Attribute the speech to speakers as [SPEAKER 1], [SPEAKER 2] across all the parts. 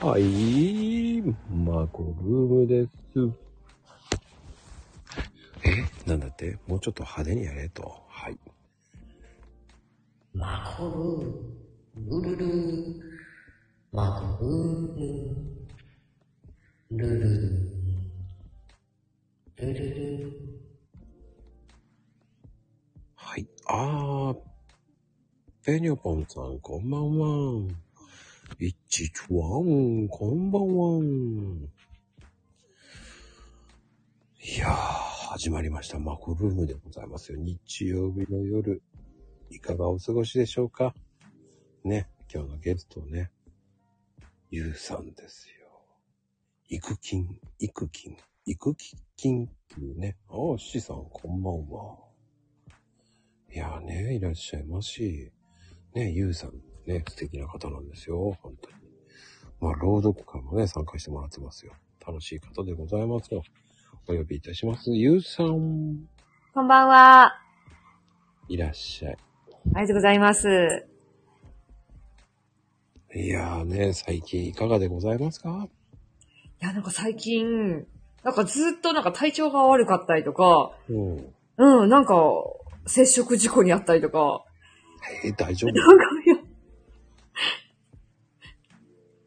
[SPEAKER 1] はい、マコルームです。えなんだってもうちょっと派手にやれと。はい。
[SPEAKER 2] マコルーム、ルルー、マコルーム、ルルー、ルルル
[SPEAKER 1] はい。あー、ペニョポンさん、こんばんは。いちちわん、こんばんは。いやー、始まりました。マコルームでございますよ。日曜日の夜、いかがお過ごしでしょうかね、今日のゲストね、ゆうさんですよ。育金、育金、育金っていうね。あー、しさん、こんばんは。いやーね、いらっしゃいますし、ね、ゆうさん、ね、素敵な方なんですよ、本当に。まあ、朗読会もね、参加してもらってますよ。楽しい方でございますよ。お呼びいたします。ゆうさん、
[SPEAKER 3] こんばんは。
[SPEAKER 1] いらっしゃい。
[SPEAKER 3] ありがとうございます。
[SPEAKER 1] いやーね、最近いかがでございますか
[SPEAKER 3] いや、なんか最近、なんかずっとなんか体調が悪かったりとか、
[SPEAKER 1] うん。
[SPEAKER 3] うん、なんか、接触事故にあったりとか、
[SPEAKER 1] えー大丈夫
[SPEAKER 3] なんかいや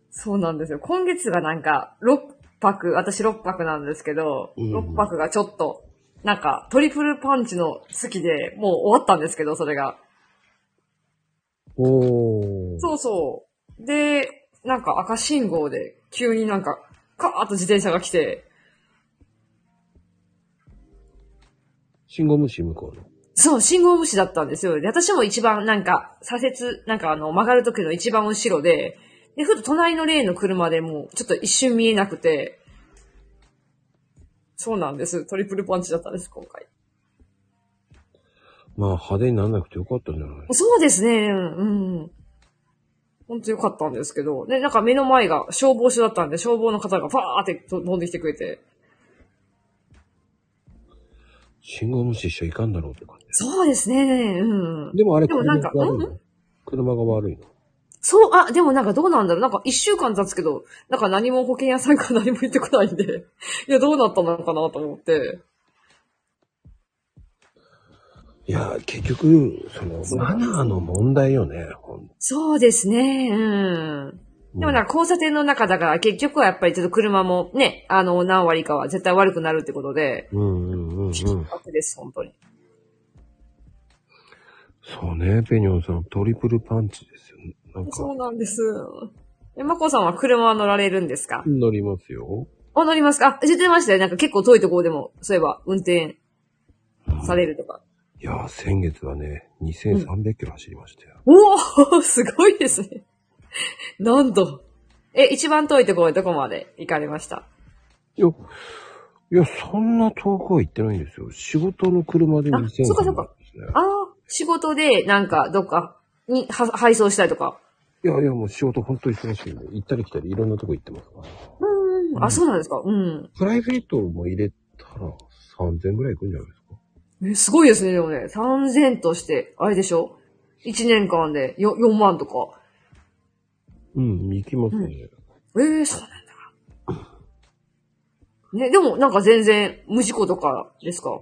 [SPEAKER 3] そうなんですよ。今月がなんか、6泊、私6泊なんですけど、
[SPEAKER 1] うん
[SPEAKER 3] 6泊がちょっと、なんか、トリプルパンチの月でもう終わったんですけど、それが。
[SPEAKER 1] おー。
[SPEAKER 3] そうそう。で、なんか赤信号で、急になんか、カーッと自転車が来て、
[SPEAKER 1] 信号無視向こうの。
[SPEAKER 3] そう、信号無視だったんですよ。で、私も一番、なんか、左折、なんかあの、曲がる時の一番後ろで、で、ふと隣のレーンの車でもう、ちょっと一瞬見えなくて、そうなんです。トリプルパンチだったんです、今回。
[SPEAKER 1] まあ、派手にならなくてよかったんじゃない
[SPEAKER 3] そうですね、うん。うんほんとよかったんですけど。で、なんか目の前が消防署だったんで、消防の方がバーって飛んできてくれて。
[SPEAKER 1] 信号無視しちゃいかんだろうって感じ。
[SPEAKER 3] そうですね、うん。
[SPEAKER 1] でもあれ、
[SPEAKER 3] でもなんか
[SPEAKER 1] 車が悪いの車が悪いの。
[SPEAKER 3] そう、あ、でもなんかどうなんだろう。なんか一週間経つけど、なんか何も保険屋さんから何も言ってこないんで、 いや、どうなったのかなと思って。
[SPEAKER 1] いや、結局、その、マナーの問題よね、ほん
[SPEAKER 3] そうですね、うん。でもなんか交差点の中だから、結局はやっぱりちょっと車もね、あの、何割かは絶対悪くなるってことで、
[SPEAKER 1] うんうんうんうん。そ
[SPEAKER 3] 楽です、本当に。
[SPEAKER 1] うね、ペニョンさん、トリプルパンチですよ。なん
[SPEAKER 3] そ
[SPEAKER 1] か
[SPEAKER 3] う、なんです。え、まこさんは車は乗られるんですか
[SPEAKER 1] 乗りますよ。
[SPEAKER 3] あ、乗りますかあ、出てましたよ。なんか結構遠いところでも、そういえば運転されるとか。
[SPEAKER 1] いや、先月はね、2300キロ走りましたよ。
[SPEAKER 3] おおすごいですね。なんと。え、一番遠いところどこまで行かれました
[SPEAKER 1] いや、いや、そんな遠くは行ってないんですよ。仕事の車で2300
[SPEAKER 3] あ
[SPEAKER 1] キロ
[SPEAKER 3] そっかそっか
[SPEAKER 1] ですね。
[SPEAKER 3] ああ、仕事で、なんか、どっかには配送したりとか。
[SPEAKER 1] いやいや、もう仕事本当に忙しいんで、行ったり来たりいろんなとこ行ってますから。
[SPEAKER 3] うーん。
[SPEAKER 1] うん
[SPEAKER 3] あ、そうなんですかうん。
[SPEAKER 1] プライベートも入れたら3000ぐらい行くんじゃないですか。
[SPEAKER 3] え、すごいですね、でもね。3000として、あれでしょ ?1 年間で 4, 4万とか。
[SPEAKER 1] うん、行きますね。
[SPEAKER 3] ええそうなんだ。ね、でも、なんか全然、無事故とかですか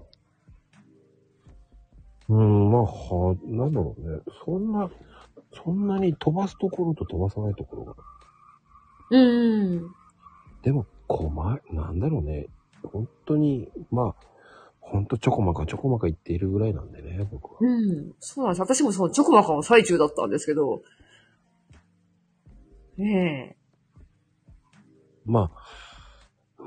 [SPEAKER 1] うん、まあ、は、なんだろうね。そんな、そんなに飛ばすところと飛ばさないところが。
[SPEAKER 3] うーん。
[SPEAKER 1] でも、困る、なんだろうね。本当に、まあ、ほんとちょこまかちょこまか言っているぐらいなんでね、僕は。
[SPEAKER 3] うん。そうなんです。私もその、チョコバカの最中だったんですけど。ねえ。
[SPEAKER 1] まあ、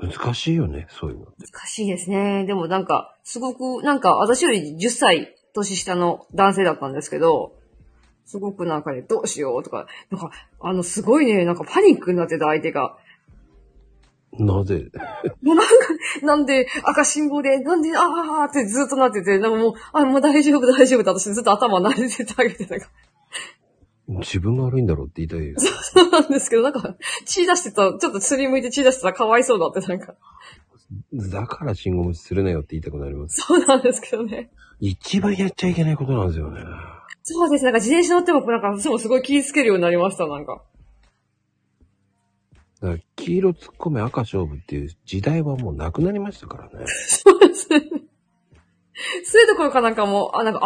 [SPEAKER 1] 難しいよね、そういうのって。
[SPEAKER 3] 難しいですね。でもなんか、すごく、なんか私より10歳年下の男性だったんですけど、すごくなんかね、どうしようとか、なんか、あの、すごいね、なんかパニックになってた相手が。
[SPEAKER 1] なぜ
[SPEAKER 3] もうなんか、なんで、赤信号で、なんで、あーってずっとなってて、なんかもう、あ、もう大丈夫大丈夫って私ずっと頭慣れててあげてたか
[SPEAKER 1] 自分が悪いんだろうって言いたいよ。
[SPEAKER 3] ら。なんですけど、なんか、血出してた、ちょっとすりむいて血出してたらかわいそうだって、なんか。
[SPEAKER 1] だから信号無視するなよって言いたくなります。
[SPEAKER 3] そうなんですけどね。
[SPEAKER 1] 一番やっちゃいけないことなんですよね。
[SPEAKER 3] そうです。なんか自転車乗っても、なんか私もすごい気ぃつけるようになりました、なんか。
[SPEAKER 1] だから黄色突っ込め赤勝負っていう時代はもうなくなりましたからね。
[SPEAKER 3] そうですね。そういうところかなんかもう、あ、なんか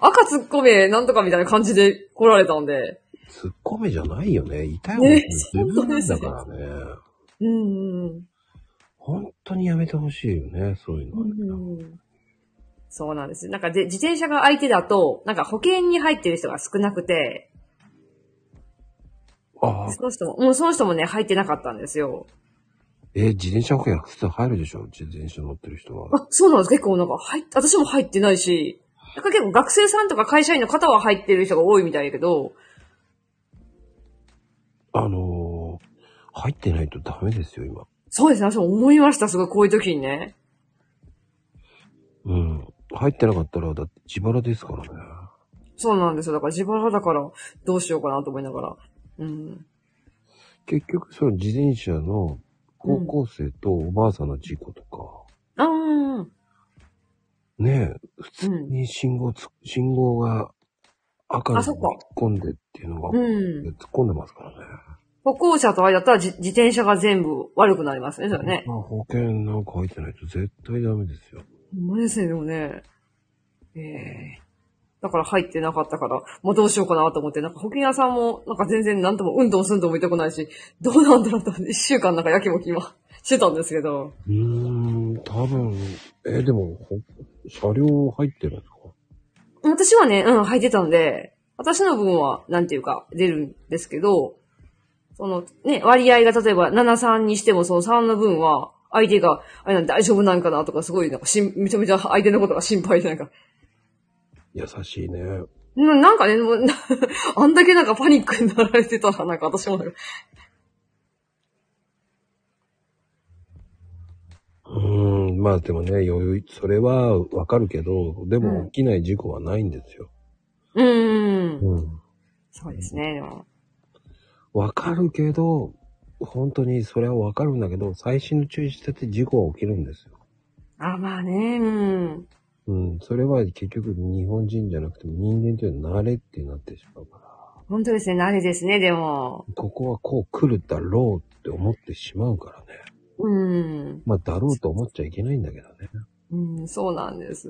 [SPEAKER 3] 赤、赤突っ込め、なんとかみたいな感じで来られたんで。
[SPEAKER 1] 突っ込めじゃないよね。痛いもん
[SPEAKER 3] ね
[SPEAKER 1] 自分なんだからね。
[SPEAKER 3] うんうん
[SPEAKER 1] 本当にやめてほしいよね、そういうの
[SPEAKER 3] う
[SPEAKER 1] はね、
[SPEAKER 3] ん。うんそうなんです。なんかで自転車が相手だと、なんか保険に入ってる人が少なくて、
[SPEAKER 1] ああ、
[SPEAKER 3] その人も、もうその人もね、入ってなかったんですよ。
[SPEAKER 1] えー自転車保険普通入るでしょ自転車乗ってる人は。
[SPEAKER 3] あ、そうなんです。結構なんか入っ、私も入ってないし、なんか結構学生さんとか会社員の方は入ってる人が多いみたいだけど、
[SPEAKER 1] あのー、入ってないとダメですよ、今。
[SPEAKER 3] そうですね。私も思いました。すごい、こういう時にね。
[SPEAKER 1] うん。入ってなかったら、だって自腹ですからね。
[SPEAKER 3] そうなんですよ。だから自腹だから、どうしようかなと思いながら。うん。
[SPEAKER 1] 結局、その自転車の高校生とおばあさんの事故とか、
[SPEAKER 3] あー
[SPEAKER 1] ねえ、普通
[SPEAKER 3] うん
[SPEAKER 1] に信号つ、信号が赤に
[SPEAKER 3] あそ
[SPEAKER 1] 突っ
[SPEAKER 3] っか
[SPEAKER 1] 込んでっていうのが、
[SPEAKER 3] うん。
[SPEAKER 1] 突っ込んでますからね。
[SPEAKER 3] 歩行者とあれだったらじ自転車が全部悪くなりますね。それね。
[SPEAKER 1] まあ、保険なんか入ってないと絶対ダメですよ。
[SPEAKER 3] ほんまですね、でもね。ええだから入ってなかったから、もうどうしようかなと思って、なんか保険屋さんも、なんか全然なんとも、うんともすんとも痛くないし、どうなんだろうと思って、一週間なんかやきもき今、してたんですけど。
[SPEAKER 1] うーん、多分、え、でも、ほ車両入ってるんですか
[SPEAKER 3] 私はね、うん、履いてたんで、私の分は、なんていうか、出るんですけど、その、ね、割合が例えば7、3にしても、その3の分は、相手が、あれなん大丈夫なんかなとか、すごい、なんかしん、めちゃめちゃ相手のことが心配で、なんか、
[SPEAKER 1] 優しいね。
[SPEAKER 3] ななんかね、もう なあんだけなんかパニックになられてたら、なんか私もなんか、
[SPEAKER 1] うーん、まあでもね、余裕、それはわかるけど、で
[SPEAKER 3] う
[SPEAKER 1] も
[SPEAKER 3] ん
[SPEAKER 1] 起きない事故はないんですよ。
[SPEAKER 3] うーん、
[SPEAKER 1] うん。
[SPEAKER 3] そうですね、でも。
[SPEAKER 1] わかるけど、本当にそれはわかるんだけど、最新の注意してて事故は起きるんですよ。
[SPEAKER 3] あ、まあね、うん。
[SPEAKER 1] うん、それは結局日本人じゃなくても人間というのは慣れってなってしまうから。
[SPEAKER 3] 本当ですね、慣れですね、でも。
[SPEAKER 1] ここはこう来るだろうって思ってしまうからね。
[SPEAKER 3] うん、
[SPEAKER 1] まあ、だろうと思っちゃいけないんだけどね。
[SPEAKER 3] うん、そうなんです。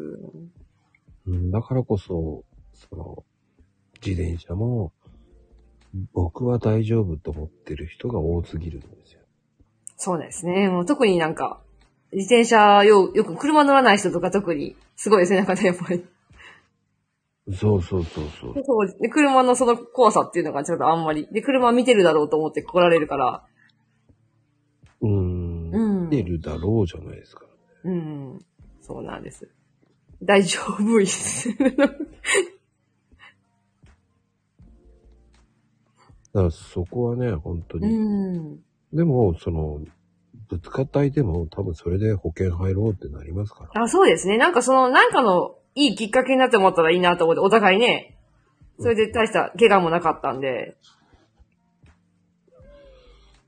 [SPEAKER 1] うん、だからこそ、その、自転車も、僕は大丈夫と思ってる人が多すぎるんですよ。
[SPEAKER 3] そうですね。もう特になんか、自転車よ、よく車乗らない人とか特に、すごいですね、なんかね、やっぱり。
[SPEAKER 1] そうそうそうそう。
[SPEAKER 3] そうで車のその怖さっていうのがちょっとあんまり。で、車見てるだろうと思って来られるから。
[SPEAKER 1] うーん。
[SPEAKER 3] うん
[SPEAKER 1] 出るだろうじゃないですか。
[SPEAKER 3] うん。そうなんです。大丈夫いっす。
[SPEAKER 1] だからそこはね、本当
[SPEAKER 3] う
[SPEAKER 1] に。
[SPEAKER 3] ん。
[SPEAKER 1] でも、その、ぶつかった相手も多分それで保険入ろうってなりますから。
[SPEAKER 3] あ、そうですね。なんかその、なんかのいいきっかけになってもらったらいいなと思って、お互いね。それで大した怪我もなかったんで。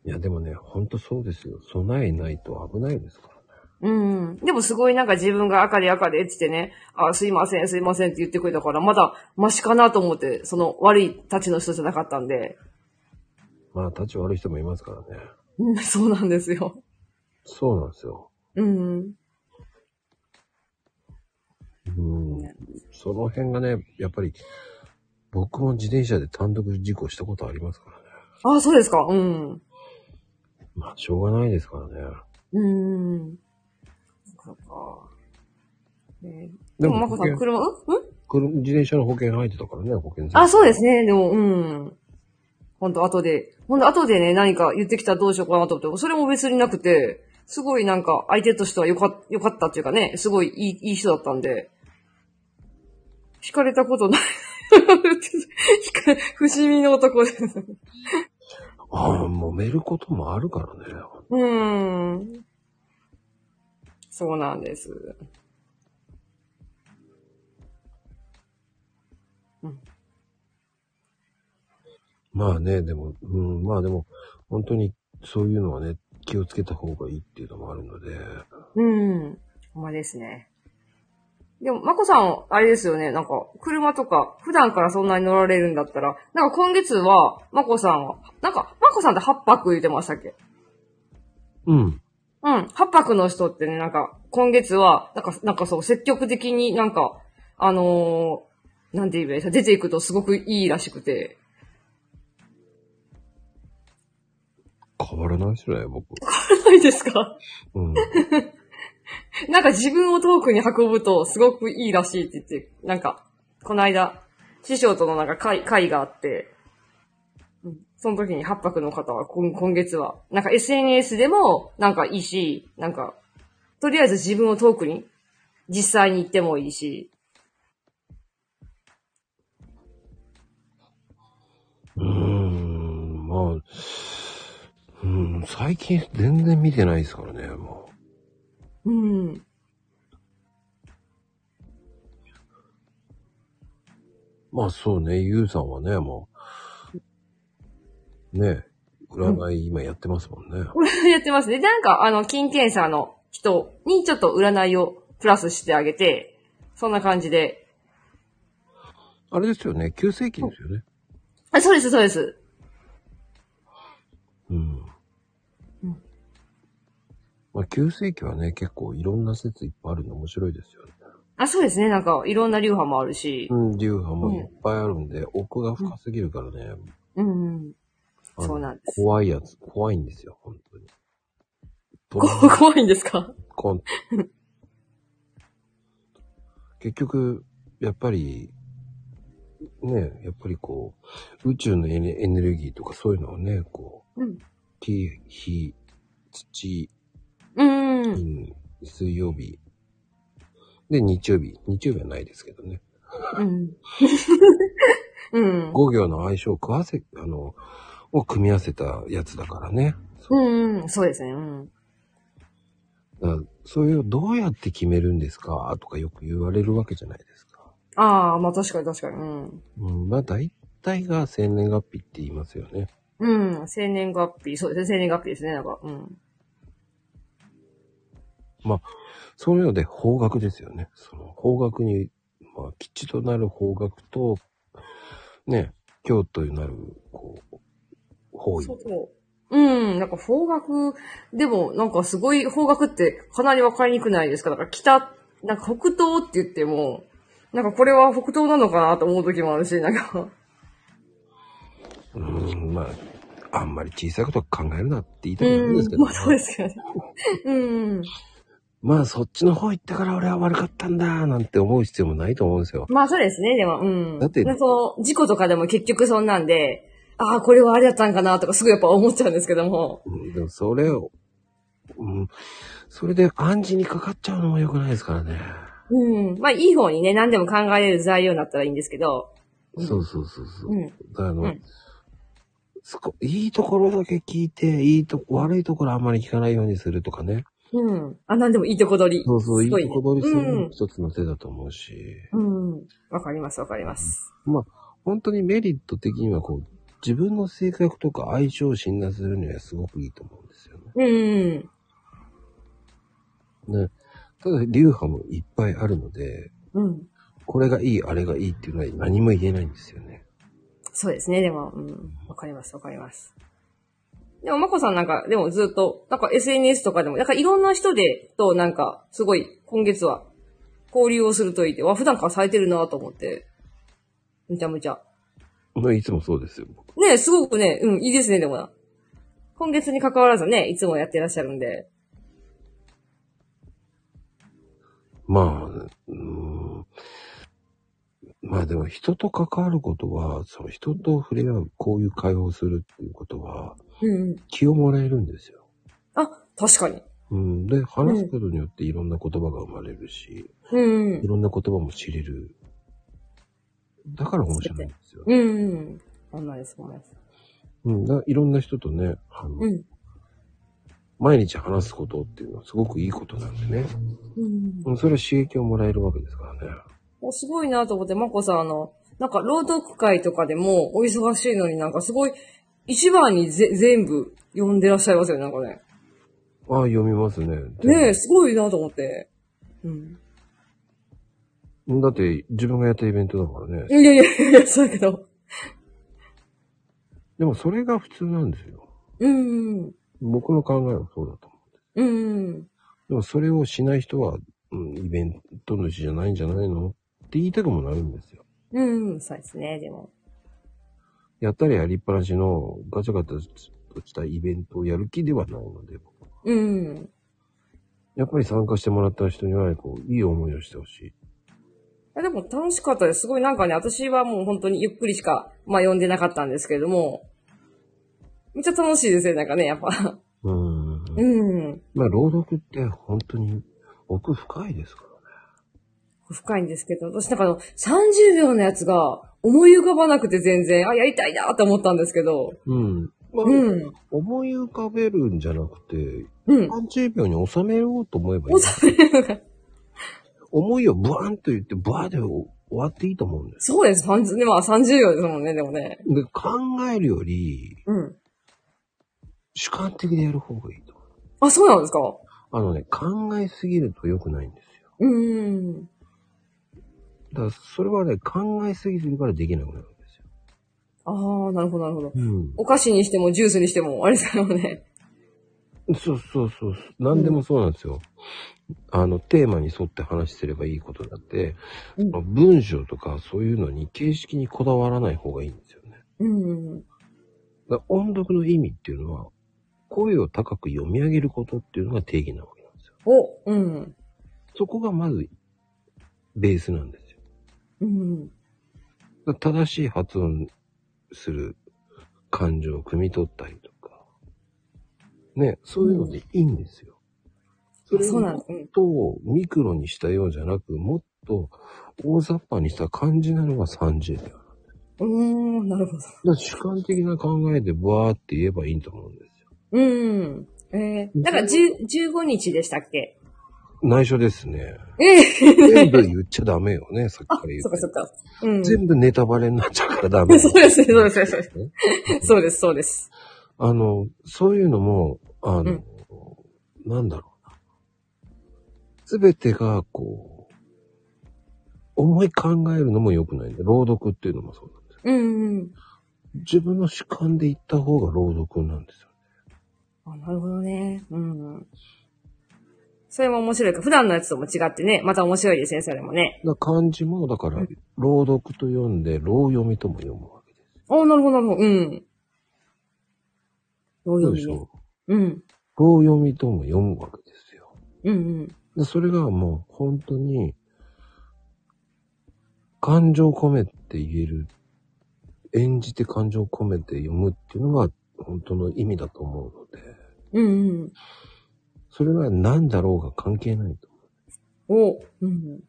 [SPEAKER 1] いや、でもね、本当そうですよ。備えないと危ないですからね。
[SPEAKER 3] うん。でもすごいなんか自分が赤で赤でっつってね、あ、すいません、すいませんって言ってくれたから、まだマシかなと思って、その悪いたちの人じゃなかったんで。
[SPEAKER 1] まあ、立ち悪い人もいますからね。
[SPEAKER 3] うん、 そうなんですよ。
[SPEAKER 1] そうなんですよ。
[SPEAKER 3] うん。
[SPEAKER 1] うん
[SPEAKER 3] ね。
[SPEAKER 1] その辺がね、やっぱり、僕も自転車で単独事故したことありますからね。
[SPEAKER 3] あ、そうですか。うん。
[SPEAKER 1] まあ、しょうがないですからね。
[SPEAKER 3] うん。そっか。えー
[SPEAKER 1] で
[SPEAKER 3] で
[SPEAKER 1] も
[SPEAKER 3] も、まこさん、
[SPEAKER 1] 保険
[SPEAKER 3] 車、うんうん
[SPEAKER 1] 車自転車の保険入ってたからね、保険
[SPEAKER 3] あ、そうです
[SPEAKER 1] ね。
[SPEAKER 3] ね。でも、うん。ほんと、後で。ほんと、後でね、何か言ってきたらどうしようかなと思って、それも別になくて、すごいなんか、相手としてはよか、よかったっていうかね、すごいいい、いい人だったんで、惹かれたことない。 惹かれ不死身の男です。
[SPEAKER 1] ああ、揉めることもあるからね。
[SPEAKER 3] うーん。そうなんです。
[SPEAKER 1] まあね、でも、うん、まあでも、本当にそういうのはね、気をつけた方がいいっていうのもあるので、
[SPEAKER 3] うん。ほんまですね。でも、まこさん、あれですよね、なんか、車とか、普段からそんなに乗られるんだったら、なんか今月は、まこさんは、なんか、まこさんって8泊言うてましたっけ
[SPEAKER 1] うん。
[SPEAKER 3] うん。8泊の人ってね、なんか、今月は、なんか、なんかそう、積極的になんか、あのー、なんて言えばいいですか、出ていくとすごくいいらしくて。
[SPEAKER 1] 変わらないですね、僕。
[SPEAKER 3] ないですか
[SPEAKER 1] うん。
[SPEAKER 3] なんか自分を遠くに運ぶとすごくいいらしいって言って、なんか、この間、師匠とのなんか会、会があって、うんその時に八泊の方は今今月は、なんか SNS でもなんかいいし、なんか、とりあえず自分を遠くに、実際に行ってもいいし、
[SPEAKER 1] うーん、まあ、うん、最近全然見てないですからね、も
[SPEAKER 3] うん。
[SPEAKER 1] う。まあそうね、ゆうさんはね、もう、ね、占い今やってますもんね。
[SPEAKER 3] やってますね。なんか、あの、金検査の人にちょっと占いをプラスしてあげて、そんな感じで。
[SPEAKER 1] あれですよね、急性期ですよね。
[SPEAKER 3] あ、そうです、そうです。
[SPEAKER 1] うん
[SPEAKER 3] うん。
[SPEAKER 1] まあ急性期はね、結構いろんな説いっぱいあるの面白いですよね。
[SPEAKER 3] あ、そうですね。なんか、いろんな流派もあるし
[SPEAKER 1] う。ん、流派もいっぱいあるんで、奥が深すぎるからね、
[SPEAKER 3] うん、うん。
[SPEAKER 1] あの
[SPEAKER 3] そうなんです
[SPEAKER 1] 怖いやつ、怖いんですよ、本 当に。と
[SPEAKER 3] こ怖いんですか
[SPEAKER 1] こん結局、やっぱり、ね、やっぱりこう、宇宙のエネエネルギーとかそういうのをね、こう、
[SPEAKER 3] うん。
[SPEAKER 1] 木、火、土、
[SPEAKER 3] うん。
[SPEAKER 1] 金、水曜日、で、日曜日、日曜日はないですけどね。
[SPEAKER 3] うん。うん。
[SPEAKER 1] 五行の相性を食わせ、あの、を組み合わせたやつだからね。そう
[SPEAKER 3] うん、うん。そうですね。うん。
[SPEAKER 1] だからそれをどうやって決めるんですかとかよく言われるわけじゃないですか。
[SPEAKER 3] ああ、まあ確かに確かに。うん。
[SPEAKER 1] うん、まあ大体が生年月日って言いますよね。
[SPEAKER 3] うん。生年月日、そうですね。生年月日ですね。なんか、うん。
[SPEAKER 1] そういうので方角ですよね。その方角に、まあ吉となる方角と、ね、京都になる、こう、方位
[SPEAKER 3] そ。う。うん、なんか方角、でもなんかすごい方角ってかなりわかりにくないですかだから北、なんか北東って言っても、なんかこれは北東なのかなと思う時もあるし、なんか、
[SPEAKER 1] うん、まあ、あんまり小さいこと考えるなって言いたくな
[SPEAKER 3] う
[SPEAKER 1] るん
[SPEAKER 3] ん
[SPEAKER 1] ですけ、ど、
[SPEAKER 3] まあそうですけどね。うん。
[SPEAKER 1] まあそっちの方行ったから俺は悪かったんだ、なんて思う必要もないと思うんですよ。
[SPEAKER 3] まあそうですね、でも、うん。
[SPEAKER 1] だって
[SPEAKER 3] なんかその、事故とかでも結局そんなんで、ああ、これはあれだったんかなとかすぐやっぱ思っちゃうんですけども。
[SPEAKER 1] うん、でもそれを、うん、それで暗示にかかっちゃうのも良くないですからね。
[SPEAKER 3] うん。まあいい方にね、何でも考えれる材料になったらいいんですけど。うん
[SPEAKER 1] そうそうそうそう。
[SPEAKER 3] うん。
[SPEAKER 1] あの、
[SPEAKER 3] うん
[SPEAKER 1] すこいいところだけ聞いて、いいとこ、悪いところあんまり聞かないようにするとかね。
[SPEAKER 3] うん。あ、なんでもいいとこ取り。
[SPEAKER 1] そうそう、いい
[SPEAKER 3] す
[SPEAKER 1] と
[SPEAKER 3] ご
[SPEAKER 1] こ
[SPEAKER 3] ね
[SPEAKER 1] 取りするの
[SPEAKER 3] う
[SPEAKER 1] も
[SPEAKER 3] ん
[SPEAKER 1] 一つの手だと思うし、
[SPEAKER 3] うん。わかります、わかります。
[SPEAKER 1] 本当にメリット的にはこう、自分の性格とか相性を診断するにはすごくいいと思うんですよね。
[SPEAKER 3] うん。
[SPEAKER 1] ねただ、流派もいっぱいあるので、
[SPEAKER 3] うん。
[SPEAKER 1] これがいい、あれがいいっていうのは何も言えないんですよね。
[SPEAKER 3] そうですね、でも、うん。わかります、わかります。でも、まこさんなんか、でもずっと、なんか SNS とかでも、なんかいろんな人で、となんか、すごい、今月は、交流をするといて、わ、普段からされてるなと思って、むちゃむちゃ。
[SPEAKER 1] まあいつもそうですよ、僕
[SPEAKER 3] ねえすごくね、うん、いいですね、でもな。今月に関わらずね、いつもやってらっしゃるんで。
[SPEAKER 1] まあ、うーん。まあでも人と関わることは、その人と触れ合う、こういう会話をするっていうことは、
[SPEAKER 3] うんうん。
[SPEAKER 1] 気をもらえるんですよ。
[SPEAKER 3] あ、確かに。
[SPEAKER 1] うん。で、話すことによっていろんな言葉が生まれるし、
[SPEAKER 3] うん
[SPEAKER 1] いろんな言葉も知れる。だから面白いんですよ。
[SPEAKER 3] うん。うんうん。そんなんです、そんなんです。
[SPEAKER 1] うん。だいろんな人とね、あの、
[SPEAKER 3] うん。
[SPEAKER 1] 毎日話すことっていうのはすごくいいことなんでね。
[SPEAKER 3] うん。
[SPEAKER 1] うん。それは刺激をもらえるわけですからね。
[SPEAKER 3] もうすごいなと思って、まこさん、あの、なんか、朗読会とかでも、お忙しいのになんか、すごい、一番にぜ全部読んでらっしゃいますよね、なんかね。
[SPEAKER 1] ああ、読みますね。
[SPEAKER 3] ねえ、すごいなと思って。うん。
[SPEAKER 1] だって、自分がやったイベントだから
[SPEAKER 3] い
[SPEAKER 1] ね。
[SPEAKER 3] やいやいや、そうだけど。
[SPEAKER 1] でもそれが普通なんですよ。
[SPEAKER 3] うん。
[SPEAKER 1] 僕の考えはそうだと思
[SPEAKER 3] うん。
[SPEAKER 1] う。でもそれをしない人は、うん、イベント主じゃないんじゃないのって言いたくもなるんですよ。
[SPEAKER 3] うん。そうですね、でも。
[SPEAKER 1] やったりやりっぱなしのガチャガチャとしたイベントをやる気ではないので、僕は
[SPEAKER 3] うん。
[SPEAKER 1] やっぱり参加してもらった人には、こう、いい思いをしてほしい。
[SPEAKER 3] あでも楽しかったです。すごいなんかね、私はもう本当にゆっくりしか、まあ読んでなかったんですけれども、めっちゃ楽しいですね、なんかね、やっぱ。
[SPEAKER 1] うん。
[SPEAKER 3] うん。
[SPEAKER 1] まあ、朗読って本当に奥深いですからね。
[SPEAKER 3] 深いんですけど、私なんかあの、30秒のやつが思い浮かばなくて全然、あ、やりたいなって思ったんですけど、
[SPEAKER 1] うん。まあ、
[SPEAKER 3] うん。
[SPEAKER 1] 思い浮かべるんじゃなくて、
[SPEAKER 3] うん。
[SPEAKER 1] 30秒に収めようと思えばいい。思いをブワンと言って、ブワーで終わっていいと思うんです。
[SPEAKER 3] そうです。30、でも30秒ですもんね、でもね。
[SPEAKER 1] で、考えるより、
[SPEAKER 3] うん。
[SPEAKER 1] 主観的でやる方がいいと。
[SPEAKER 3] あ、そうなんですか
[SPEAKER 1] あのね、考えすぎると良くないんですよ。
[SPEAKER 3] うーん。
[SPEAKER 1] だから、それはね、考えすぎするからできなくなるんですよ。
[SPEAKER 3] ああ、なるほど、なるほど。
[SPEAKER 1] うん。
[SPEAKER 3] お菓子にしても、ジュースにしても、あれですよね。
[SPEAKER 1] そうそうそうそう。何でもそうなんですよ。あの、テーマに沿って話すればいいことだって、
[SPEAKER 3] うん
[SPEAKER 1] まあ文章とかそういうのに形式にこだわらない方がいいんですよね。
[SPEAKER 3] うん。
[SPEAKER 1] だから音読の意味っていうのは、声を高く読み上げることっていうのが定義なわけなんですよ。
[SPEAKER 3] お、うん。
[SPEAKER 1] そこがまず、ベースなんですよ。
[SPEAKER 3] うん。
[SPEAKER 1] だから正しい発音する感情を汲み取ったりとか、ね、そういうのでいいんですよ。
[SPEAKER 3] あそうなんです。うん
[SPEAKER 1] ちょっとミクロにしたようじゃなく、もっと大雑把にした感じなのが30秒。だか
[SPEAKER 3] うーん、なるほど。
[SPEAKER 1] ら主観的な考えでブワーって言えばいいと思うんですよ。
[SPEAKER 3] うん。えー、だから、じゅ15日でしたっけ
[SPEAKER 1] 内緒ですね。
[SPEAKER 3] ええ
[SPEAKER 1] 全部言っちゃダメよね、さっきから言
[SPEAKER 3] そっかそっ
[SPEAKER 1] う。
[SPEAKER 3] か。うん。そう
[SPEAKER 1] 全部ネタバレになっちゃうからダメ。
[SPEAKER 3] です ね、そうです、そうです。そうです、そうです。
[SPEAKER 1] あの、そういうのも、あの、
[SPEAKER 3] うん
[SPEAKER 1] なんだろうな。すべてが、こう、思い考えるのも良くないんで、朗読っていうのもそうなんですよ。
[SPEAKER 3] うん。
[SPEAKER 1] 自分の主観で言った方が朗読なんですよ。
[SPEAKER 3] あ、なるほどね。うん。それも面白いか。普段のやつとも違ってね、また面白いですね、それもね。
[SPEAKER 1] だから漢字も、だから、朗読と読んで、朗読みとも読むわけです。
[SPEAKER 3] あなるほど、なるほど。うん。どう
[SPEAKER 1] そ
[SPEAKER 3] 読
[SPEAKER 1] うでし
[SPEAKER 3] みね
[SPEAKER 1] ょう。
[SPEAKER 3] うん。
[SPEAKER 1] 朗読みとも読むわけですよ。
[SPEAKER 3] うん
[SPEAKER 1] でそれがもう本当に、感情を込めて言える、演じて感情を込めて読むっていうのが本当の意味だと思うので、
[SPEAKER 3] うん。うんうん。
[SPEAKER 1] それが何だろうが関係ないと思う。
[SPEAKER 3] お、うん。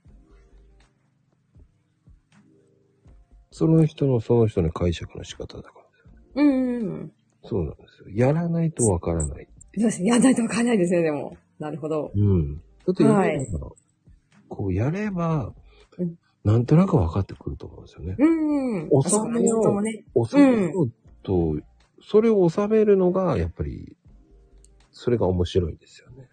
[SPEAKER 1] その人のその人の解釈の仕方だからですよ。
[SPEAKER 3] うんうん。
[SPEAKER 1] そうなんですよ。やらないとわからない。
[SPEAKER 3] そうですね。やんないとわかんないですね、でも。なるほど。
[SPEAKER 1] うん。だってやれば、
[SPEAKER 3] はい
[SPEAKER 1] こうやれば
[SPEAKER 3] うん、
[SPEAKER 1] なんとなく分かってくると思うんですよね。
[SPEAKER 3] うん。
[SPEAKER 1] お
[SPEAKER 3] そ
[SPEAKER 1] 酒を
[SPEAKER 3] う何事もね。
[SPEAKER 1] 収めようと、それを収めるのが、やっぱり、それが面白いんですよね。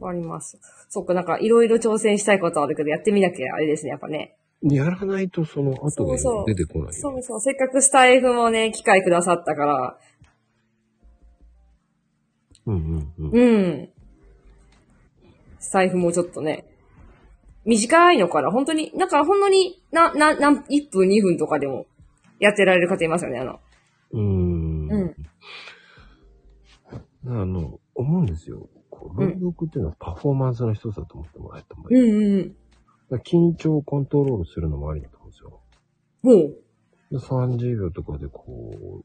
[SPEAKER 3] わかります。そっか、なんか、いろいろ挑戦したいことはあるけど、やってみなきゃあれですね、やっぱね。
[SPEAKER 1] やらないとその後が
[SPEAKER 3] そうそう
[SPEAKER 1] 出てこないよね。
[SPEAKER 3] そうそう。せっかくスタイフもね、機会くださったから。
[SPEAKER 1] うんうんうん。
[SPEAKER 3] うん。スタイフもちょっとね。短いのから、本当に、なんかほんのに、な、な、なん、1分、2分とかでも、やってられる方いますよね、あの。
[SPEAKER 1] うん。
[SPEAKER 3] うん。
[SPEAKER 1] あの、思うんですよ。こう朗
[SPEAKER 3] うん
[SPEAKER 1] 読っていうのはパフォーマンスの一つだと思ってもらえた方がいい。
[SPEAKER 3] うんうん。
[SPEAKER 1] だから緊張をコントロールするのもありだと思うんですよ
[SPEAKER 3] ほう。。
[SPEAKER 1] で30秒とかでこ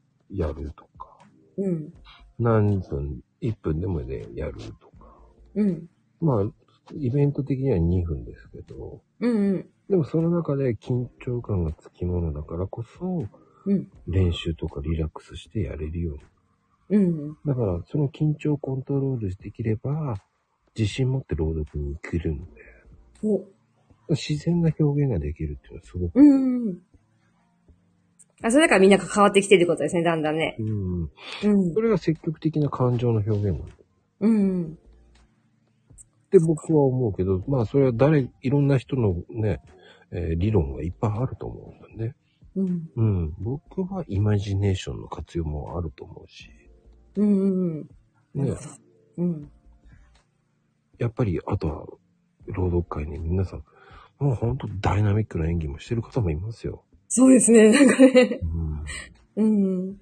[SPEAKER 1] う、やるとか、
[SPEAKER 3] うん。
[SPEAKER 1] 何分、1分でもね、やるとか。
[SPEAKER 3] うん。
[SPEAKER 1] まあ、イベント的には2分ですけど、
[SPEAKER 3] うんうん。
[SPEAKER 1] でもその中で緊張感がつきものだからこそ、
[SPEAKER 3] うん。
[SPEAKER 1] 練習とかリラックスしてやれるように。
[SPEAKER 3] うん。
[SPEAKER 1] だから、その緊張をコントロールできれば、自信持って朗読に行けるので、
[SPEAKER 3] ほう。
[SPEAKER 1] 自然な表現ができるっていうのはすごく、
[SPEAKER 3] うん。あ、それだからみんなが変わってきてることですね、だんだんね。
[SPEAKER 1] うん。
[SPEAKER 3] うん
[SPEAKER 1] そ。れが積極的な感情の表現なんだ。
[SPEAKER 3] う
[SPEAKER 1] で、
[SPEAKER 3] ん。
[SPEAKER 1] って僕は思うけど、まあそれは誰、いろんな人のね、えー理論がいっぱいあると思うんだよね。
[SPEAKER 3] うん。
[SPEAKER 1] うん。僕はイマジネーションの活用もあると思うし、
[SPEAKER 3] うんうんうん。
[SPEAKER 1] ね、
[SPEAKER 3] うん。
[SPEAKER 1] やっぱり、あとは、朗読会ね、皆さん、もう本当ダイナミックな演技もしてる方もいますよ。
[SPEAKER 3] そうですね、なんかね。
[SPEAKER 1] うん。
[SPEAKER 3] うん。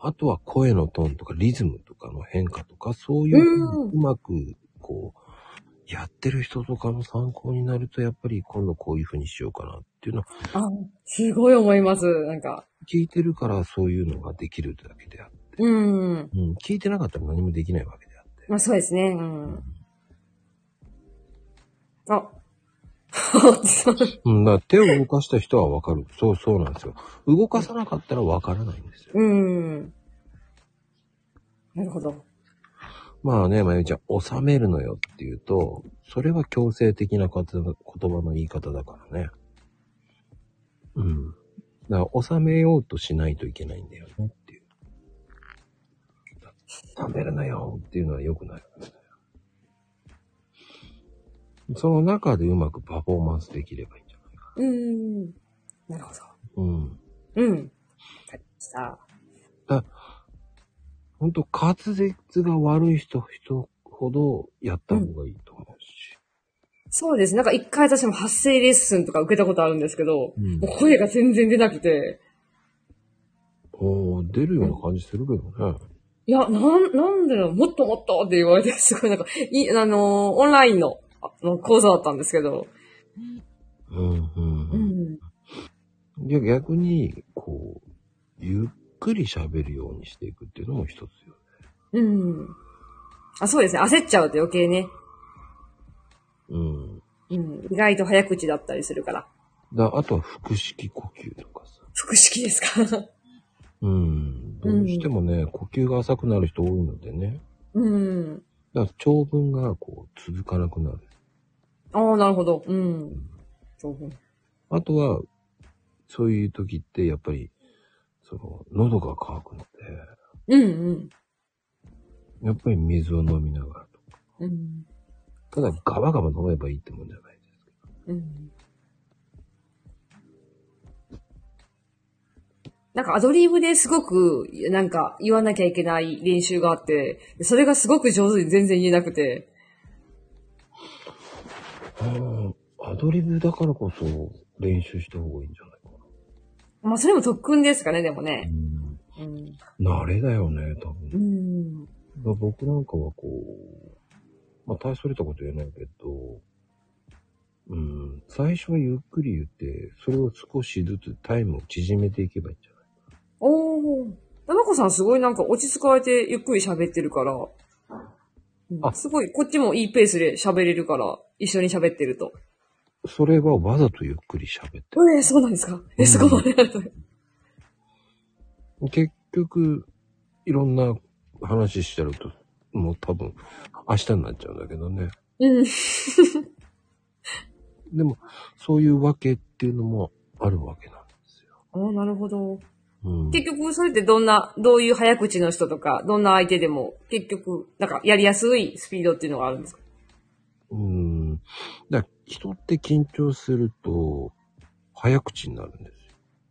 [SPEAKER 1] あとは声のトーンとかリズムとかの変化とか、そういうのを
[SPEAKER 3] うん
[SPEAKER 1] うまく、こう、やってる人とかの参考になると、やっぱり今度こういう風にしようかなっていうのは、
[SPEAKER 3] あ、すごい思います、なんか。
[SPEAKER 1] 聞いてるからそういうのができるだけであって、
[SPEAKER 3] うん。
[SPEAKER 1] うん、聞いてなかったら何もできないわけであって。
[SPEAKER 3] まあそうですね、うん。あ。
[SPEAKER 1] うん、だから手を動かした人はわかる。そうそうなんですよ。動かさなかったらわからないんですよ。
[SPEAKER 3] うん。なるほど。
[SPEAKER 1] まあね、まゆみちゃん、収めるのよって言うと、それは強制的なかつ言葉の言い方だからね。うん。だから、収めようとしないといけないんだよねっていう。収めるのよっていうのは良くない。その中でうまくパフォーマンスできればいいんじゃないか
[SPEAKER 3] うん。なるほど。
[SPEAKER 1] な。うん。
[SPEAKER 3] うん。さあ。
[SPEAKER 1] ほんと、滑舌が悪い人、人ほどやった方がいいと思うし。
[SPEAKER 3] そうです。なんか一回私も発声レッスンとか受けたことあるんですけど、
[SPEAKER 1] うん
[SPEAKER 3] もう声が全然出なくて、
[SPEAKER 1] おー出るような感じするけどね。
[SPEAKER 3] いや、なん、なんでだろうもっともっとって言われて、すごいなんか、い、あのーオンラインの、あの、講座だったんですけど、
[SPEAKER 1] うんうん
[SPEAKER 3] う
[SPEAKER 1] うん
[SPEAKER 3] ん。
[SPEAKER 1] いや逆に、こう、ゆっくり喋るようにしていくっていうのも一つよ。
[SPEAKER 3] うん。あ、そうですね。焦っちゃうと余計ね。
[SPEAKER 1] うん。
[SPEAKER 3] うん。意外と早口だったりするから。
[SPEAKER 1] だあとは腹式呼吸とかさ。
[SPEAKER 3] 腹式ですか
[SPEAKER 1] うん。どうしてもね、呼吸が浅くなる人多いのでね。
[SPEAKER 3] うん。
[SPEAKER 1] だから長文がこう続かなくなる。
[SPEAKER 3] ああ、なるほど。うん。そう
[SPEAKER 1] あとは、そういう時ってやっぱり、その、喉が渇くの
[SPEAKER 3] うんうん。
[SPEAKER 1] で、やっぱり水を飲みながらと。
[SPEAKER 3] うん。
[SPEAKER 1] ただガバガバ飲めばいいってもんじゃないですけど。
[SPEAKER 3] うん。なんかアドリブですごく、なんか言わなきゃいけない練習があって、それがすごく上手に全然言えなくて。
[SPEAKER 1] ああ、アドリブだからこそ練習した方がいいんじゃないか
[SPEAKER 3] まあそれも特訓ですかね、でもね。
[SPEAKER 1] な。
[SPEAKER 3] う
[SPEAKER 1] う
[SPEAKER 3] ん。
[SPEAKER 1] ん、慣れだよね、多分。だ
[SPEAKER 3] う
[SPEAKER 1] か
[SPEAKER 3] ん。
[SPEAKER 1] ら僕なんかはこう、まあ大それたこと言えないけど、うん、最初はゆっくり言って、それを少しずつタイムを縮めていけばいいんじゃない
[SPEAKER 3] おー。たまこさんすごいなんか落ち着かれてゆっくり喋ってるから。うん
[SPEAKER 1] あ
[SPEAKER 3] すごい、こっちもいいペースで喋れるから、一緒に喋ってると。
[SPEAKER 1] それはわざとゆっくり喋って
[SPEAKER 3] ええ、そうなんですかえ、そこまでやると。
[SPEAKER 1] 結局、いろんな話してると、もう多分、明日になっちゃうんだけどね。
[SPEAKER 3] うん。
[SPEAKER 1] でも、そういうわけっていうのもあるわけなんですよ。
[SPEAKER 3] おーなるほど。
[SPEAKER 1] うん、
[SPEAKER 3] 結局、それってどんな、どういう早口の人とか、どんな相手でも、結局、なんか、やりやすいスピードっていうのがあるんですか
[SPEAKER 1] うん。だから人って緊張すると、早口になるんですよ。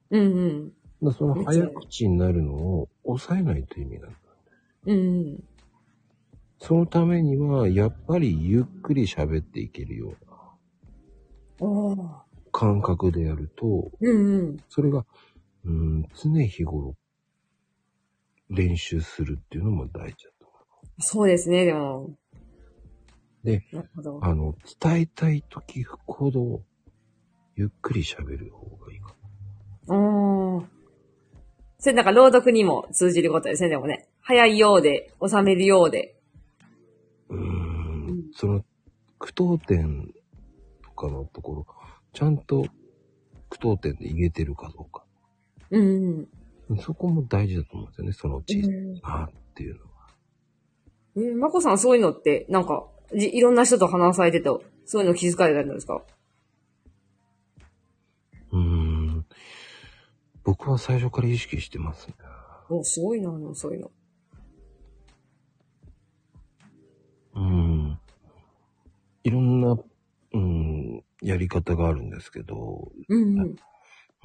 [SPEAKER 3] うんうん。
[SPEAKER 1] だからその早口になるのを抑えないと意味なんだ。
[SPEAKER 3] うんうん。
[SPEAKER 1] そのためには、やっぱりゆっくり喋っていけるような
[SPEAKER 3] おー
[SPEAKER 1] 感覚でやると、
[SPEAKER 3] うんうん。
[SPEAKER 1] それが、うん、常日頃、練習するっていうのも大事だと思
[SPEAKER 3] そうですね、でも。
[SPEAKER 1] で、
[SPEAKER 3] なるほど
[SPEAKER 1] う。。あの、伝えたい時ほど、ゆっくり喋る方がいいかな。
[SPEAKER 3] おーそれなんか、朗読にも通じることですね、でもね。早いようで、収めるようで。
[SPEAKER 1] うーんその、句読点とかのところ、ちゃんと句読点で言えてるかどうか。
[SPEAKER 3] うんうん。
[SPEAKER 1] そこも大事だと思うんですよね、その小さなっていうのは。
[SPEAKER 3] え、まこさんそういうのって、なんか、じいろんな人と話されてて、そういうの気づかれたんですか
[SPEAKER 1] うーん。僕は最初から意識してますね。
[SPEAKER 3] お、すごいな、そういうの。
[SPEAKER 1] うん。やり方があるんですけど、
[SPEAKER 3] うんうん。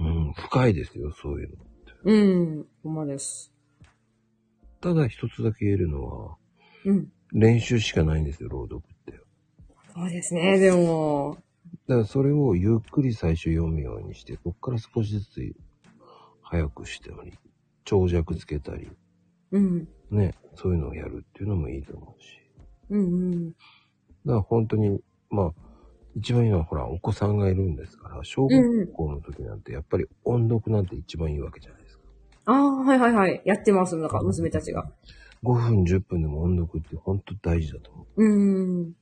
[SPEAKER 1] うん、深いですよ、そういうの。
[SPEAKER 3] うん。ほんまです。
[SPEAKER 1] ただ一つだけ言えるのは、
[SPEAKER 3] うん。
[SPEAKER 1] 練習しかないんですよ、朗読って。
[SPEAKER 3] そうですね、でも。
[SPEAKER 1] だからそれをゆっくり最初読むようにして、こっから少しずつ早くしてたり、長尺つけたり、
[SPEAKER 3] うん。
[SPEAKER 1] ね、そういうのをやるっていうのもいいと思うし。
[SPEAKER 3] うんうん。
[SPEAKER 1] だから本当に、まあ、一番いいのはほら、お子さんがいるんですから、小
[SPEAKER 3] う
[SPEAKER 1] 学
[SPEAKER 3] んうん。
[SPEAKER 1] 校の時なんてやっぱり音読なんて一番いいわけじゃないですか。
[SPEAKER 3] ああ、はいはいはい。やってます、なんか娘たちが。
[SPEAKER 1] 5分、10分でも音読って本当大事だと思う。
[SPEAKER 3] うん。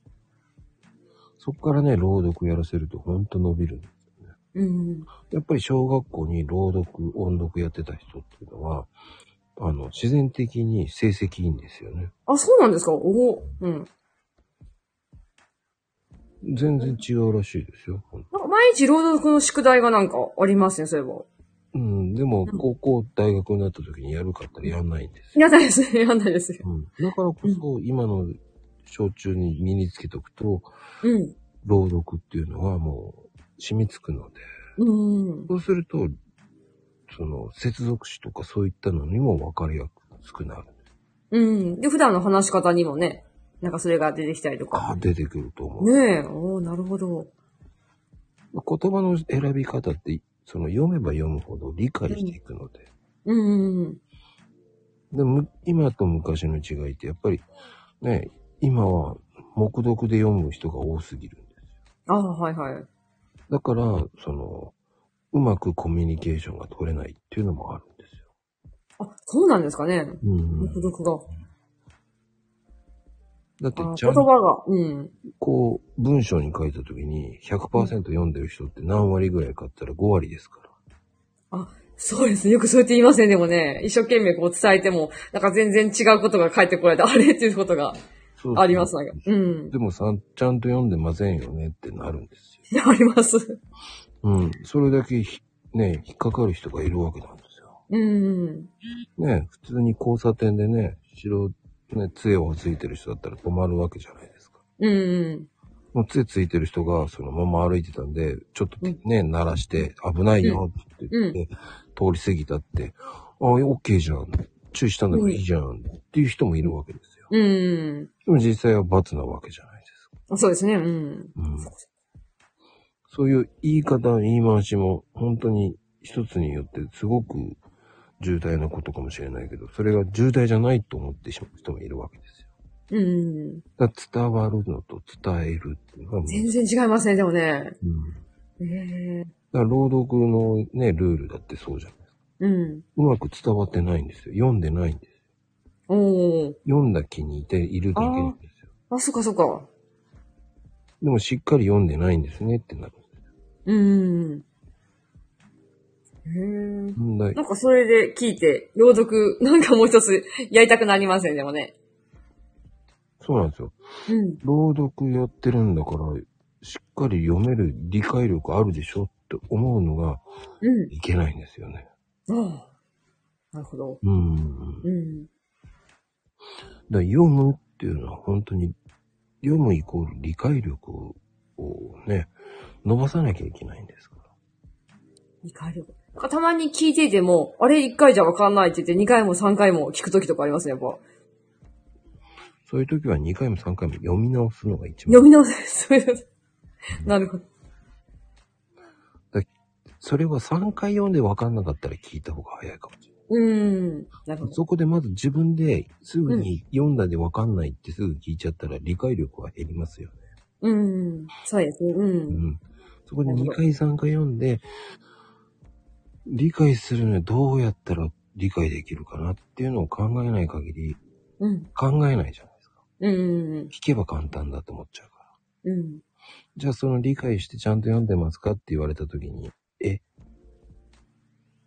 [SPEAKER 1] そこからね、朗読やらせると本当伸びる。
[SPEAKER 3] うん。
[SPEAKER 1] やっぱり小学校に朗読、音読やってた人っていうのは、あの、自然的に成績いいんですよね。
[SPEAKER 3] あ、そうなんですかおお。うん。
[SPEAKER 1] 全然違うらしいですよ。
[SPEAKER 3] なんか毎日朗読の宿題がなんかありますね、そういえば。
[SPEAKER 1] うん、でも
[SPEAKER 3] うん、
[SPEAKER 1] 高校、大学になった時にやるかったらやんないんですよ。
[SPEAKER 3] やんないですね、やんないですよ。
[SPEAKER 1] うん、だからこそ、今の小中に身につけておくと、
[SPEAKER 3] うん。
[SPEAKER 1] 朗読っていうのはもう染みつくので、
[SPEAKER 3] うん。
[SPEAKER 1] そうすると、その、接続詞とかそういったのにも分かりやすくなる。
[SPEAKER 3] うん。で、普段の話し方にもね、なんかそれが出てきたりと
[SPEAKER 1] ああ、
[SPEAKER 3] か。
[SPEAKER 1] 出てくると思う。
[SPEAKER 3] ねえ、おおなるほど。
[SPEAKER 1] 言葉の選び方って、その読めば読むほど理解していくので。
[SPEAKER 3] うん。
[SPEAKER 1] でむ今と昔の違いって、やっぱりね、今は黙読で読む人が多すぎるんですよ。
[SPEAKER 3] ああ、はいはい。
[SPEAKER 1] だから、その、うまくコミュニケーションが取れないっていうのもあるんですよ。
[SPEAKER 3] あ、そうなんですかね。
[SPEAKER 1] うん
[SPEAKER 3] 独読が。
[SPEAKER 1] だって
[SPEAKER 3] あ、
[SPEAKER 1] ち
[SPEAKER 3] 言
[SPEAKER 1] ゃんと
[SPEAKER 3] 葉が。うん。
[SPEAKER 1] こう、文章に書いたときに100%読んでる人って何割ぐらいかって言ったら5割ですから。
[SPEAKER 3] そうですね。よくそうやって言いますね。でもね、一生懸命こう伝えても、なんか全然違うことが返ってこられて、あれっていうことが
[SPEAKER 1] そうそう
[SPEAKER 3] あります。なんか。うん。
[SPEAKER 1] でもさん、ちゃんと読んでませんよねってなるんですよ。
[SPEAKER 3] あります。
[SPEAKER 1] うん。それだけひ、ね、引っかかる人がいるわけなんですよ。
[SPEAKER 3] うん。
[SPEAKER 1] ね、普通に交差点でね、白、ね、杖をついてる人だったら止まるわけじゃないですか。
[SPEAKER 3] うん。
[SPEAKER 1] もう杖ついてる人がそのまま歩いてたんで、ちょっとね、鳴らして危ないよって言って、通り過ぎたって、ああ、オッケーじゃん。注意したんだからいいじゃん。っていう人もいるわけですよ。
[SPEAKER 3] うん。
[SPEAKER 1] でも実際は罰なわけじゃないですか。
[SPEAKER 3] あそうですね。うん。
[SPEAKER 1] うん。そういう言い方、言い回しも、本当に一つによってすごく重大なことかもしれないけど、それが重大じゃないと思ってしまう人もいるわけですよ。
[SPEAKER 3] うん。
[SPEAKER 1] だから伝わるのと伝えるっていうのが、うん、
[SPEAKER 3] 全然違いますね、でもね。
[SPEAKER 1] だ
[SPEAKER 3] ええ
[SPEAKER 1] から朗読のね、ルールだってそうじゃないですか。
[SPEAKER 3] うん。
[SPEAKER 1] うまく伝わってないんですよ。読んでないんですよ。
[SPEAKER 3] おー。
[SPEAKER 1] 読んだ気にいているだけなんですよ。
[SPEAKER 3] あ、そっかそっか。
[SPEAKER 1] でもしっかり読んでないんですねってなる。
[SPEAKER 3] うん。へえ。
[SPEAKER 1] うんだ
[SPEAKER 3] なんかそれで聞いて、朗読、なんかもう一つやりたくなりません、でもね。
[SPEAKER 1] そうなんですよ。
[SPEAKER 3] うん。
[SPEAKER 1] 朗読やってるんだから、しっかり読める理解力あるでしょって思うのが
[SPEAKER 3] う
[SPEAKER 1] いけないんですよね。
[SPEAKER 3] ん。ああ。なるほど。
[SPEAKER 1] うん。だか
[SPEAKER 3] うん。
[SPEAKER 1] ら読むっていうのは本当に、読むイコール理解力をね、伸ばさなきゃいけないんですから。
[SPEAKER 3] 理解力。なんかたまに聞いていても、あれ一回じゃわかんないって言って、二回も三回も聞くときとかありますね、やっぱ。
[SPEAKER 1] そういう時は2回も3回も読み直すのが一番。
[SPEAKER 3] 読み直す。そういうことなるほど。
[SPEAKER 1] それは3回読んで分かんなかったら聞いた方が早いかもしれな
[SPEAKER 3] うん。なるほ
[SPEAKER 1] い。
[SPEAKER 3] ど。
[SPEAKER 1] そこでまず自分ですぐに読んだで分かんないってすぐ聞いちゃったら理解力は減りますよね。
[SPEAKER 3] うん。そうですね。う。
[SPEAKER 1] うんん。そこで
[SPEAKER 3] なるほ
[SPEAKER 1] 2
[SPEAKER 3] ど
[SPEAKER 1] 回3回読んで、理解するのはどうやったら理解できるかなっていうのを考えない限り、
[SPEAKER 3] うん。
[SPEAKER 1] 考えないじゃないですか。
[SPEAKER 3] うん。
[SPEAKER 1] 聞けば簡単だと思っちゃうから。
[SPEAKER 3] うん。
[SPEAKER 1] じゃあその理解してちゃんと読んでますかって言われた時に、え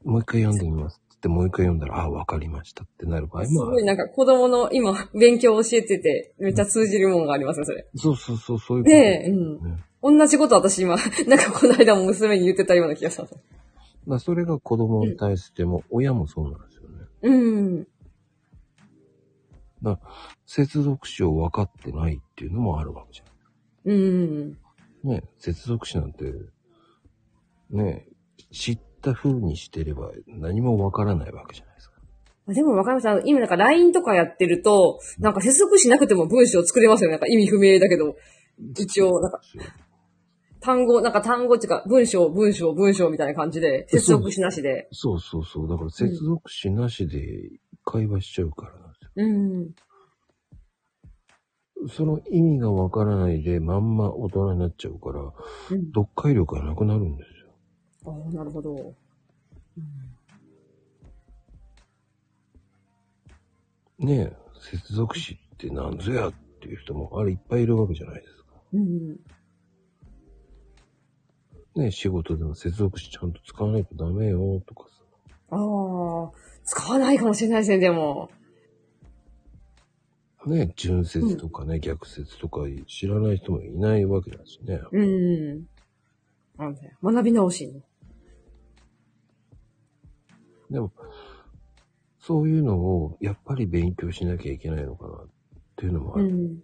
[SPEAKER 1] もう一回読んでみますって言ってもう一回読んだら、ああ、わかりましたってなる場合
[SPEAKER 3] す
[SPEAKER 1] もあ
[SPEAKER 3] ごい
[SPEAKER 1] る。
[SPEAKER 3] なんか子供の今、勉強を教えてて、めっちゃ通じるもんがありますね、それ。
[SPEAKER 1] そうそうそう、そういうこと
[SPEAKER 3] ねえ、うん。
[SPEAKER 1] ね
[SPEAKER 3] 同じこと私今、なんかこの間も娘に言ってたような気がした。
[SPEAKER 1] まあそれが子供に対しても、親もそうなんですよね。
[SPEAKER 3] うん。
[SPEAKER 1] 接続詞を分かってないっていうのもあるわけじゃん。
[SPEAKER 3] うん。
[SPEAKER 1] ね、接続詞なんて、ね、知った風にしてれば何もわからないわけじゃないですか。
[SPEAKER 3] あでもわかりました。今なんか LINE とかやってると、なんか接続しなくても文章作れますよね。なんか意味不明だけど。一応、なんか単語、なんか単語っていうか文章、文章、文章みたいな感じで、接続しなしで。
[SPEAKER 1] そうそうそう。だから接続詞なしで会話しちゃうからなんですよ。
[SPEAKER 3] うん。
[SPEAKER 1] その意味がわからないでまんま大人になっちゃうから、
[SPEAKER 3] うん
[SPEAKER 1] 読解力がなくなるんですよ。
[SPEAKER 3] ああ、なるほど。
[SPEAKER 1] ねえ、接続詞ってなんぞやっていう人もあれいっぱいいるわけじゃないですか。
[SPEAKER 3] うん。
[SPEAKER 1] ねえ、仕事でも接続詞ちゃんと使わないとダメよとかさ。
[SPEAKER 3] ああ、使わないかもしれないですね、でも。
[SPEAKER 1] ねえ、純説とかね、逆説とか知らない人もいないわけだしね。
[SPEAKER 3] うん。なんだよ。学び直し。
[SPEAKER 1] でも、そういうのをやっぱり勉強しなきゃいけないのかなっていうのもあ
[SPEAKER 3] う
[SPEAKER 1] る。
[SPEAKER 3] ん。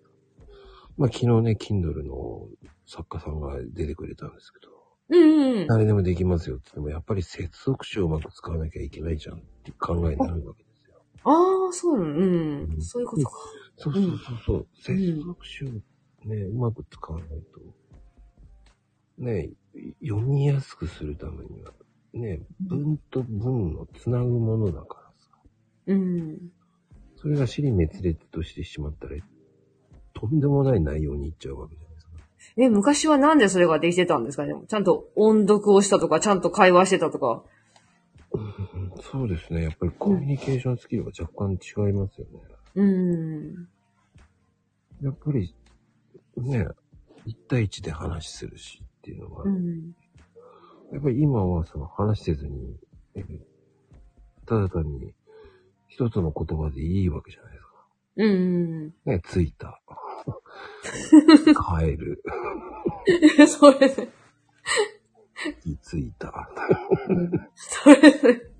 [SPEAKER 1] まあ昨日ね、Kindle の作家さんが出てくれたんですけど、
[SPEAKER 3] うん、うん。
[SPEAKER 1] 誰でもできますよって言っても、やっぱり接続詞をうまく使わなきゃいけないじゃんっていう考えになるわけですよ。
[SPEAKER 3] ああ、そうなの。うん。そういうことか。
[SPEAKER 1] そうそうそうそう、接続詞をね、うまく使わないと、ね、読みやすくするためには、ね、文と文をつなぐものだからさ。
[SPEAKER 3] うん。
[SPEAKER 1] それが尻滅裂としてしまったら、とんでもない内容にいっちゃうわけじゃないですか。
[SPEAKER 3] え、昔はなんでそれができてたんですかねちゃんと音読をしたとか、ちゃんと会話してたとか。
[SPEAKER 1] うんそうですね。やっぱりコミュニケーションスキルが若干違いますよね。
[SPEAKER 3] うん。
[SPEAKER 1] やっぱり、ね、一対一で話するしっていうのが、
[SPEAKER 3] うん。
[SPEAKER 1] やっぱり今はその話せずに、えただ単に一つの言葉でいいわけじゃないですか。
[SPEAKER 3] うん。
[SPEAKER 1] ね、ついた。帰る。
[SPEAKER 3] それね。
[SPEAKER 1] ついた。
[SPEAKER 3] それね。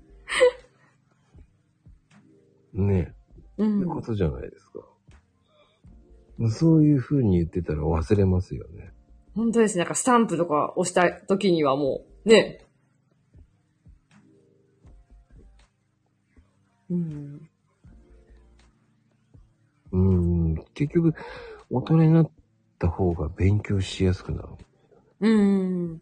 [SPEAKER 1] ね、
[SPEAKER 3] う
[SPEAKER 1] って
[SPEAKER 3] ん。
[SPEAKER 1] ことじゃないですか。そういう風に言ってたら忘れますよね。
[SPEAKER 3] 本当ですね。なんかスタンプとか押した時にはもう、ね。うん。
[SPEAKER 1] うーん、結局、大人になった方が勉強しやすくなる。
[SPEAKER 3] うん。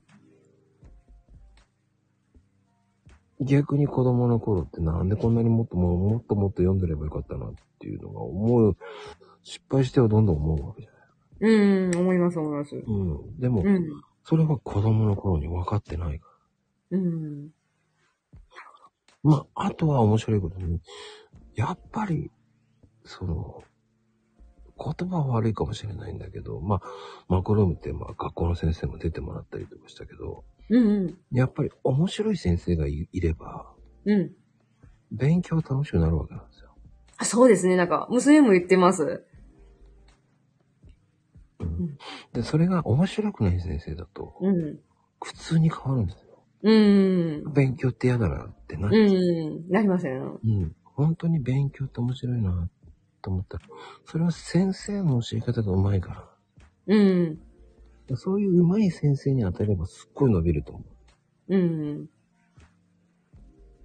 [SPEAKER 1] 逆に子供の頃ってなんでこんなにもっとももっともっと読んでればよかったなっていうのが思う、失敗してはどんどん思うわけじゃない。
[SPEAKER 3] うん、思います、思います。
[SPEAKER 1] うん。でも
[SPEAKER 3] う、ん。
[SPEAKER 1] それは子供の頃に分かってないか
[SPEAKER 3] うん。
[SPEAKER 1] ら。まあ、あとは面白いことに、やっぱり、その、言葉は悪いかもしれないんだけど、まあ、マクロームって、まあ、学校の先生も出てもらったりとかしたけど、
[SPEAKER 3] うん、うん。
[SPEAKER 1] やっぱり面白い先生がいいれば、
[SPEAKER 3] うん。
[SPEAKER 1] 勉強楽しくなるわけなんですよ。
[SPEAKER 3] あそうですね。なんか、娘も言ってます。
[SPEAKER 1] で、それが面白くない先生だと、
[SPEAKER 3] うん。
[SPEAKER 1] 苦痛に変わるんですよ。
[SPEAKER 3] うん。
[SPEAKER 1] 勉強って嫌だなってなっちゃう
[SPEAKER 3] うん。なりません。
[SPEAKER 1] うん。本当に勉強って面白いなと思ったら、それは先生の教え方が上手いか
[SPEAKER 3] うん。
[SPEAKER 1] ら。そういう上手い先生に当たればすっごい伸びると思
[SPEAKER 3] うん。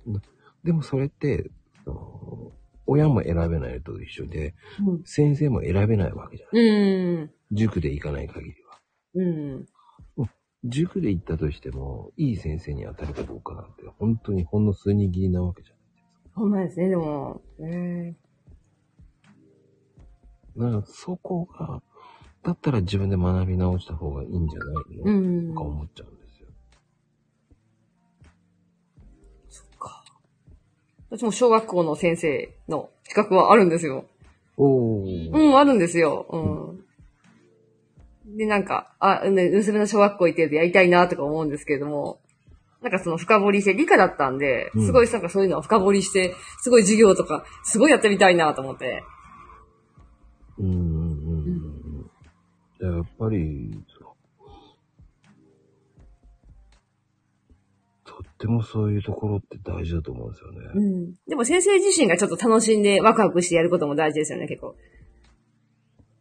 [SPEAKER 1] う。でもそれって、その親も選べないのと一緒で、
[SPEAKER 3] うん
[SPEAKER 1] 先生も選べないわけじゃない。
[SPEAKER 3] うん。
[SPEAKER 1] 塾で行かない限りは。
[SPEAKER 3] うん。
[SPEAKER 1] 塾で行ったとしても、いい先生に当たるかどうかなんて、本当にほんの数握りなわけじゃん。
[SPEAKER 3] ほんまですね、でも。ね
[SPEAKER 1] だからそこが、だったら自分で学び直した方がいいんじゃないの、
[SPEAKER 3] う
[SPEAKER 1] と
[SPEAKER 3] ん
[SPEAKER 1] か。思っちゃうんですよ。
[SPEAKER 3] 私も小学校の先生の資格はあるんですよ。
[SPEAKER 1] おお、
[SPEAKER 3] うん、あるんですよ。うん。で、なんか、あ、ね娘の小学校行ってるとやりたいなとか思うんですけれども、なんかその深掘りして、理科だったんで、
[SPEAKER 1] うん
[SPEAKER 3] すごいなんかそういうのを深掘りして、すごい授業とか、すごいやってみたいなと思って。
[SPEAKER 1] うんうんうんうんうん。やっぱり、そうとってもそういうところって大事だと思うんですよね。
[SPEAKER 3] うん。でも先生自身がちょっと楽しんでワクワクしてやることも大事ですよね、結構。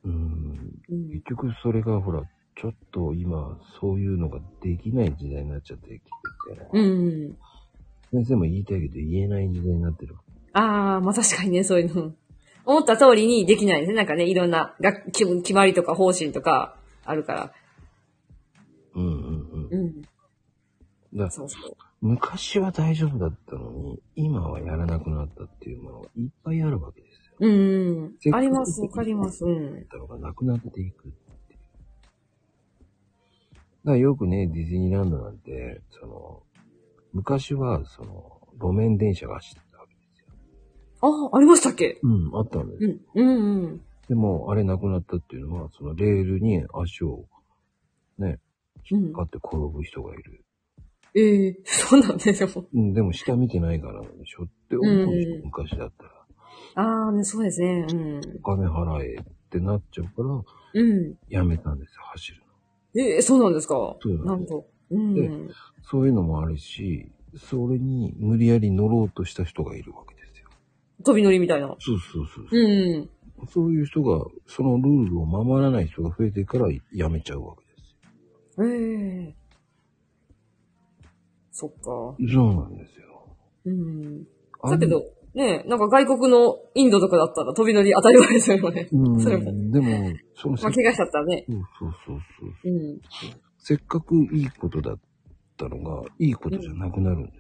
[SPEAKER 1] うん。
[SPEAKER 3] うん
[SPEAKER 1] 結局それがほら、ちょっと今、そういうのができない時代になっちゃってきてて、
[SPEAKER 3] うん。
[SPEAKER 1] 先生も言いたいけど言えない時代になってる。
[SPEAKER 3] ああ、まあ確かにね、そういうの。思った通りにできないですね。なんかね、いろんなが決決まりとか方針とかあるから。
[SPEAKER 1] うんうん
[SPEAKER 3] うん。
[SPEAKER 1] うん。だ
[SPEAKER 3] そうそう。
[SPEAKER 1] 昔は大丈夫だったのに、今はやらなくなったっていうものがいっぱいあるわけですよ。
[SPEAKER 3] うん
[SPEAKER 1] せっ。かく
[SPEAKER 3] あります、わかります。うん。
[SPEAKER 1] だからなくなっていくっていう。だからよくね、ディズニーランドなんて、その、昔は、その、路面電車が走ってたわけですよ。
[SPEAKER 3] あ、ありましたっけ
[SPEAKER 1] うん、あったんです。
[SPEAKER 3] うん。うんうん。
[SPEAKER 1] でも、あれなくなったっていうのは、そのレールに足を、ね、引っかかって転ぶ人がいる。
[SPEAKER 3] ええそうなんですよ。
[SPEAKER 1] うん、でも下見てないからなんでしょって思うでしょ、
[SPEAKER 3] うん
[SPEAKER 1] 昔だったら。
[SPEAKER 3] ああ、ね、そうですね。うん。
[SPEAKER 1] お金払えってなっちゃうから、
[SPEAKER 3] うん。
[SPEAKER 1] やめたんですよ、走るの。
[SPEAKER 3] ええそうなんですか。
[SPEAKER 1] うな
[SPEAKER 3] なんん
[SPEAKER 1] です
[SPEAKER 3] と。うん。
[SPEAKER 1] そういうのもあるし、それに無理やり乗ろうとした人がいるわけですよ。
[SPEAKER 3] 飛び乗りみたいな。
[SPEAKER 1] そうそうそうそう。
[SPEAKER 3] うん。
[SPEAKER 1] そういう人が、そのルールを守らない人が増えてからやめちゃうわけです
[SPEAKER 3] ええそっか。
[SPEAKER 1] よ。そうなんですよ。
[SPEAKER 3] うん。
[SPEAKER 1] あん
[SPEAKER 3] だけど、ねなんか外国のインドとかだったら飛び乗り当たり前ですよ ね。
[SPEAKER 1] うん、
[SPEAKER 3] そ
[SPEAKER 1] で
[SPEAKER 3] れも
[SPEAKER 1] も、そのせ
[SPEAKER 3] ま
[SPEAKER 1] っ
[SPEAKER 3] あ、怪我しちゃったらね。
[SPEAKER 1] そうそうそうそう。
[SPEAKER 3] うん。
[SPEAKER 1] せっかくいいことだったのが、いいことじゃなくなるんです。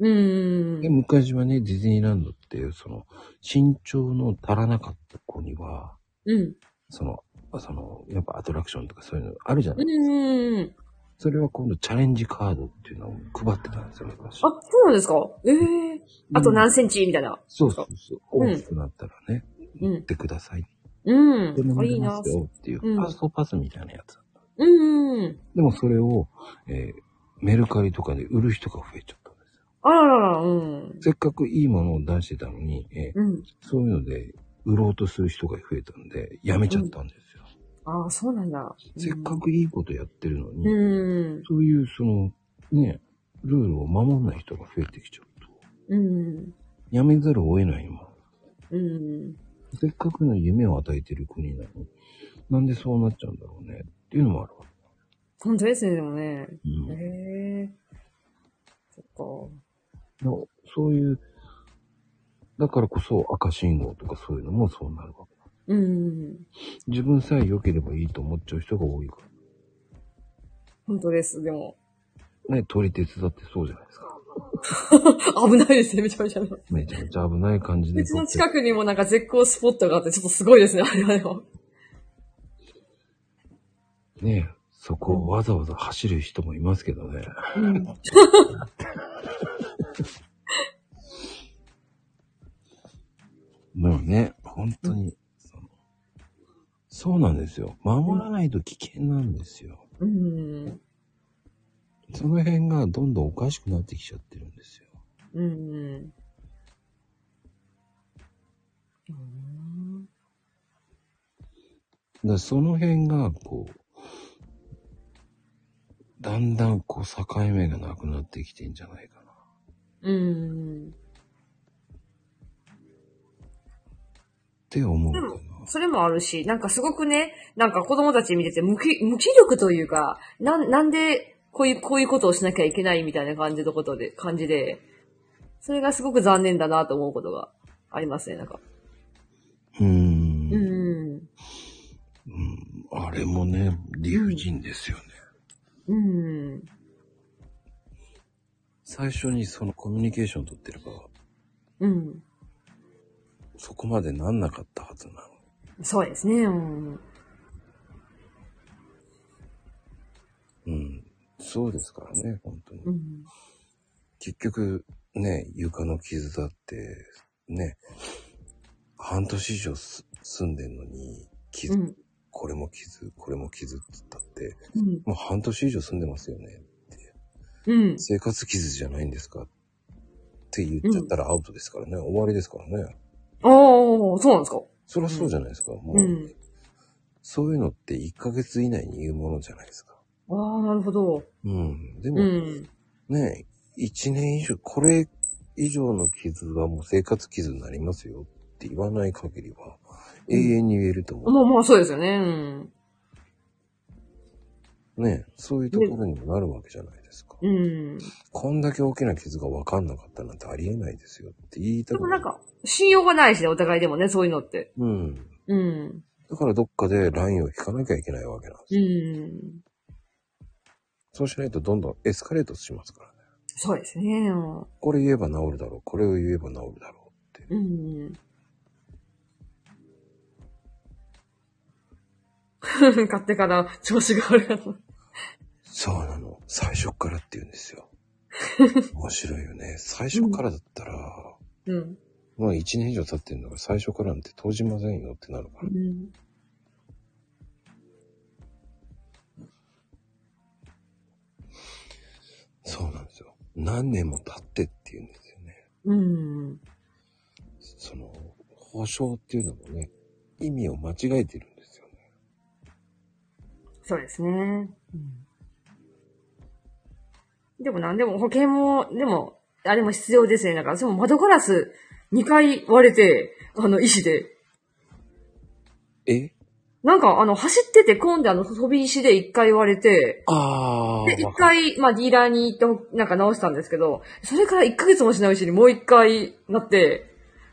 [SPEAKER 3] うん
[SPEAKER 1] で、。昔はね、ディズニーランドって、その、身長の足らなかった子には、
[SPEAKER 3] うん。
[SPEAKER 1] その、その、やっぱアトラクションとかそういうのあるじゃない、
[SPEAKER 3] うん。
[SPEAKER 1] それは今度チャレンジカードっていうのを配ってたんですよ、昔。
[SPEAKER 3] あ、そうなんですかええあと何センチみたいな。
[SPEAKER 1] そうそうそう。
[SPEAKER 3] うん
[SPEAKER 1] 大きくなったらね、
[SPEAKER 3] うん
[SPEAKER 1] 行ってください。
[SPEAKER 3] うん
[SPEAKER 1] で。も
[SPEAKER 3] あ、
[SPEAKER 1] 飲
[SPEAKER 3] い
[SPEAKER 1] み
[SPEAKER 3] い
[SPEAKER 1] ま
[SPEAKER 3] な
[SPEAKER 1] す。よっていう、
[SPEAKER 3] うん
[SPEAKER 1] ファーストパスみたいなやつ。
[SPEAKER 3] うん。
[SPEAKER 1] でもそれを、えーメルカリとかで売る人が増えちゃったんですよ。
[SPEAKER 3] あららら、うん。
[SPEAKER 1] せっかくいいものを出してたのに、えー
[SPEAKER 3] うん。
[SPEAKER 1] そういうので、売ろうとする人が増えたんで、やめちゃったんですよ。
[SPEAKER 3] ああ、そうなんだ。
[SPEAKER 1] せっかくいいことやってるのに、
[SPEAKER 3] うん。
[SPEAKER 1] そういうその、ね、ルールを守んない人が増えてきちゃうと、
[SPEAKER 3] うん。
[SPEAKER 1] やめざるを得ないも
[SPEAKER 3] うん。
[SPEAKER 1] ん。せっかくの夢を与えてる国なのに、なんでそうなっちゃうんだろうね、っていうのもあるわ。
[SPEAKER 3] 本当ですね、でもね。
[SPEAKER 1] うん
[SPEAKER 3] へえ。そ
[SPEAKER 1] だそういう、だからこそ赤信号とかそういうのもそうなるわけ。
[SPEAKER 3] っか。うん。
[SPEAKER 1] 自分さえ良ければいいと思っちゃう人が多いか
[SPEAKER 3] 本当です、でも。
[SPEAKER 1] ら。ね、撮り鉄だってそうじゃないですか。
[SPEAKER 3] 危ないですね、めちゃめちゃ。
[SPEAKER 1] めちゃめちゃ危ない感じで
[SPEAKER 3] う
[SPEAKER 1] 撮
[SPEAKER 3] ち
[SPEAKER 1] って。
[SPEAKER 3] の近くにもなんか絶好スポットがあって、ちょっとすごいですね、あれはでも。
[SPEAKER 1] ねそこをわざわざ走る人もいますけどね。
[SPEAKER 3] うん。
[SPEAKER 1] でもね、本当に、そのそうなんですよ。守らないと危険なんですよ。
[SPEAKER 3] うん。
[SPEAKER 1] その辺がどんどんおかしくなってきちゃってるんですよ。
[SPEAKER 3] うん。
[SPEAKER 1] だからその辺が、こう、だんだんこう境目がなくなってきてんじゃないかな。
[SPEAKER 3] うん。
[SPEAKER 1] って思うかな。
[SPEAKER 3] それもあるし、なんかすごくね、なんか子供たち見てて無気無気力というか、なん、なんでこういう、こういうことをしなきゃいけないみたいな感じのことで、感じで、それがすごく残念だなと思うことがありますね、なんか。
[SPEAKER 1] うー。
[SPEAKER 3] うんん。
[SPEAKER 1] うん。あれもね、理不尽ですよね。
[SPEAKER 3] うん。
[SPEAKER 1] 最初にそのコミュニケーション取ってれば、
[SPEAKER 3] うん。
[SPEAKER 1] そこまでなんなかったはずなの。
[SPEAKER 3] そうですね、うん。
[SPEAKER 1] うん。そうですからね、本当に。
[SPEAKER 3] うん。
[SPEAKER 1] 結局、ね、床の傷だって、ね、半年以上す住んでんのに、傷、
[SPEAKER 3] うん。
[SPEAKER 1] これも傷、これも傷って言ったって、
[SPEAKER 3] うん。
[SPEAKER 1] もう半年以上住んでますよね。
[SPEAKER 3] うん。
[SPEAKER 1] 生活傷じゃないんですかって言っちゃったらアウトですからね、終わりですからね。
[SPEAKER 3] ああ、そうなんですか。
[SPEAKER 1] そりゃそうじゃないですか、もう、
[SPEAKER 3] うん
[SPEAKER 1] そういうのって1ヶ月以内に言うものじゃないですか。
[SPEAKER 3] ああ、なるほど。
[SPEAKER 1] うん。で
[SPEAKER 3] う
[SPEAKER 1] も
[SPEAKER 3] ん。
[SPEAKER 1] ね、1年以上、これ以上の傷はもう生活傷になりますよって言わない限りは、永遠に言えると思う。
[SPEAKER 3] まあまあ、そうですよね。うん。
[SPEAKER 1] ね、そういうところにもなるわけじゃないですか。
[SPEAKER 3] うん。
[SPEAKER 1] こんだけ大きな傷が分かんなかったなんてありえないですよって言いた
[SPEAKER 3] で
[SPEAKER 1] く
[SPEAKER 3] も
[SPEAKER 1] なる。
[SPEAKER 3] なんか、信用がないしね、お互いでもね、そういうのって。
[SPEAKER 1] うん。
[SPEAKER 3] うん。
[SPEAKER 1] だからどっかでラインを引かなきゃいけないわけなんです。
[SPEAKER 3] うん。
[SPEAKER 1] そうしないとどんどんエスカレートしますからね。
[SPEAKER 3] そうですね。う
[SPEAKER 1] これ言えば治るだろう。これを言えば治るだろうって。
[SPEAKER 3] ん。 買ってから調子が悪かった。
[SPEAKER 1] そうなの。最初からって言うんです よ。面白いよね。最初からだったら、
[SPEAKER 3] うん。
[SPEAKER 1] まあ1年以上経ってんだから最初からなんて投じませんよってなるから。
[SPEAKER 3] うん
[SPEAKER 1] そうなんですよ。何年も経ってって言うんですよね。
[SPEAKER 3] うん。
[SPEAKER 1] その、保証っていうのもね、意味を間違えてるんですよね。
[SPEAKER 3] そうですね。うんでもなんでも保険も、でも、あれも必要ですね。だから、その窓ガラス2回割れて、あの、石で。
[SPEAKER 1] え
[SPEAKER 3] なんか、あの、走ってて混んで、あの、飛び石で1回割れて、
[SPEAKER 1] あ
[SPEAKER 3] で、
[SPEAKER 1] ー、
[SPEAKER 3] 1
[SPEAKER 1] わかる
[SPEAKER 3] 回、まあ、ディーラーに行って、なんか直したんですけど、それから1ヶ月もしないうちにもう1回なって、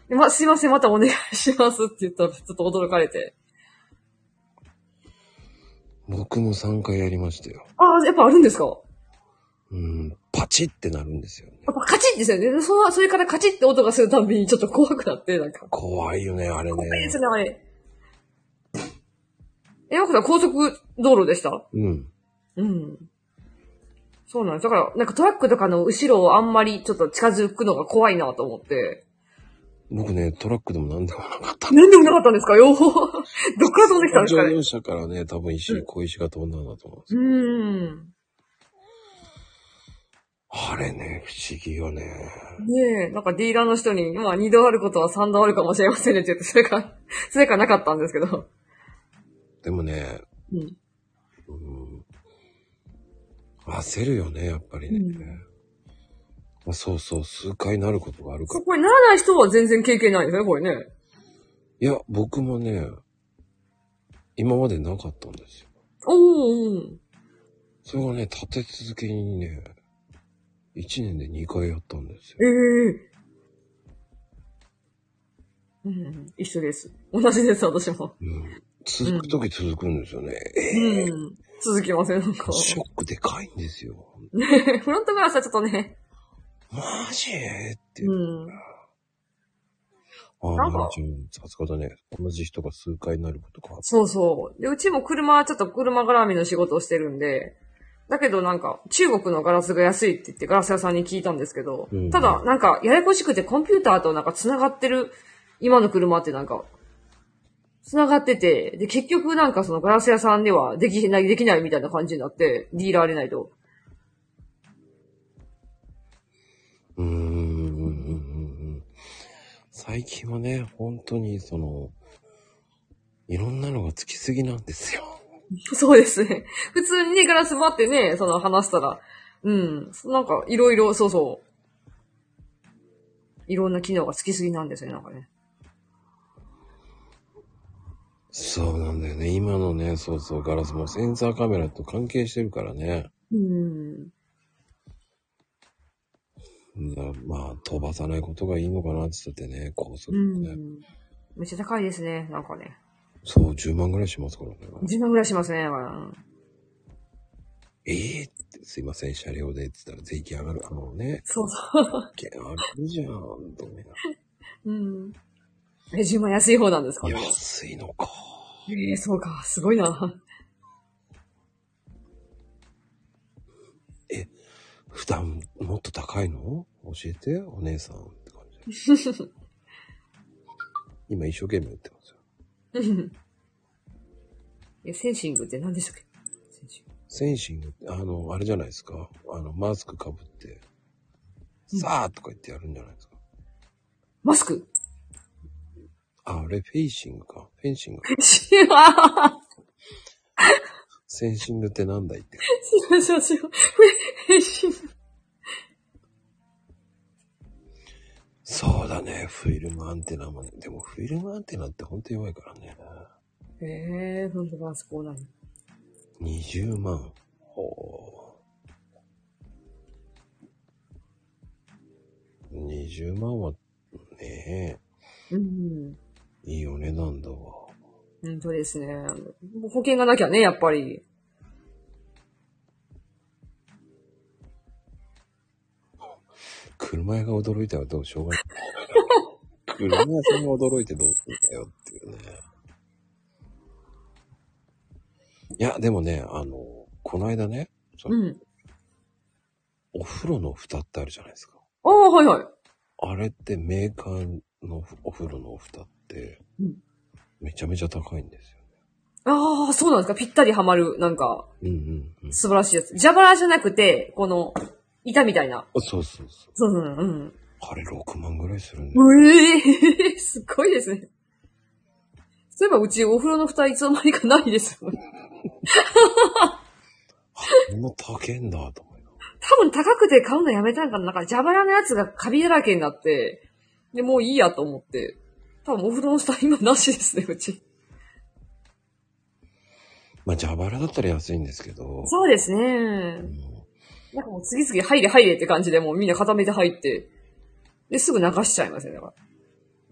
[SPEAKER 3] でま、すいません、またお願いしますって言ったら、ちょっと驚かれて。
[SPEAKER 1] 僕も3回やりましたよ。
[SPEAKER 3] ああ、やっぱあるんですか
[SPEAKER 1] うん、パチってなるんですよね。
[SPEAKER 3] やっぱカチッですよね。でその、それからカチッって音がするたんびにちょっと怖くなって、なんか。
[SPEAKER 1] 怖いよね、あれ
[SPEAKER 3] 怖いで
[SPEAKER 1] ね
[SPEAKER 3] す。ね、あれ。え、よくさん、高速道路でした
[SPEAKER 1] うん。
[SPEAKER 3] うん。そうなんです。だから、なんかトラックとかの後ろをあんまりちょっと近づくのが怖いなと思って。
[SPEAKER 1] 僕ね、トラックでも何でもなかった。
[SPEAKER 3] なんでもなかったんですかよ う。どっから飛んできたんですか
[SPEAKER 1] 乗
[SPEAKER 3] ね
[SPEAKER 1] 用車からね、多分石、小石が飛んだんだと思うんです
[SPEAKER 3] う
[SPEAKER 1] よ。
[SPEAKER 3] ーん。
[SPEAKER 1] あれね、不思議よね。
[SPEAKER 3] ねえ、なんかディーラーの人に、まあ二度あることは三度あるかもしれませんねって言って、それか、 それかなかったんですけど。
[SPEAKER 1] でもね、
[SPEAKER 3] うん。
[SPEAKER 1] うん、焦るよね、やっぱりね。
[SPEAKER 3] うん
[SPEAKER 1] まあそうそう、数回なることがあるから
[SPEAKER 3] そ。こにならない人は全然経験ないんですね、これね。
[SPEAKER 1] いや、僕もね、今までなかったんですよ。
[SPEAKER 3] おーおー
[SPEAKER 1] それがね、立て続けにね、1年で2回やったんですよ。
[SPEAKER 3] ええうん、一緒です。同じです、私も。
[SPEAKER 1] うん、続くとき続くんですよね。
[SPEAKER 3] う
[SPEAKER 1] え
[SPEAKER 3] ん。続きません、なんか
[SPEAKER 1] ー。ショックでかいんですよ。
[SPEAKER 3] フロントガラスはちょっとね。
[SPEAKER 1] マジって
[SPEAKER 3] う。ん。
[SPEAKER 1] ああ、
[SPEAKER 3] なんか
[SPEAKER 1] マジさすがだね。同じ人が数回なることか。
[SPEAKER 3] そうそう。で、うちも車、ちょっと車絡みの仕事をしてるんで、だけどなんか、中国のガラスが安いって言ってガラス屋さんに聞いたんですけど、
[SPEAKER 1] うん
[SPEAKER 3] ただ、なんか、ややこしくてコンピューターとなんか繋がってる、今の車ってなんか、繋がってて、で、結局なんかそのガラス屋さんではできない、できないみたいな感じになって、ディーラーでないと。
[SPEAKER 1] うーんうんうんうんうん。最近はね、本当にその、いろんなのがつきすぎなんですよ。
[SPEAKER 3] そうですね。普通にね、ガラス回ってね、その話したら、うん、なんかいろいろ、そうそう。いろんな機能がつきすぎなんですよね、なんかね。
[SPEAKER 1] そうなんだよね。今のね、そうそう、ガラスもセンサーカメラと関係してるからね。
[SPEAKER 3] うん。
[SPEAKER 1] なまあ、飛ばさないことがいいのかなって言ってね、高速
[SPEAKER 3] う
[SPEAKER 1] ね、
[SPEAKER 3] ん。めっちゃ高いですね、なんかね。
[SPEAKER 1] そう、10万ぐらいしますからね。
[SPEAKER 3] 10万ぐらいしますね、だから
[SPEAKER 1] ええって、すいません、車両でって言ったら税金上がる。あのね、
[SPEAKER 3] そうそ
[SPEAKER 1] 税金上がるじゃん、と思いなが
[SPEAKER 3] う。うん。え、10万安い方なんですからね。
[SPEAKER 1] 安いのか。
[SPEAKER 3] えー、そうか、すごいな。
[SPEAKER 1] 普段もっと高いの教えて、お姉さんって感じ。今一生懸命売ってますよ。
[SPEAKER 3] え、センシングって何でしたっけセンシング
[SPEAKER 1] センシングって、あの、あれじゃないですか。あの、マスクかぶって、さあとか言ってやるんじゃないですか。
[SPEAKER 3] マスク
[SPEAKER 1] あ、あれ、フェイシングか。フェンシング。
[SPEAKER 3] 違 う
[SPEAKER 1] センシングってなんだいって。
[SPEAKER 3] 違う違う違う。変身。
[SPEAKER 1] そうだね。フィルムアンテナもね。でも、フィルムアンテナってほんと弱いからね。
[SPEAKER 3] えー、ほんとマスクこうなる。
[SPEAKER 1] 20万。ほう。20万はね
[SPEAKER 3] うん。
[SPEAKER 1] え、いいお値段だわ。
[SPEAKER 3] 本当ですね。保険がなきゃね、やっぱり。
[SPEAKER 1] 車屋が驚いたらどうしようがない。車屋さんが驚いてどうするんだよっていうね。いや、でもね、あの、この間ね、
[SPEAKER 3] うん。
[SPEAKER 1] お風呂の蓋ってあるじゃないですか。
[SPEAKER 3] ああ、はいはい。
[SPEAKER 1] あれってメーカーのお風呂の蓋って
[SPEAKER 3] うん、
[SPEAKER 1] めちゃめちゃ高いんですよ。
[SPEAKER 3] ああ、そうなんですか。ぴったりはまる、なんか、
[SPEAKER 1] うんうんうん。
[SPEAKER 3] 素晴らしいやつ。蛇腹じゃなくて、この、板みたいな。
[SPEAKER 1] あそうそうそう。
[SPEAKER 3] そうそう、うん。
[SPEAKER 1] あれ6万ぐらいするんだよ。
[SPEAKER 3] うええ すごいですね。そういえばうちお風呂の蓋いつの間にかないですよ。
[SPEAKER 1] こんな高えんだと思いなが
[SPEAKER 3] 多分高くて買うのやめたんかな。なんか蛇腹のやつがカビだらけになって、で、もういいやと思って。多分お風呂の蓋今なしですね、うち。
[SPEAKER 1] ら。まあ、蛇腹だったら安いんですけど。
[SPEAKER 3] そうですね
[SPEAKER 1] う。ん
[SPEAKER 3] なんかもう次々入れ入れって感じでもうみんな固めて入って。で、すぐ流しちゃいますよね、だから。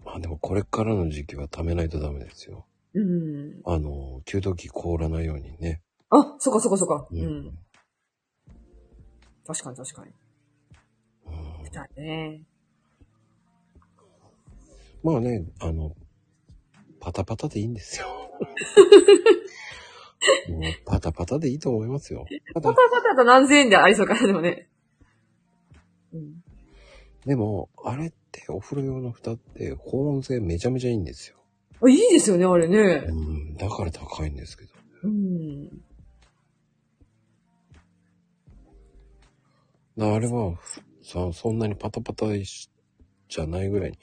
[SPEAKER 1] まあでもこれからの時期は貯めないとダメですよ。
[SPEAKER 3] うん。
[SPEAKER 1] あの、給湯器凍らないようにね。
[SPEAKER 3] あ、そっかそっかそっか。うん。確かに確かに。
[SPEAKER 1] うん
[SPEAKER 3] だね。
[SPEAKER 1] まあね、あの、パタパタでいいん ですよ。もうパタパタでいいと思いますよ。た
[SPEAKER 3] パ
[SPEAKER 1] だ
[SPEAKER 3] タ、パタと何千円でありそうかな、でもね。うん。
[SPEAKER 1] でも、あれってお風呂用の蓋って保温性めちゃめちゃいいんですよ。
[SPEAKER 3] あ、いいですよね、あれ
[SPEAKER 1] う
[SPEAKER 3] ね。
[SPEAKER 1] ん、だから高いんですけど。
[SPEAKER 3] うん。
[SPEAKER 1] なあれはふさ、そんなにパタパタしじゃないぐらいに、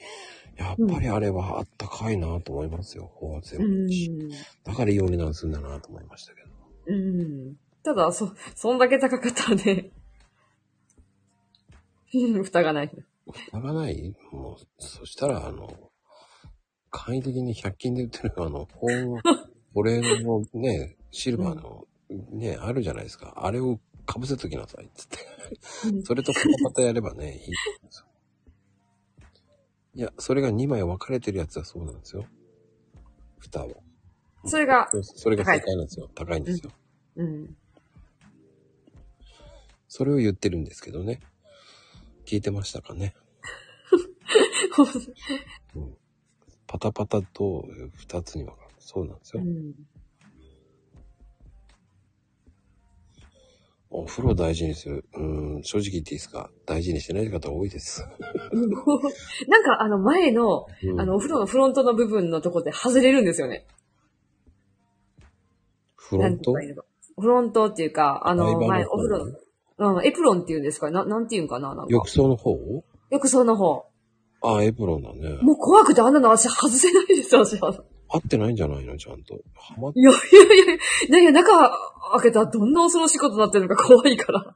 [SPEAKER 1] やっぱりあれはあったかいなと思いますよ、保温性
[SPEAKER 3] う
[SPEAKER 1] もいいし。
[SPEAKER 3] ん。
[SPEAKER 1] だからいいお値段するんだなと思いましたけど。
[SPEAKER 3] うん。ただ、そ、そんだけ高かったらね。 うん蓋がない。
[SPEAKER 1] 蓋がないもう、そしたら、あの、簡易的に100均で売ってる、あの、保温、保冷のね、シルバーの、ね、あるじゃないですか。あれを被せときなさい、つって。
[SPEAKER 3] うん
[SPEAKER 1] それとパタパタやればね、いいと思うんですよ。いや、それが2枚分かれてるやつはそうなんですよ。蓋は。
[SPEAKER 3] それが、
[SPEAKER 1] そうそれが正解なんですよ。高いんですよ。
[SPEAKER 3] うん。
[SPEAKER 1] それを言ってるんですけどね。聞いてましたかね。うん、パタパタと2つに分かれる。そうなんです
[SPEAKER 3] う
[SPEAKER 1] よ。
[SPEAKER 3] ん。
[SPEAKER 1] お風呂大事にする。うん、正直言っていいですか大事にしてない方多いです。
[SPEAKER 3] なんか、あの、前の、
[SPEAKER 1] うん
[SPEAKER 3] あの、お風呂のフロントの部分のとこで外れるんですよね。
[SPEAKER 1] フロント
[SPEAKER 3] なんて言えばいいのかフロントっていうか、あ
[SPEAKER 1] 台
[SPEAKER 3] の、
[SPEAKER 1] 場
[SPEAKER 3] 前、
[SPEAKER 1] 方
[SPEAKER 3] お風呂、うん、エプロンっていうんですかな、なんていうんかななんか
[SPEAKER 1] 浴槽の方
[SPEAKER 3] 浴槽の方。
[SPEAKER 1] ああ、エプロンだね。
[SPEAKER 3] もう怖くてあんなの私外せないです、私は。
[SPEAKER 1] 合ってないんじゃないのちゃんと。はまっ
[SPEAKER 3] いやいやいやいや、なんや、中開けたらどんな恐ろしいことになってるのか怖いから。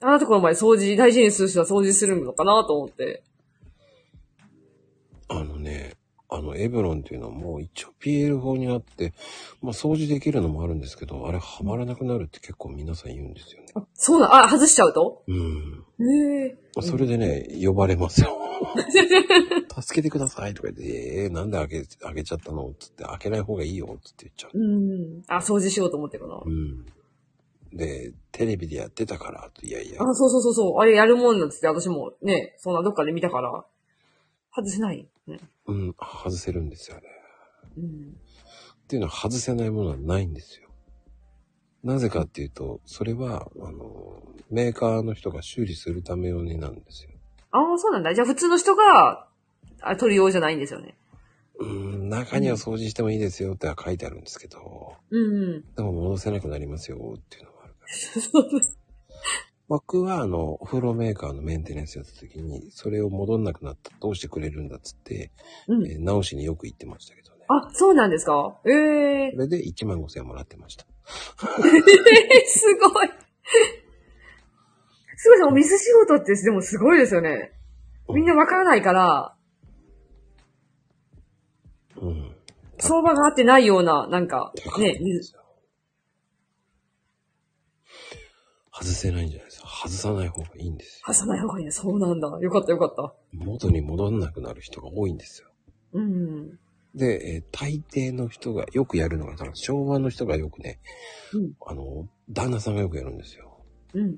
[SPEAKER 3] あなたこの前掃除、大事にする人は掃除するのかなと思って。
[SPEAKER 1] あのね、あの、エブロンっていうのはもう一応 PL 法になって、まあ掃除できるのもあるんですけど、あれはまらなくなるって結構皆さん言うんですよね。
[SPEAKER 3] そうなん、あ、外しちゃうと
[SPEAKER 1] うん。
[SPEAKER 3] ええ
[SPEAKER 1] それでね、呼ばれますよ。助けてくださいとか言って、えー、なんで開け、開けちゃったのつって、開けない方がいいよつって言っちゃう。
[SPEAKER 3] うん。あ、掃除しようと思ってかな。
[SPEAKER 1] うん。で、テレビでやってたから、いやいや、
[SPEAKER 3] あ、そうそうそうそう。あれやるもんなんつって、私もね、そんなどっかで見たから。外せない。うん。
[SPEAKER 1] うん、外せるんですよね。
[SPEAKER 3] うん。
[SPEAKER 1] っていうのは外せないものはないんですよ。なぜかっていうと、それは、あの、メーカーの人が修理するため用になんですよ。
[SPEAKER 3] ああ、そうなんだ。じゃあ普通の人が、あ取るようじゃないんですよね。
[SPEAKER 1] うーん、中には掃除してもいいですよっては書いてあるんですけど、
[SPEAKER 3] うん。
[SPEAKER 1] でも戻せなくなりますよっていうのもあるから。僕は、あの、お風呂メーカーのメンテナンスやった時に、それを戻んなくなったらどうしてくれるんだっつって、
[SPEAKER 3] うん。
[SPEAKER 1] えー直しによく行ってましたけどね。
[SPEAKER 3] あ、そうなんですかえ え
[SPEAKER 1] それで1万5千円もらってました。
[SPEAKER 3] えすごい。すごいですね、お水仕事って、でもすごいですよね。みんなわからないから、
[SPEAKER 1] うん。
[SPEAKER 3] 相場が合ってないような、なんか、
[SPEAKER 1] 高い
[SPEAKER 3] ね
[SPEAKER 1] ん、ですよ外せないんじゃないですか。外さない方がいいんです
[SPEAKER 3] 外さない方がいいね。そうなんだ。よかったよかった。
[SPEAKER 1] よ。元に戻んなくなる人が多いんですよ。
[SPEAKER 3] うん。
[SPEAKER 1] で、えー大抵の人がよくやるのが、だから昭和の人がよくね、
[SPEAKER 3] うん
[SPEAKER 1] あの、旦那さんがよくやるんですよ。
[SPEAKER 3] うん。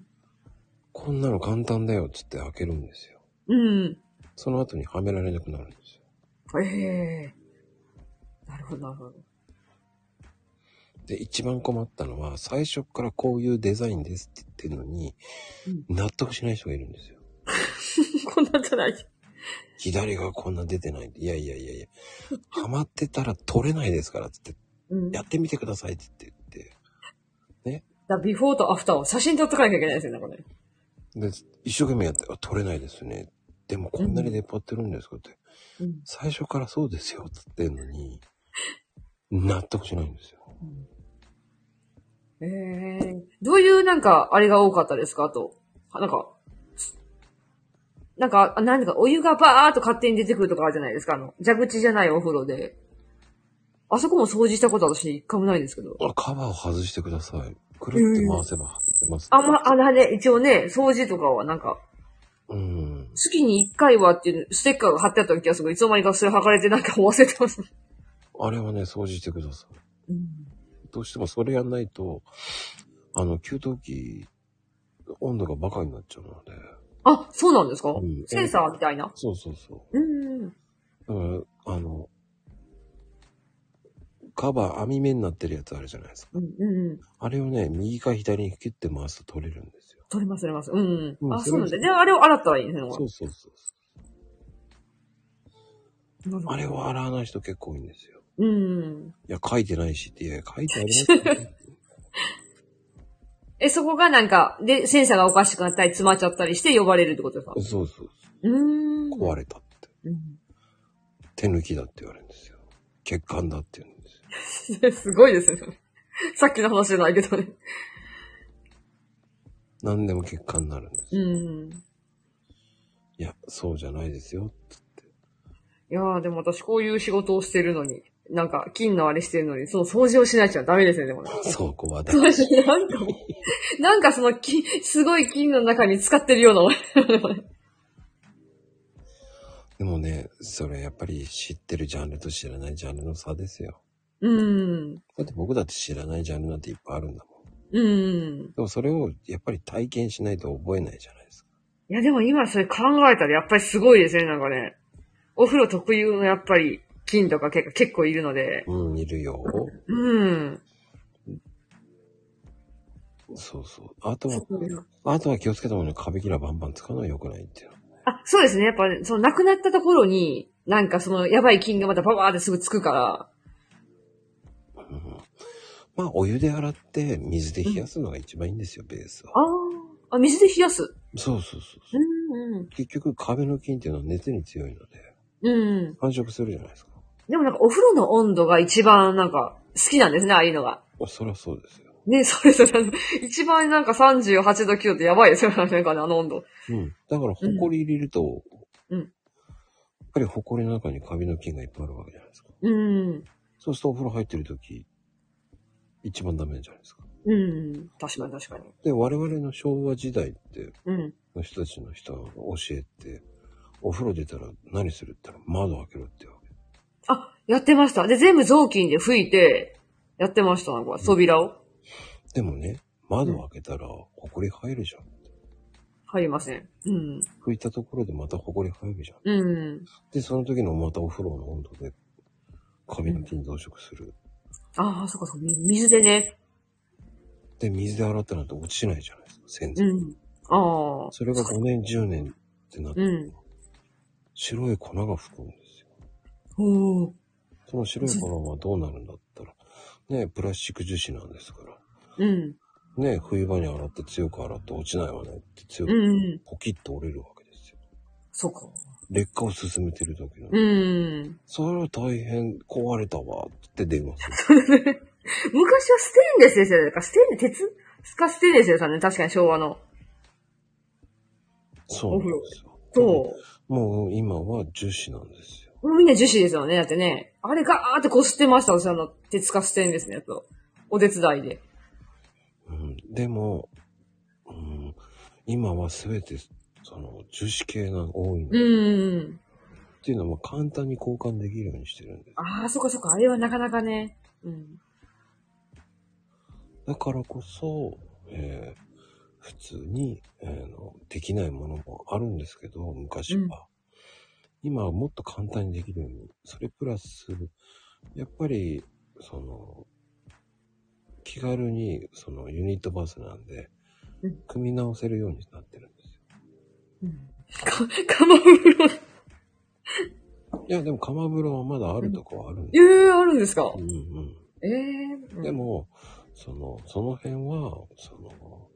[SPEAKER 1] こんなの簡単だよっつって開けるんですよ。
[SPEAKER 3] うん。
[SPEAKER 1] その後にはめられなくなるんですよ。
[SPEAKER 3] ええなるほど、なるほど。
[SPEAKER 1] で、一番困ったのは、最初からこういうデザインですって言ってるのに、納得しない人がいるんですよ。
[SPEAKER 3] こんなんじゃない。
[SPEAKER 1] 左がこんな出てないって。いやいやいやい や。ハマってたら取れないですからっつって、
[SPEAKER 3] うん。
[SPEAKER 1] や
[SPEAKER 3] だ、
[SPEAKER 1] ってみてくださいって言って言って。
[SPEAKER 3] ビフォーとアフターを写真で撮っとかなきゃいけないですよね、これ。
[SPEAKER 1] で、一生懸命やって、あ取れないですね。でもこんなに出っ張ってるんですかって。
[SPEAKER 3] うん。
[SPEAKER 1] 最初からそうですよって言ってんのに、納得しないんですよ。
[SPEAKER 3] ええどういう、なんか、あれが多かったですかあと。あなんか、なんか、あなんか、お湯がバーっと勝手に出てくるとかあるじゃないですか。あの、蛇口じゃないお風呂で。あそこも掃除したこと私一回もないんですけど。
[SPEAKER 1] あカバーを外してください。くるって回せば外れます。
[SPEAKER 3] あ、ま、あれね、一応ね、掃除とかはなんか、
[SPEAKER 1] うん。
[SPEAKER 3] 月に一回はっていうステッカーが貼ってあった気がするいつの間にかそれ剥がれてなんか忘れてます。
[SPEAKER 1] あれはね、掃除してください。
[SPEAKER 3] うん。
[SPEAKER 1] どうしてもそれやんないと、あの、給湯器、温度がバカになっちゃうので。
[SPEAKER 3] あ、そうなんですか、
[SPEAKER 1] うん
[SPEAKER 3] センサーみたいな。
[SPEAKER 1] そうそうそう。
[SPEAKER 3] うん。
[SPEAKER 1] だから、あの、カバー、網目になってるやつあるじゃないですか。
[SPEAKER 3] うん、うん。
[SPEAKER 1] あれをね、右か左にキュッて回すと取れるんですよ。
[SPEAKER 3] 取れます、取れます。うん。
[SPEAKER 1] うん
[SPEAKER 3] あ、
[SPEAKER 1] それ
[SPEAKER 3] そうなんだ。で、あれを洗ったらいいんですね。
[SPEAKER 1] そうそうそう
[SPEAKER 3] なるほど
[SPEAKER 1] あれを洗わない人結構多いんですよ。
[SPEAKER 3] うん。
[SPEAKER 1] いや、書いてないしって、いや、書いてありますよ、 ね。
[SPEAKER 3] え、そこがなんか、で、センサーがおかしくなったり、詰まっちゃったりして呼ばれるってことですか
[SPEAKER 1] そうそう。
[SPEAKER 3] うーん。
[SPEAKER 1] 壊れたって。
[SPEAKER 3] うん。
[SPEAKER 1] 手抜きだって言われるんですよ。欠陥だって言うんですよ。
[SPEAKER 3] すごいですね。 さっきの話じゃないけどね。
[SPEAKER 1] 何でも欠陥になるんです
[SPEAKER 3] う
[SPEAKER 1] よ。
[SPEAKER 3] ん。
[SPEAKER 1] いや、そうじゃないです よ。
[SPEAKER 3] いやー、でも私こういう仕事をしてるのに、なんか、金のあれしてるのに、その掃除をしないじゃダメですね、でもね。
[SPEAKER 1] そう、こはだ。
[SPEAKER 3] そうですね、なんか、 なんかその金、すごい金の中に使ってるような、
[SPEAKER 1] でもね、それやっぱり知ってるジャンルと知らないジャンルの差ですよ。
[SPEAKER 3] うん。
[SPEAKER 1] だって僕だって知らないジャンルなんていっぱいあるんだもん。
[SPEAKER 3] うん。
[SPEAKER 1] でもそれをやっぱり体験しないと覚えないじゃないですか。
[SPEAKER 3] いや、でも今それ考えたらやっぱりすごいですね、なんかね。お風呂特有のやっぱり菌とか結構結構いるので。
[SPEAKER 1] うん、いるよ。
[SPEAKER 3] うん。
[SPEAKER 1] そうそう。あとは
[SPEAKER 3] そ、うよ
[SPEAKER 1] あとは気をつけたものに壁キラバンバン使うのは良くないっていう。
[SPEAKER 3] あ、そうですね。やっぱ、ね、その亡くなったところに、なんかそのやばい菌がまたババーってすぐつくから。
[SPEAKER 1] うんまあ、お湯で洗って、水で冷やすのが一番いいんですよ、ベース
[SPEAKER 3] あ
[SPEAKER 1] は。
[SPEAKER 3] あ。あ、水で冷やす。
[SPEAKER 1] そうそうそう
[SPEAKER 3] う
[SPEAKER 1] そう。
[SPEAKER 3] ん、
[SPEAKER 1] 結局、壁の菌っていうのは熱に強いので、
[SPEAKER 3] うん。うん。
[SPEAKER 1] 繁殖するじゃないですか。
[SPEAKER 3] でもなんかお風呂の温度が一番なんか好きなんですね、ああいうのが。
[SPEAKER 1] そりゃそうですよ。
[SPEAKER 3] ね、それそれ、あの一番なんか38度9度ってやばいですよね、なんかね、あの温度。
[SPEAKER 1] うん。だから、埃入れると、
[SPEAKER 3] うん
[SPEAKER 1] やっぱり埃の中にカビの菌がいっぱいあるわけじゃないですか。
[SPEAKER 3] うん。
[SPEAKER 1] そうすると、お風呂入ってる時、一番ダメじゃないですか。
[SPEAKER 3] うん。確かに確かに。
[SPEAKER 1] で、我々の昭和時代って、
[SPEAKER 3] うん。
[SPEAKER 1] の人たちの人は教えて、お風呂出たら何するって言ったら窓開けろってわけ。
[SPEAKER 3] あ、やってました。で、全部雑巾で拭いて、やってました、なんか、扉を。
[SPEAKER 1] でもね、窓開けたら、埃入るじゃん。
[SPEAKER 3] 入りません。うん。
[SPEAKER 1] 拭いたところでまた埃入るじゃん。
[SPEAKER 3] うん。
[SPEAKER 1] で、その時のまたお風呂の温度で、カビの菌増殖する。
[SPEAKER 3] ああ、そっかそっか、み水でね。
[SPEAKER 1] で、水で洗ったなんて落ちないじゃないですか、洗
[SPEAKER 3] う
[SPEAKER 1] 剤。
[SPEAKER 3] ん。ああ。
[SPEAKER 1] それが5年、10年ってなって、
[SPEAKER 3] うん。
[SPEAKER 1] 白い粉が吹くんですよ。
[SPEAKER 3] おお。
[SPEAKER 1] その白い粉はどうなるんだったら、ね、プラスチック樹脂なんですから。
[SPEAKER 3] うん。
[SPEAKER 1] ね、冬場に洗って強く洗って落ちないわねって強
[SPEAKER 3] う
[SPEAKER 1] く、
[SPEAKER 3] ん。
[SPEAKER 1] ポキッと折れるわけですよ。
[SPEAKER 3] そっか。
[SPEAKER 1] 劣化を進めてる時の。
[SPEAKER 3] うん。
[SPEAKER 1] それは大変壊れたわって電話す る。
[SPEAKER 3] 昔はステンレスですよね。だからステンレス、鉄かステンレスですよね。確かに昭和の。
[SPEAKER 1] そうなんですよ。。
[SPEAKER 3] そう
[SPEAKER 1] もう今は樹脂なんですよ。
[SPEAKER 3] う。もうみんな樹脂ですよね。だってね。あれガーって擦ってました、私あの、鉄かステンレスのやつを。お手伝いで。
[SPEAKER 1] うん、でも、うん、今はすべて、その、樹脂系が多いの、っ
[SPEAKER 3] うんうん。
[SPEAKER 1] ていうのは簡単に交換できるようにしてるんです。
[SPEAKER 3] ああ、そっかそっか。あれはなかなかね。うん。
[SPEAKER 1] だからこそ、えー普通に、えーのできないものもあるんですけど、昔は。
[SPEAKER 3] うん
[SPEAKER 1] 今はもっと簡単にできるように。それプラス、やっぱり、その、気軽に、そのユニットバスなんで
[SPEAKER 3] うん、
[SPEAKER 1] 組み直せるようになってるんですよ。
[SPEAKER 3] うん、か、 かまぶろ。
[SPEAKER 1] いや、でも、釜風呂はまだあるとこはあるん
[SPEAKER 3] え
[SPEAKER 1] で
[SPEAKER 3] え
[SPEAKER 1] す
[SPEAKER 3] あるんですか
[SPEAKER 1] うんうん。
[SPEAKER 3] ええうん
[SPEAKER 1] でも、その、その辺は、その、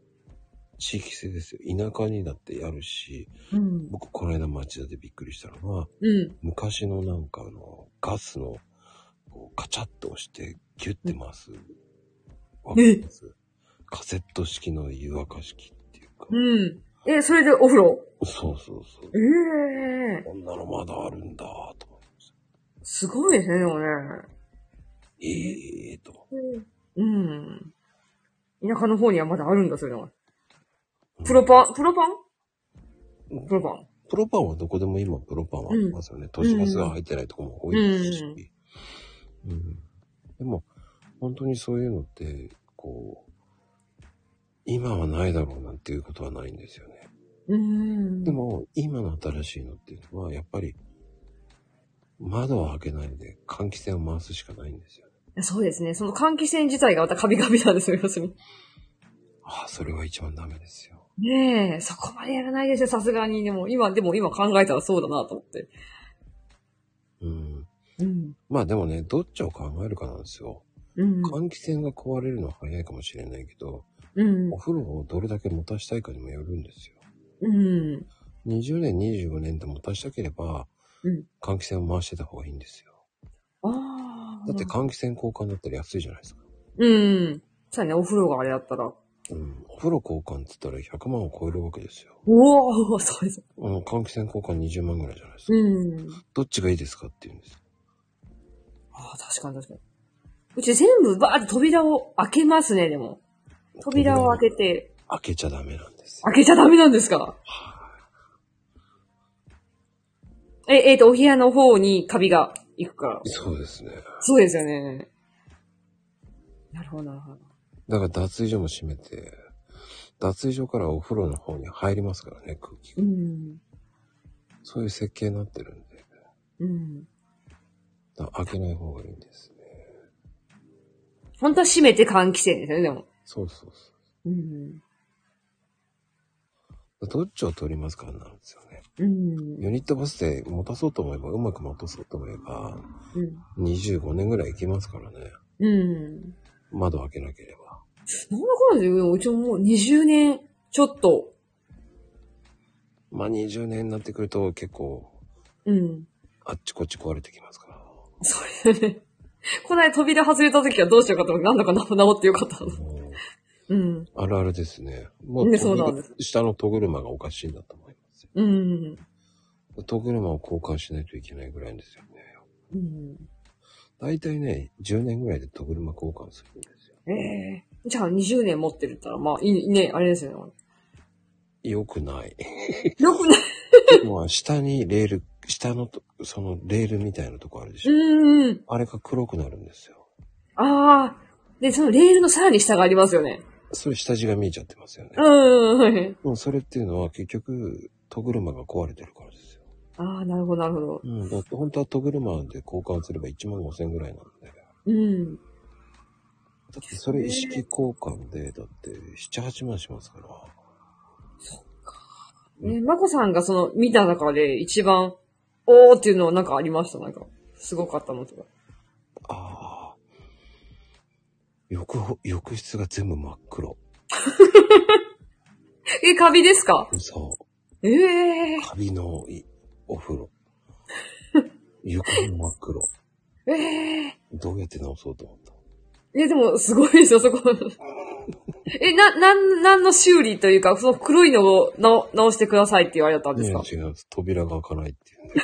[SPEAKER 1] 地域性ですよ。田舎にだってやるし、
[SPEAKER 3] うん。
[SPEAKER 1] 僕、この間町田でびっくりしたのは、
[SPEAKER 3] うん。
[SPEAKER 1] 昔のなんかあの、ガスの、こう、カチャッと押して、ギュッて回す。わかりますカセット式の湯沸かし器っていうか、
[SPEAKER 3] うん。え、それでお風呂
[SPEAKER 1] そうそうそう
[SPEAKER 3] え。え
[SPEAKER 1] こんなのまだあるんだ、と思いまし
[SPEAKER 3] すごいですね、でもね。
[SPEAKER 1] た。ええー、と。
[SPEAKER 3] うん。田舎の方にはまだあるんだ、それは。プロパン、プロパンプロパン。
[SPEAKER 1] プロパンはどこでも今プロパンはありますよね。都市ガスが入ってないとこも多いですし。うんでも、本当にそういうのって、こう、今はないだろうなんていうことはないんですよね。
[SPEAKER 3] うん。
[SPEAKER 1] で、も、今の新しいのっていうのは、やっぱり、窓は開けないで換気扇を回すしかないんですよね。
[SPEAKER 3] そうですね。その換気扇自体がまたカビカビなんですよ、要するに。
[SPEAKER 1] ああ、それが一番ダメですよ。
[SPEAKER 3] ねえ、そこまでやらないですよ、さすがに。でも、今、でも今考えたらそうだなと思って。
[SPEAKER 1] うん。
[SPEAKER 3] うん。
[SPEAKER 1] まあでもね、どっちを考えるかなんですよ。
[SPEAKER 3] うん。
[SPEAKER 1] 換気扇が壊れるのは早いかもしれないけど、
[SPEAKER 3] うん
[SPEAKER 1] お。風呂をどれだけ持たしたいかにもよるんですよ。
[SPEAKER 3] うん。
[SPEAKER 1] 20年、25年で持たしたければ、
[SPEAKER 3] うん
[SPEAKER 1] 換気扇を回してた方がいいんですよ。
[SPEAKER 3] ああ。
[SPEAKER 1] だって換気扇交換だったら安いじゃないですか。
[SPEAKER 3] うん。そうやね、お風呂があれだったら。
[SPEAKER 1] うん。お風呂交換って言ったら100万を超えるわけですよ。
[SPEAKER 3] おお、そうです。
[SPEAKER 1] うん、換気扇交換20万ぐらいじゃないですか。
[SPEAKER 3] うん。
[SPEAKER 1] どっちがいいですかって言うんですよ。
[SPEAKER 3] ああ、確かに確かに。うち全部バーって扉を開けますね、でも。扉を開けて、
[SPEAKER 1] 開けちゃダメなんですよ。
[SPEAKER 3] 開けちゃダメなんですかえ、えっ、と、お部屋の方にカビが行くから。
[SPEAKER 1] そうですね。
[SPEAKER 3] そうですよね。なるほど、なるほど。
[SPEAKER 1] だから脱衣所も閉めて、脱衣所からお風呂の方に入りますからね、空気
[SPEAKER 3] う
[SPEAKER 1] が。
[SPEAKER 3] ん。
[SPEAKER 1] そういう設計になってるんで。
[SPEAKER 3] うん。
[SPEAKER 1] だから開けない方がいいんですね。
[SPEAKER 3] 本当は閉めて換気扇ですよね、でも。
[SPEAKER 1] そうそうそう。
[SPEAKER 3] うん。
[SPEAKER 1] どっちを取りますかなんですよね。
[SPEAKER 3] うん。
[SPEAKER 1] ユニットバスで持たそうと思えば、うまく持たそうと思えば、
[SPEAKER 3] うん。
[SPEAKER 1] 25年ぐらい行きますからね。
[SPEAKER 3] うん。
[SPEAKER 1] 窓開けなければ。
[SPEAKER 3] なんだかんだで、うちももう20年ちょっと、
[SPEAKER 1] まあ20年になってくると結構、
[SPEAKER 3] うん。
[SPEAKER 1] あっちこっち壊れてきますから。
[SPEAKER 3] そうよね。この間扉外れた時はどうしようかと思って、なんだかな治ってよかったな。
[SPEAKER 1] もう
[SPEAKER 3] うん。
[SPEAKER 1] あるあるですね。も
[SPEAKER 3] ね
[SPEAKER 1] う、
[SPEAKER 3] そうなんです
[SPEAKER 1] 下の戸車がおかしいんだと思いますよ。
[SPEAKER 3] うん。
[SPEAKER 1] 戸車を交換しないといけないぐらいですよね。
[SPEAKER 3] うん。
[SPEAKER 1] だいたいね、10年ぐらいで戸車交換するんですよ。
[SPEAKER 3] ええじゃあ20年持ってるったら、まあ、いいね、あれですよ
[SPEAKER 1] 良く ない。
[SPEAKER 3] ね。よくない。
[SPEAKER 1] まあ下にレール、下のと、そのレールみたいなとこあるでしょ。
[SPEAKER 3] うん。
[SPEAKER 1] あれが黒くなるんですよ。
[SPEAKER 3] ああ。で、そのレールのさらに下がありますよね。
[SPEAKER 1] それ下地が見えちゃってますよね。
[SPEAKER 3] うん はい。
[SPEAKER 1] うん、それっていうのは結局、戸車が壊れてるからですよ。
[SPEAKER 3] ああ、なるほど、なるほど。
[SPEAKER 1] うん、だって本当は戸車で交換すれば1万5千ぐらいなんで。だ
[SPEAKER 3] うん。
[SPEAKER 1] ってそれ意識交換で、だって7、8万しますから。
[SPEAKER 3] ね、まこさんがその、見た中で一番、おーっていうのはなんかありましたなんか、すごかったのとか。
[SPEAKER 1] ああ。浴ほ、浴室が全部真っ黒。
[SPEAKER 3] え、カビですか
[SPEAKER 1] そ
[SPEAKER 3] ええ
[SPEAKER 1] う。カビのいお風 呂。床も真っ黒。
[SPEAKER 3] ええ
[SPEAKER 1] どうやって直そうと思った
[SPEAKER 3] えでも、すごいですよ、そこ。え、な、なん、なんの修理というか、その黒いのを直直してくださいって言われたんですか、
[SPEAKER 1] いや違う。扉が開かないっていうんで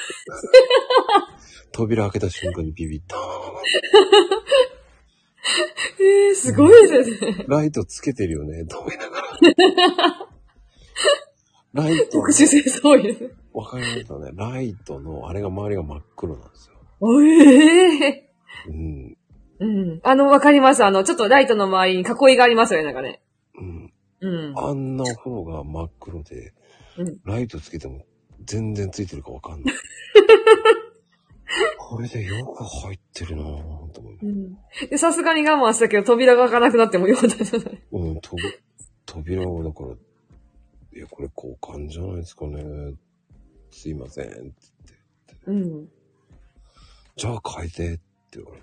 [SPEAKER 1] 扉開けた瞬間にビビった。
[SPEAKER 3] ええすごいですよね。
[SPEAKER 1] ライトつけてるよね、と思いながら。ライトの
[SPEAKER 3] 特、殊清掃員。
[SPEAKER 1] わかりますよね。ライトの、あれが周りが真っ黒なんですよ。
[SPEAKER 3] おえ
[SPEAKER 1] うん。
[SPEAKER 3] ー、うん。あの、わかります。あの、ちょっとライトの周りに囲いがありますよね、なんかね。
[SPEAKER 1] うん。
[SPEAKER 3] うん。
[SPEAKER 1] あんな方が真っ黒で、
[SPEAKER 3] うん
[SPEAKER 1] ライトつけても全然ついてるかわか んない。これでよく入ってるなぁと思います。
[SPEAKER 3] うんで、さすがに我慢したけど、扉が開かなくなってもよかったじゃない。
[SPEAKER 1] うん、と扉はだから、いや、これ交換じゃないですかね。すいません。って言って
[SPEAKER 3] うん。
[SPEAKER 1] じゃあ変えてって言われ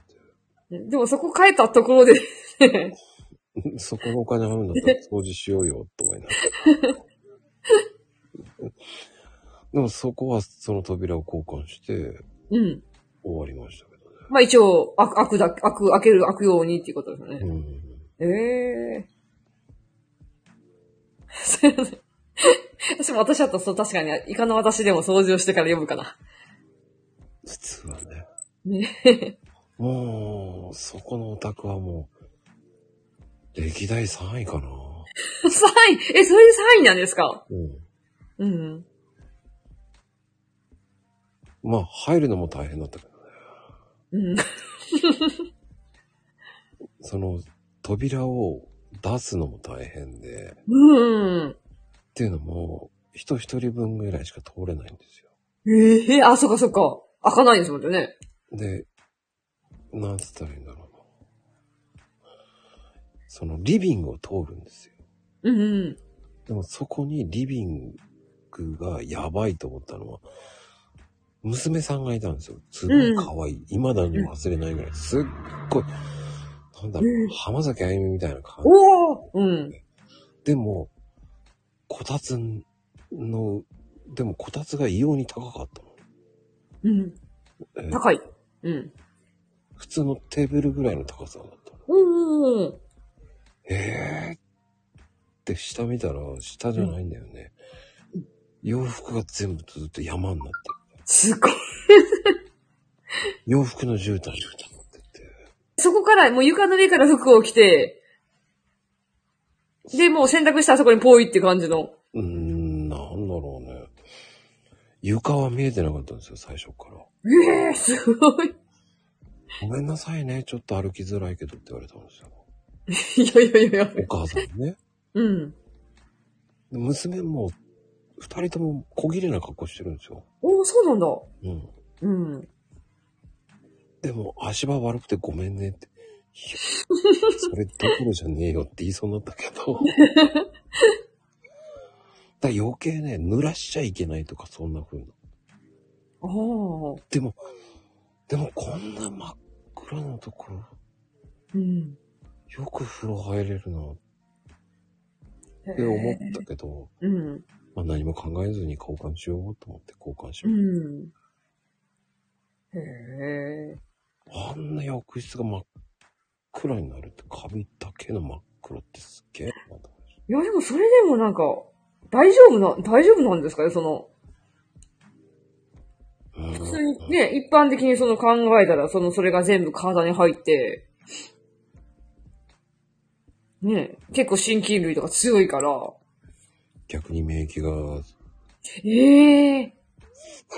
[SPEAKER 1] て。
[SPEAKER 3] でもそこ変えたところで
[SPEAKER 1] そこのお金払うんだったら掃除しようよ、と思いながら。 でもそこはその扉を交換して
[SPEAKER 3] うん。
[SPEAKER 1] 終わりましたけど
[SPEAKER 3] まあ一応、開く、開くだ、開く、開ける、開くようにっていうことですよね。
[SPEAKER 1] ね。うん。
[SPEAKER 3] ええすいません。 私も私だったらそう、確かに、イカの私でも掃除をしてから読むかな。
[SPEAKER 1] 普通はね。
[SPEAKER 3] ね
[SPEAKER 1] もう、そこのお宅はもう、歴代3位かな。
[SPEAKER 3] サイン、え、それでサインなんですか
[SPEAKER 1] うん。
[SPEAKER 3] うん。
[SPEAKER 1] まあ、入るのも大変だったけどね。
[SPEAKER 3] うん。
[SPEAKER 1] その、扉を出すのも大変で、っ
[SPEAKER 3] うん。
[SPEAKER 1] ていうのも、人一人分ぐらいしか通れないんですよ。
[SPEAKER 3] ええあ、そっかそっか。開かないんですもんね。
[SPEAKER 1] で、なんつったらいいんだろうな。そのリビングを通るんですよ。
[SPEAKER 3] うんうん。
[SPEAKER 1] でもそこにリビングがやばいと思ったのは、娘さんがいたんですよ。すごい可愛い。未だに忘れないぐらい。すっごい、なんだろ
[SPEAKER 3] う
[SPEAKER 1] う、
[SPEAKER 3] ん
[SPEAKER 1] 浜崎あゆみみたいな感じ。
[SPEAKER 3] おおうん。
[SPEAKER 1] でも、こたつの、でもこたつが異様に高かったの。
[SPEAKER 3] うん。
[SPEAKER 1] えー
[SPEAKER 3] 高い。うん。
[SPEAKER 1] 普通のテーブルぐらいの高さだったの。
[SPEAKER 3] うん。うん。
[SPEAKER 1] えーって下見たら、下じゃないんだよね。洋服が全部ずっと山になって、
[SPEAKER 3] すごい。
[SPEAKER 1] 洋服の絨毯になってて。
[SPEAKER 3] そこから、もう床の上から服を着て、で、もう洗濯したらそこにポイって感じの。
[SPEAKER 1] うーん、なんだろうね。床は見えてなかったんですよ、最初から。
[SPEAKER 3] ええすごい。
[SPEAKER 1] ごめんなさいね、ちょっと歩きづらいけどって言われたんですよ。
[SPEAKER 3] いやいやいやいや。
[SPEAKER 1] お母さんにね。
[SPEAKER 3] うん。
[SPEAKER 1] で娘も、二人とも小綺麗な格好してるんですよ。
[SPEAKER 3] おおそうなんだ。
[SPEAKER 1] うん。
[SPEAKER 3] うん。
[SPEAKER 1] でも足場悪くてごめんねって。いやそれどころじゃねえよって言いそうになった けど。だから余計ね、濡らしちゃいけないとかそんな風な。
[SPEAKER 3] ああ。
[SPEAKER 1] でも、でもこんな真っ暗なところ、
[SPEAKER 3] うん。
[SPEAKER 1] よく風呂入れるなって思ったけど、
[SPEAKER 3] うん。
[SPEAKER 1] まあ何も考えずに交換しようと思って交換し
[SPEAKER 3] う
[SPEAKER 1] まし
[SPEAKER 3] ん。へえ。
[SPEAKER 1] た。あんな浴室が真っ暗になるって壁だけの真っ黒ってすっげえなと思いました
[SPEAKER 3] いや、でもそれでもなんか、大丈夫な、大丈夫なんですかねその、
[SPEAKER 1] うん
[SPEAKER 3] 普通にね、一般的にその考えたら、その、それが全部体に入って、ね結構心筋類とか強いから、
[SPEAKER 1] 逆に免疫が
[SPEAKER 3] ええ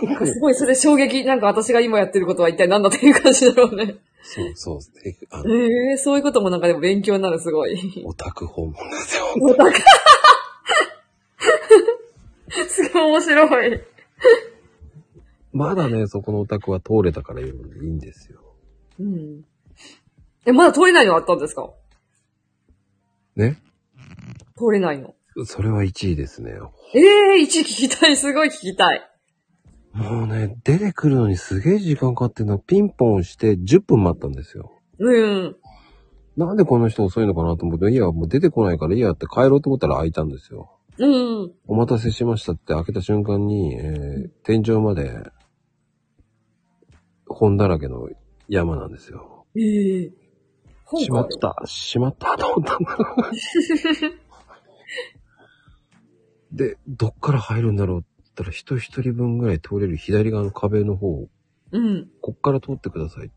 [SPEAKER 3] なんかすごいそれ衝撃、なんか私が今やってることは一体何だっていう感じだろうね。
[SPEAKER 1] そうそう。えあの、
[SPEAKER 3] ええそういうこともなんかでも勉強になる、すごい。
[SPEAKER 1] オタク 訪問なんですよ。
[SPEAKER 3] お高い すごい面白い。
[SPEAKER 1] まだね、そこのオタクは通れたからいいんですよ。
[SPEAKER 3] うん。え、まだ通れないのあったんですか
[SPEAKER 1] ね。
[SPEAKER 3] 通れないの。
[SPEAKER 1] それは1位ですね。
[SPEAKER 3] ええー、1聞きたい、すごい聞きたい。
[SPEAKER 1] もうね、出てくるのにすげえ時間かかってんの。ピンポン押して10分待ったんですよ。
[SPEAKER 3] うん。
[SPEAKER 1] なんでこの人遅いのかなと思って、いや、もう出てこないからいいやって帰ろうと思ったら開いたんですよ。
[SPEAKER 3] うん。
[SPEAKER 1] お待たせしましたって開けた瞬間に、えー、天井まで、本だらけの山なんですよ。
[SPEAKER 3] ええ本
[SPEAKER 1] しまった、しまったと思ったんだ。 で、どっから入るんだろうって言ったら、人一人分ぐらい通れる左側の壁の方、
[SPEAKER 3] うん。
[SPEAKER 1] こっから通ってくださいって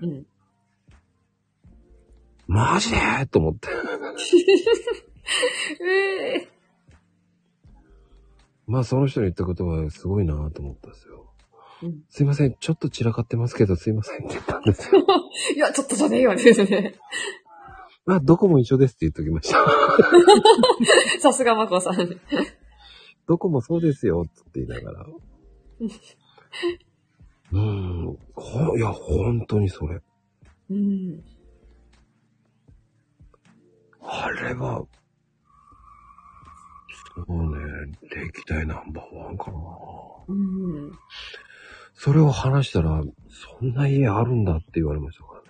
[SPEAKER 1] 言うんだよ。
[SPEAKER 3] うん。
[SPEAKER 1] マジでと思って。
[SPEAKER 3] ええ
[SPEAKER 1] まあその人の言ったことはすごいなと思ったんですよ。
[SPEAKER 3] うん
[SPEAKER 1] すいません、ちょっと散らかってますけど、すいませんって言ったんです よ。
[SPEAKER 3] いや、ちょっとじゃねえよね、ですね。
[SPEAKER 1] まあ、どこも一緒ですって言っときました。
[SPEAKER 3] さすがマコさん。
[SPEAKER 1] どこもそうですよって言いな がら。うん、ほ、いや、本当にそれ。
[SPEAKER 3] うん。
[SPEAKER 1] あれは、そうね、歴代ナンバーワンかな。
[SPEAKER 3] うん。
[SPEAKER 1] それを話したら、そんな家あるんだって言われましたからね。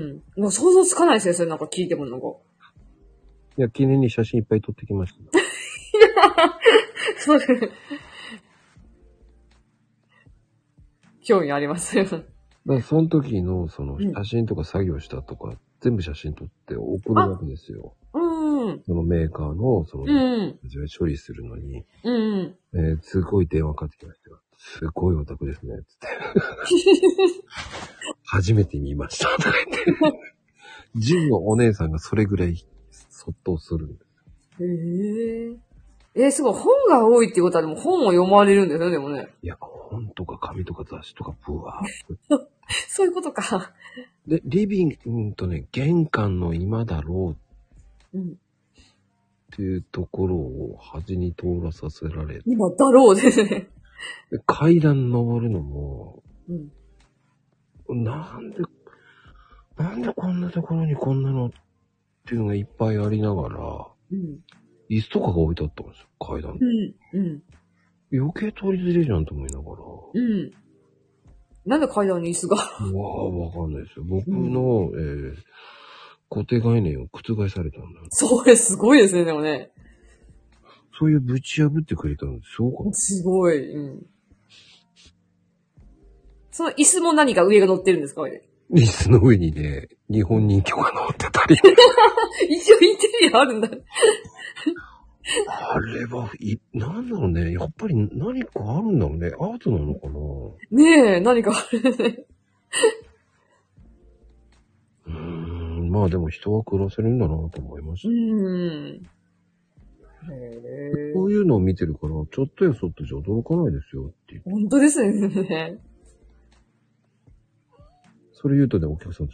[SPEAKER 3] うん。もう想像つかないですよ、それなんか聞いても なんか。
[SPEAKER 1] いや、記念に写真いっぱい撮ってきました。
[SPEAKER 3] そうです。興味あります。
[SPEAKER 1] だからその時の、その、
[SPEAKER 3] うん
[SPEAKER 1] 写真とか作業したとか、全部写真撮って送るわけですよ。
[SPEAKER 3] うん。
[SPEAKER 1] そのメーカーの、その、
[SPEAKER 3] うん。
[SPEAKER 1] 処理するのに、
[SPEAKER 3] うん。
[SPEAKER 1] えーすごい電話かかってきましたよ。すごいオタク ですね。つって。初めて見ました。 とか言って。ジムのお姉さんがそれぐらい、そっとする。
[SPEAKER 3] へえ。えー、すごい。本が多いってことは、でも本を読まれるんですよね、でもね。
[SPEAKER 1] いや、本とか紙とか雑誌とか、ブワーっと
[SPEAKER 3] そういうことか。
[SPEAKER 1] で、リビング、うんとね、玄関の今だろう
[SPEAKER 3] うん。
[SPEAKER 1] っていうところを端に通らさせられ、
[SPEAKER 3] 今、だろうですね。
[SPEAKER 1] で階段登るのも、
[SPEAKER 3] うん。
[SPEAKER 1] なんで、なんでこんなところにこんなのっていうのがいっぱいありながら、
[SPEAKER 3] うん。
[SPEAKER 1] 椅子とかが置いてあったんですよ、階段。
[SPEAKER 3] うん。うん。
[SPEAKER 1] 余計通りづれえじゃんと思いながら。
[SPEAKER 3] うん。なんで階段に椅子が。
[SPEAKER 1] うわあ、わかんないですよ。僕の、えー、固定概念を覆されたんだ。
[SPEAKER 3] それすごいですね、でもね。
[SPEAKER 1] そういうぶち破ってくれたのすごかっ
[SPEAKER 3] すごい。うん。その椅子も何か上が乗ってるんですか
[SPEAKER 1] た。椅子の上にね、日本人形が乗ってたり。
[SPEAKER 3] 一応インテリアあるんだ。
[SPEAKER 1] あれは、い、なんだろうね。やっぱり何かあるんだろうね。アートなのかな
[SPEAKER 3] ねえ、何かあるね。
[SPEAKER 1] うーん、まあでも人は暮らせるんだなと思いまし
[SPEAKER 3] う
[SPEAKER 1] た。
[SPEAKER 3] ん。へえ。
[SPEAKER 1] こういうのを見てるから、ちょっとやそっとじゃ驚かないですよって言って
[SPEAKER 3] 本当ですね。
[SPEAKER 1] それ言うとね、お客さん、す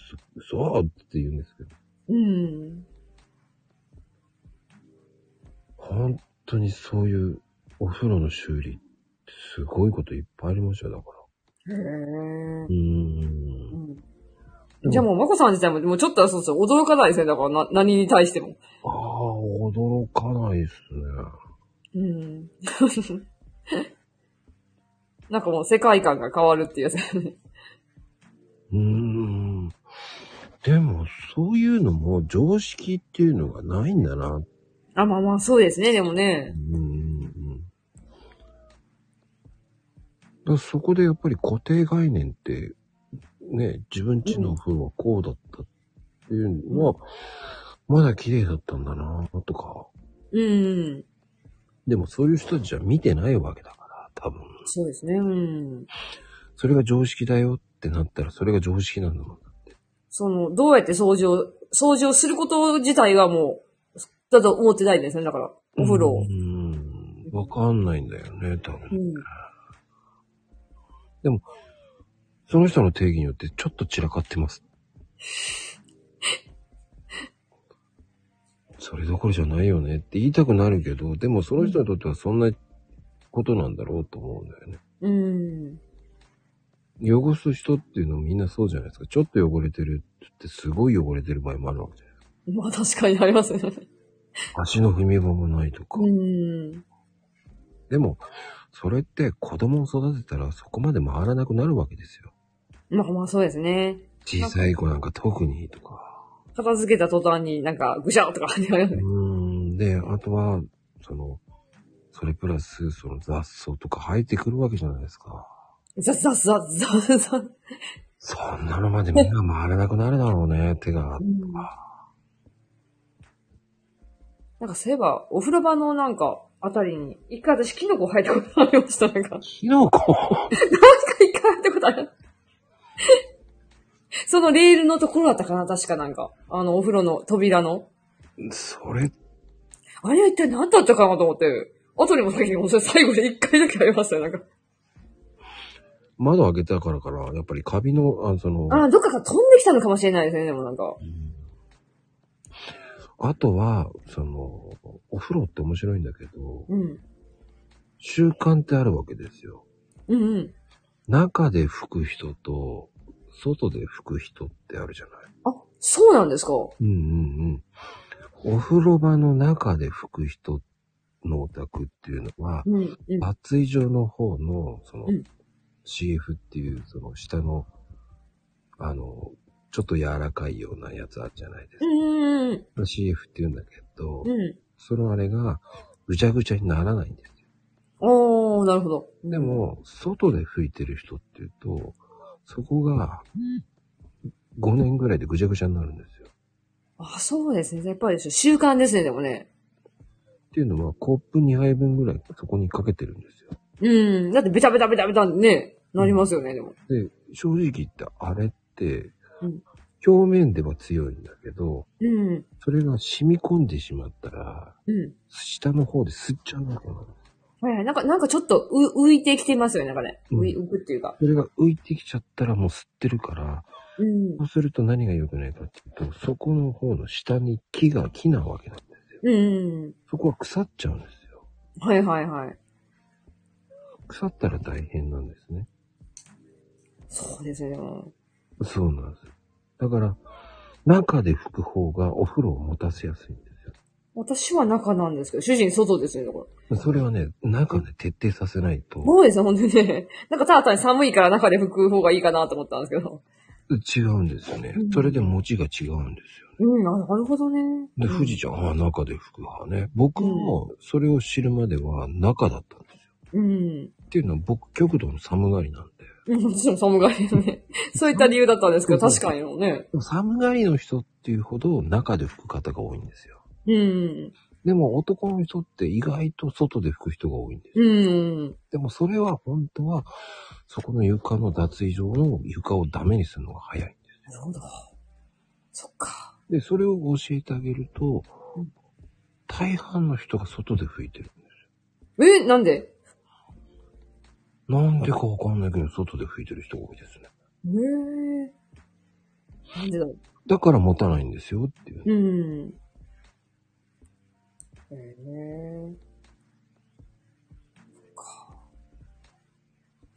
[SPEAKER 1] そうって言うんですけど、
[SPEAKER 3] うん。
[SPEAKER 1] 本当にそういうお風呂の修理、すごいこといっぱいありましたよ、だから。
[SPEAKER 3] へえ
[SPEAKER 1] う。ーん。
[SPEAKER 3] うんじゃあもう、まこさん自体も、もうちょっとはそうそう、驚かないですね。だから、な、何に対しても。
[SPEAKER 1] ああ、驚かないですね。
[SPEAKER 3] うん。 なんかもう世界観が変わるっていうやつ。
[SPEAKER 1] うーん。でも、そういうのも常識っていうのがないんだな。う
[SPEAKER 3] あ、まあまあ、そうですね、でも
[SPEAKER 1] ー
[SPEAKER 3] ね。
[SPEAKER 1] ん。だからそこでやっぱり固定概念って、ね、自分家のお風呂はこうだったっていうのは、まだ綺麗だったんだなとか。
[SPEAKER 3] うん。
[SPEAKER 1] でもそういう人たちは見てないわけだから、多分。
[SPEAKER 3] そうですね、うん。
[SPEAKER 1] それが常識だよってなったら、それが常識なんだもん。
[SPEAKER 3] その、どうやって掃除を、掃除をすること自体はもう、だと思ってないんですね、だから、お風呂を
[SPEAKER 1] う。ん。わかんないんだよね、多
[SPEAKER 3] う
[SPEAKER 1] 分。
[SPEAKER 3] ん。
[SPEAKER 1] その人の定義によってちょっと散らかってます。 それどころじゃないよねって言いたくなるけど、でもその人にとってはそんなことなんだろうと思うんだよね。
[SPEAKER 3] うん。
[SPEAKER 1] 汚す人っていうのみんなそうじゃないですか。ちょっと汚れてるって言ってすごい汚れてる場合もあるわけじゃないです
[SPEAKER 3] まあ確かにありますね。
[SPEAKER 1] か。足の踏み場もないとか。
[SPEAKER 3] うん。
[SPEAKER 1] でも、それって子供を育てたらそこまで回らなくなるわけですよ。
[SPEAKER 3] まあまあそうですね。
[SPEAKER 1] 小さい子なんか特にとか。
[SPEAKER 3] 片付けた途端になんか、ぐしゃーとか言われ
[SPEAKER 1] う
[SPEAKER 3] る。
[SPEAKER 1] ーん。で、あとは、その、それプラス、その雑草とか生えてくるわけじゃないですか。
[SPEAKER 3] ザッザッザッザッザッ。
[SPEAKER 1] そんなのまで目が回らなくなるだろう ね、手が。
[SPEAKER 3] うんなんかそういえば、お風呂場のなんか、あたりに、一回私キノコ生えたことありました、なんか。
[SPEAKER 1] キノコ
[SPEAKER 3] 一回一回入ったことある。そのレールのところだったかな確かなんか。あの、お風呂の扉の。
[SPEAKER 1] それ、
[SPEAKER 3] あれは一体何だったかなと思って。後にも先にも、それ最後で一回だけありましたよ、なんか。
[SPEAKER 1] 窓開けたからから、やっぱりカビの、あその、
[SPEAKER 3] ああ、どっかから飛んできたのかもしれないですね、でもなんか。
[SPEAKER 1] うんあとは、その、お風呂って面白いんだけど、
[SPEAKER 3] うん。
[SPEAKER 1] 習慣ってあるわけですよ。
[SPEAKER 3] うんうん。
[SPEAKER 1] 中で拭く人と、外で拭く人ってあるじゃない。
[SPEAKER 3] あ、そうなんですか
[SPEAKER 1] うんうんうん。お風呂場の中で拭く人のお宅っていうのは、
[SPEAKER 3] うん、うん。
[SPEAKER 1] 脱衣所の方の、その、
[SPEAKER 3] うん
[SPEAKER 1] CF っていう、その下の、あの、ちょっと柔らかいようなやつあるじゃないです
[SPEAKER 3] う
[SPEAKER 1] か。
[SPEAKER 3] ん、うん、
[SPEAKER 1] CF っていうんだけど、
[SPEAKER 3] うん。
[SPEAKER 1] そのあれが、ぐちゃぐちゃにならないんですよ。
[SPEAKER 3] おー、なるほど。
[SPEAKER 1] でも、外で拭いてる人っていうと、そこが、5年ぐらいでぐちゃぐちゃになるんですよ。
[SPEAKER 3] あ、そうですね。やっぱりですね習慣ですね、でもね。
[SPEAKER 1] っていうのは、コップ2杯分ぐらいそこにかけてるんですよ。
[SPEAKER 3] うん。だってベタベタベタベタね、なりますよね、でも。
[SPEAKER 1] で、正直言ってあれって
[SPEAKER 3] うん、
[SPEAKER 1] 表面では強いんだけど、
[SPEAKER 3] うん。
[SPEAKER 1] それが染み込んでしまったら、
[SPEAKER 3] うん。
[SPEAKER 1] 下の方で吸っちゃうわけなの。
[SPEAKER 3] はいはい。なんか、なんかちょっとう浮いてきてますよね、なんかね。
[SPEAKER 1] うん
[SPEAKER 3] 浮い浮くっていうか。
[SPEAKER 1] それが浮いてきちゃったらもう吸ってるから、
[SPEAKER 3] うん。
[SPEAKER 1] そうすると何が良くないかっていうと、そこの方の下に木が木なわけなんですよ。
[SPEAKER 3] うん。
[SPEAKER 1] そこは腐っちゃうんですよ。
[SPEAKER 3] はいはいはい。
[SPEAKER 1] 腐ったら大変なんですね。
[SPEAKER 3] そうですね、でも。
[SPEAKER 1] そうなんですよ。だから、中で拭く方がお風呂を持たせやすいんです
[SPEAKER 3] 私は中なんですけど、主人外ですね、だから。
[SPEAKER 1] よ。それはね、中で徹底させないと。
[SPEAKER 3] そうですね、本当にね。 なんかただ単に寒いから中で拭く方がいいかなと思ったんですけど。
[SPEAKER 1] 違うんですよね
[SPEAKER 3] う。ん
[SPEAKER 1] それで持ちが違うんですよ
[SPEAKER 3] うん、あなるほどね。
[SPEAKER 1] ね。で、富士ちゃん、ああ、中で服派ね。僕もそれを知るまでは中だったんですよ。
[SPEAKER 3] うん。
[SPEAKER 1] っていうのは僕、極度の寒がりなんで。
[SPEAKER 3] うん、 もちろん寒がりよ ね。そういった理由だったんですけど、確かにもね。
[SPEAKER 1] でも寒がりの人っていうほど中で拭く方が多いんですよ。
[SPEAKER 3] うん。
[SPEAKER 1] でも男の人って意外と外で拭く人が多いんです。
[SPEAKER 3] うん。
[SPEAKER 1] でもそれは本当は、そこの床の脱衣所の床をダメにするのが早いんで
[SPEAKER 3] なるほど。そっか。
[SPEAKER 1] す。で、それを教えてあげると
[SPEAKER 3] うん、
[SPEAKER 1] 大半の人が外で拭いてる。
[SPEAKER 3] え、なんで
[SPEAKER 1] なんでかわかんないけど、外で拭いてる人が多いですね。
[SPEAKER 3] ええなんでだろう。
[SPEAKER 1] だから持たないんですよっていう。
[SPEAKER 3] うん。ええ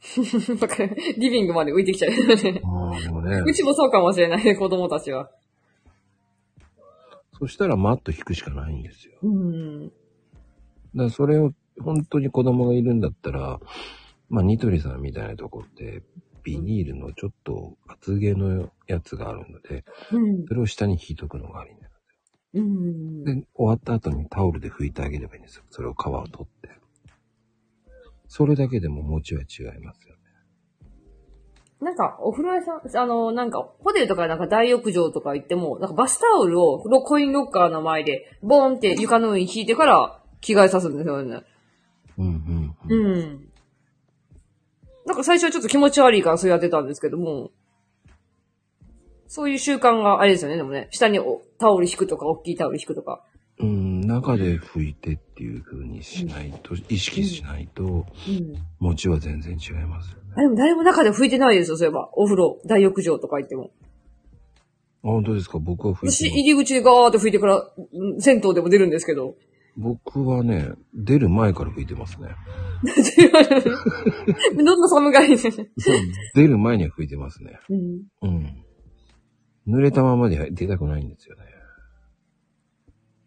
[SPEAKER 3] そっか。だ から、リビングまで浮いてきちゃうよね。
[SPEAKER 1] ああ、でもね
[SPEAKER 3] う。ちもそうかもしれないね、子供たちは。
[SPEAKER 1] そしたらマット引くしかないんですよ。
[SPEAKER 3] うん。
[SPEAKER 1] だからそれを、本当に子供がいるんだったら、まあ、ニトリさんみたいなとこって、ビニールのちょっと厚毛のやつがあるので、
[SPEAKER 3] うん。
[SPEAKER 1] それを下に引いとくのがありね。
[SPEAKER 3] うん。
[SPEAKER 1] で、終わった後にタオルで拭いてあげればいいんですよ。それを皮を取って。それだけでも餅は違いますよね。
[SPEAKER 3] なんか、お風呂屋さん、あの、なんか、ホテルとかなんか大浴場とか行っても、なんかバスタオルをロコインロッカーの前で、ボーンって床の上に引いてから着替えさすんですよね。
[SPEAKER 1] うんうん、うん。
[SPEAKER 3] うん。なんか最初はちょっと気持ち悪いからそうやってたんですけども、そういう習慣があれですよね、でもね。下におタオル引くとか、大きいタオル引くとか。
[SPEAKER 1] うん、中で拭いてっていう風にしないと、意識しないと、
[SPEAKER 3] うん。
[SPEAKER 1] 餅は全然違いますよね。
[SPEAKER 3] あ、でも誰も中で拭いてないですよ、そういえば。お風呂、大浴場とか行っても。
[SPEAKER 1] あ本当ですか僕は拭い
[SPEAKER 3] 私、
[SPEAKER 1] て
[SPEAKER 3] 入
[SPEAKER 1] ます。
[SPEAKER 3] り口でガーって拭いてから、うん銭湯でも出るんですけど。
[SPEAKER 1] 僕はね、出る前から拭いてますね。
[SPEAKER 3] どんな寒がりね。
[SPEAKER 1] そう、出る前には拭いてますね。
[SPEAKER 3] うん。
[SPEAKER 1] うん。濡れたままでは出たくないんですよね。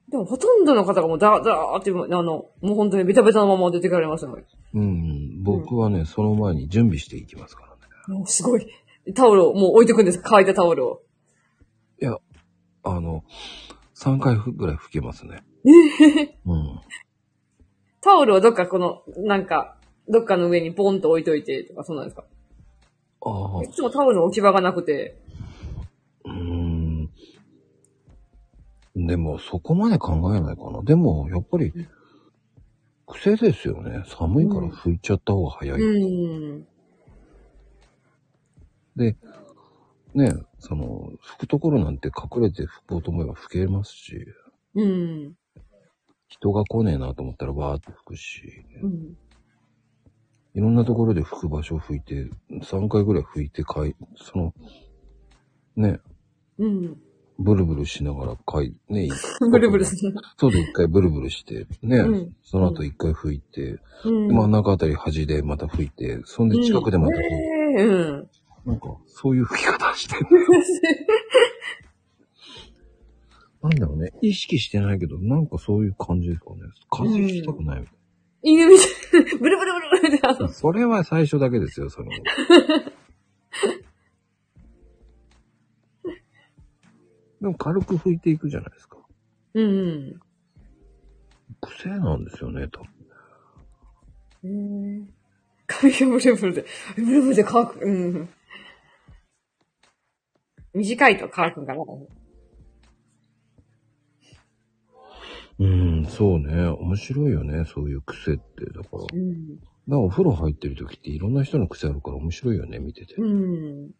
[SPEAKER 3] でも、ほとんどの方がもう、だ、だーって、もうあの、もう本当にベタベタのまま出てかれましたもん。
[SPEAKER 1] うん、うん。僕はね、その前に準備していきますからね。
[SPEAKER 3] もうすごい。タオルを、もう置いてくんです。乾いたタオルを。
[SPEAKER 1] いや、あの、3回ふぐらい拭けますね。うん。
[SPEAKER 3] タオルをどっかこの、なんか、どっかの上にポンと置いといて、とか、そうなんですか。
[SPEAKER 1] ああ
[SPEAKER 3] い、つもタオルの置き場がなくて。
[SPEAKER 1] うーん。でも、そこまで考えないかな。でも、やっぱり、癖ですよね。寒いから拭いちゃった方が早
[SPEAKER 3] う
[SPEAKER 1] い。
[SPEAKER 3] ん。
[SPEAKER 1] で、ね、その、拭くところなんて隠れて拭こうと思えば拭けますし、
[SPEAKER 3] うん。
[SPEAKER 1] 人が来ねえなと思ったらわーって吹くし、
[SPEAKER 3] うん。
[SPEAKER 1] いろんなところで吹く場所を吹いて、3回ぐらい吹いてかい、その、ね、
[SPEAKER 3] うん。
[SPEAKER 1] ブルブルしながらかい、ね、
[SPEAKER 3] ブルブルする。
[SPEAKER 1] 外一回ブルブルして、ね、
[SPEAKER 3] うん
[SPEAKER 1] その後一回吹いて、
[SPEAKER 3] うん。
[SPEAKER 1] 真ん中あたり端でまた吹いて、そんで近くでまた吹いて、
[SPEAKER 3] ええうん。
[SPEAKER 1] なんか、そういう吹き方して んだよなんだろうね。意識してないけど、なんかそういう感じですかね。風邪ひきたくないみたい
[SPEAKER 3] 犬みたい。ブルブルブルブルってあ
[SPEAKER 1] な。
[SPEAKER 3] の。
[SPEAKER 1] それは最初だけですよ、 その。でも軽く吹いていくじゃないですか。
[SPEAKER 3] うん
[SPEAKER 1] 癖なんですよね、多分。
[SPEAKER 3] うん。へえ髪がブルブルで、ブルブルで乾く。うん。短いと乾くんかな。
[SPEAKER 1] うん、そうね。面白いよね、そういう癖って。だから。だか
[SPEAKER 3] うん。
[SPEAKER 1] らお風呂入ってる時っていろんな人の癖あるから面白いよね、見てて。
[SPEAKER 3] うん。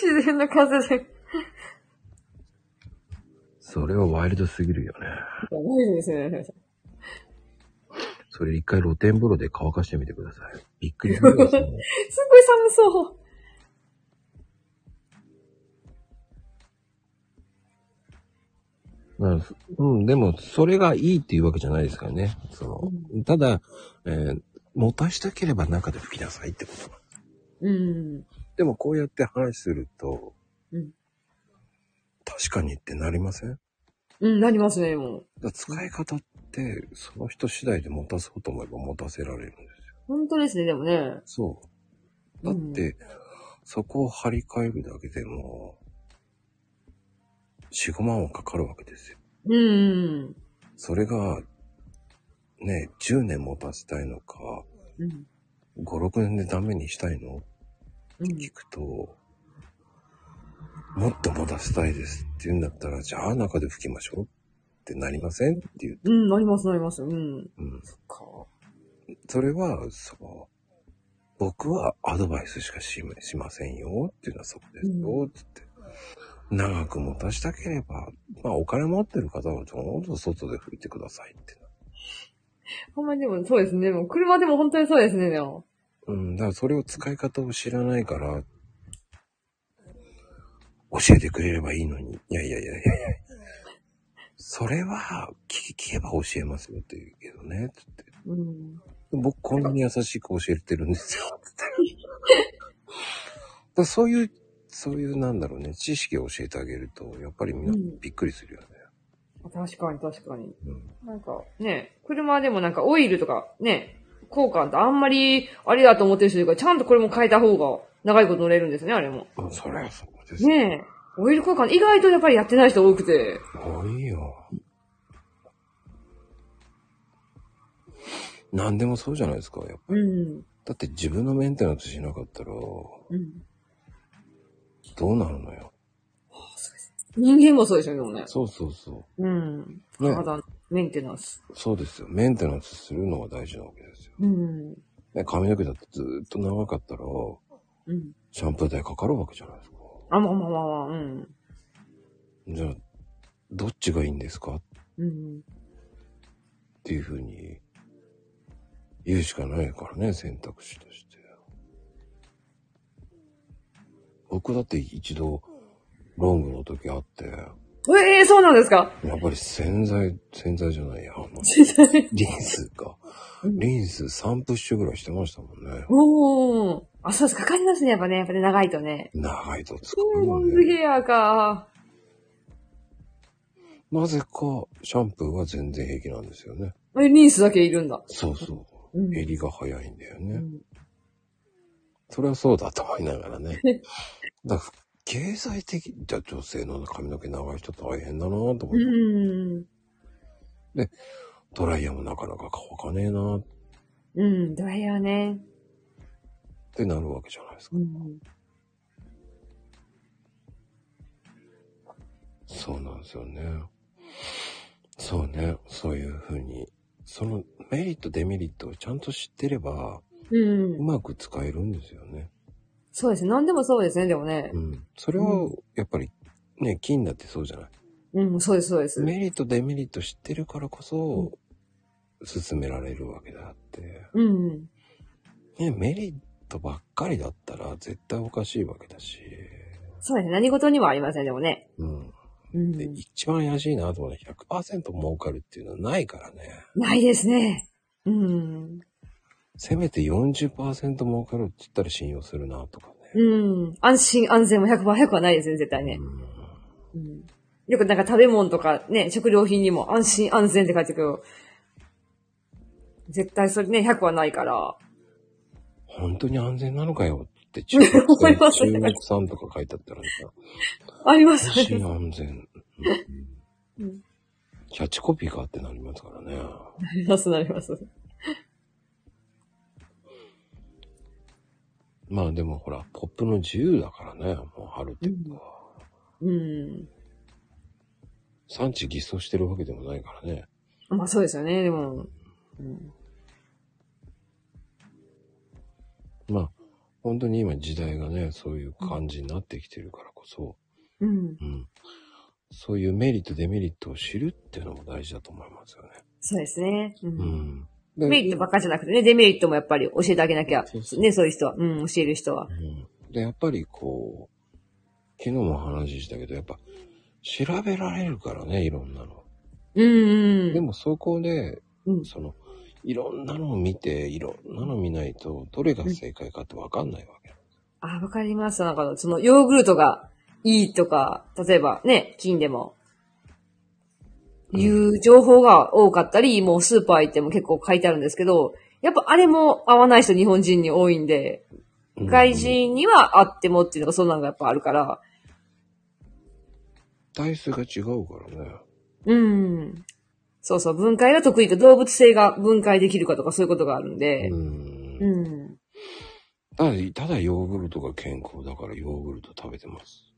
[SPEAKER 3] 自然な風で。
[SPEAKER 1] それはワイルドすぎるよね。
[SPEAKER 3] ないですね。
[SPEAKER 1] それ一回露天風呂で乾かしてみてください。びっくりするよ。そ の
[SPEAKER 3] すごい寒そう。
[SPEAKER 1] うんすうん、でも、それがいいっていうわけじゃないですからね。その、ただ、えー持たしたければ中で吹きなさいってこと。
[SPEAKER 3] うん。
[SPEAKER 1] でも、こうやって話すると、
[SPEAKER 3] うん
[SPEAKER 1] 確かにってなりませんだか
[SPEAKER 3] うん、なりますね、もう。
[SPEAKER 1] ら使い方って、その人次第で持たそうと思えば持たせられるんです。
[SPEAKER 3] 本当ですね、でもね。
[SPEAKER 1] そう。だって、そこを張り替えるだけでも、4、5万はかかるわけですよ。
[SPEAKER 3] うん。
[SPEAKER 1] それが、ね、10年持たせたいのか、
[SPEAKER 3] うん。
[SPEAKER 1] 5、6年でダメにしたいの
[SPEAKER 3] うん
[SPEAKER 1] 聞くと、もっと持たせたいですって言うんだったら、じゃあ中で吹きましょうってなりませんっていう。
[SPEAKER 3] うん、なります、なります。うん。
[SPEAKER 1] うん。
[SPEAKER 3] か。
[SPEAKER 1] それは、その、僕はアドバイスしかししませんよっていうのはそこです
[SPEAKER 3] う
[SPEAKER 1] よ、つって。長く持たしたければ、まあお金持ってる方はどうぞ外で吹いてくださいって。
[SPEAKER 3] ほんまにでも、そうですね。もう車でも本当にそうですね、でも。
[SPEAKER 1] うん、だからそれを使い方を知らないから、教えてくれればいいのに、いやいやいやいやいやそれは聞聞けば教えますよって言うけどね、つって。
[SPEAKER 3] うん。
[SPEAKER 1] 僕こんなに優しく教えてるんですよ、 つって。だからそういう、そういうなんだろうね、知識を教えてあげると、やっぱりみんな
[SPEAKER 3] うん
[SPEAKER 1] びっくりするよね。
[SPEAKER 3] 確かに、確かに。
[SPEAKER 1] うん
[SPEAKER 3] なんか、ね、車でもなんかオイルとか、ね、交換ってあんまり、あれだと思ってる人いるから、ちゃんとこれも変えた方が、長いこと乗れるんですね、あれも。
[SPEAKER 1] あそりゃそうですよ。
[SPEAKER 3] ねえ。オイル交換、意外とやっぱりやってない人多くて。
[SPEAKER 1] 多いよ。何でもそうじゃないですか、やっぱ
[SPEAKER 3] うん。
[SPEAKER 1] だって自分のメンテナンスしなかったら、ど
[SPEAKER 3] うん。
[SPEAKER 1] うなるのよ。
[SPEAKER 3] 人間もそうですよね、でもね。
[SPEAKER 1] そうそうそ
[SPEAKER 3] うん。
[SPEAKER 1] う。ね、
[SPEAKER 3] 体のメンテナンス。
[SPEAKER 1] そうですよ。メンテナンスするのが大事なわけですよ。
[SPEAKER 3] うん。
[SPEAKER 1] ね、髪の毛だってずーっと長かったら、
[SPEAKER 3] うん。
[SPEAKER 1] シャンプー代かかるわけじゃないですか。
[SPEAKER 3] あ、まあまあまあまあ、うん。
[SPEAKER 1] じゃあ、どっちがいいんですかっ
[SPEAKER 3] うん。
[SPEAKER 1] ていうふうに、言うしかないからね、選択肢として。僕だって一度、ロングの時あって、
[SPEAKER 3] ええそうなんですか
[SPEAKER 1] やっぱり洗剤、洗剤じゃないや、あのリンスか。
[SPEAKER 3] うん
[SPEAKER 1] リンス3プッシュぐらいしてましたもんね。
[SPEAKER 3] おー。あ、そうです。かかりますね、やっぱね。やっぱり長いとね。
[SPEAKER 1] 長いとつく
[SPEAKER 3] うん、ロ
[SPEAKER 1] の
[SPEAKER 3] ング
[SPEAKER 1] ね。
[SPEAKER 3] ヘアか。
[SPEAKER 1] なぜかシャンプーは全然平気なんですよね。
[SPEAKER 3] え、リンスだけいるんだ。
[SPEAKER 1] そうそうう。
[SPEAKER 3] ん
[SPEAKER 1] 減りが早いんだよ
[SPEAKER 3] う
[SPEAKER 1] ね。
[SPEAKER 3] ん。
[SPEAKER 1] それはそうだと思いながらね。 だから経済的、じゃあ女性の髪の毛長い人大変だなと思って、
[SPEAKER 3] うん。
[SPEAKER 1] ドライヤーもなかなか乾かねえなっ
[SPEAKER 3] うん、ドライヤーね。
[SPEAKER 1] てなるわけじゃないですか。
[SPEAKER 3] うん。
[SPEAKER 1] そうなんですよね。そうね。そういうふうに。そのメリット、デメリットをちゃんと知ってれば、
[SPEAKER 3] うん
[SPEAKER 1] う。まく使えるんですよね。
[SPEAKER 3] そうですね。何でもそうですね、でもね
[SPEAKER 1] う。ん。それは、やっぱり、ね、金だってそうじゃない。
[SPEAKER 3] うん、そうです、そうです。
[SPEAKER 1] メリット、デメリット知ってるからこそ、進められるわけであって、
[SPEAKER 3] うん、うん。
[SPEAKER 1] ね、メリットばっかりだったら絶対おかしいわけだし、
[SPEAKER 3] そうですね。何事にもありません、でもね。
[SPEAKER 1] うん。
[SPEAKER 3] うん。
[SPEAKER 1] で、一番安いなと思うのは100%儲かるっていうのはないからね。
[SPEAKER 3] ないですね。うん。
[SPEAKER 1] せめて40%儲かるって言ったら信用するなとかね。
[SPEAKER 3] うん。安心、安全も100%はないですね、絶対ね。うん。よくなんか食べ物とかね、食料品にも安心、安全って書いてくる。絶対それね、100はないから。
[SPEAKER 1] 本当に安全なのかよって中国
[SPEAKER 3] 思います
[SPEAKER 1] 中国産とか書いてあったらさ、
[SPEAKER 3] あります、
[SPEAKER 1] 安
[SPEAKER 3] あり
[SPEAKER 1] 心
[SPEAKER 3] ます。
[SPEAKER 1] 安全。
[SPEAKER 3] う
[SPEAKER 1] うんんキャッチコピーかってなりますからね。
[SPEAKER 3] なります、なります。
[SPEAKER 1] まあでもほら、ポップの自由だからね、もう春っていうか。
[SPEAKER 3] うん。
[SPEAKER 1] 産地偽装してるわけでもないからね。
[SPEAKER 3] まあそうですよね、でも。うん。
[SPEAKER 1] まあ、本当に今時代がね、そういう感じになってきてるからこそ、
[SPEAKER 3] うん。
[SPEAKER 1] うん。そういうメリット、デメリットを知るっていうのも大事だと思いますよね。
[SPEAKER 3] そうですね。う。
[SPEAKER 1] うんん。
[SPEAKER 3] メリットばっかじゃなくてね、デメリットもやっぱり教えてあげなきゃ
[SPEAKER 1] そうそ。う
[SPEAKER 3] ね、そういう人は。うん、教える人は。
[SPEAKER 1] うんで、やっぱりこう、昨日も話したけど、やっぱ、調べられるからね、いろんなの。
[SPEAKER 3] うん、う
[SPEAKER 1] で
[SPEAKER 3] ん。
[SPEAKER 1] もそこで、
[SPEAKER 3] うん
[SPEAKER 1] その、いろんなのを見て、いろんなの見ないと、どれが正解かってわかんないわけ。
[SPEAKER 3] あ、わかります。なんか、その、ヨーグルトがいいとか、例えばね、金でも、
[SPEAKER 1] うん
[SPEAKER 3] いう情報が多かったり、もうスーパー行っても結構書いてあるんですけど、やっぱあれも合わない人日本人に多いんで、
[SPEAKER 1] うん
[SPEAKER 3] 外人にはあってもっていうのがそんなのがやっぱあるから、
[SPEAKER 1] 体質が違うからね。
[SPEAKER 3] うん。そうそう、分解が得意と動物性が分解できるかとかそういうことがあるんで、
[SPEAKER 1] うん
[SPEAKER 3] う。ん。
[SPEAKER 1] ただ、ただヨーグルトが健康だからヨーグルト食べてます。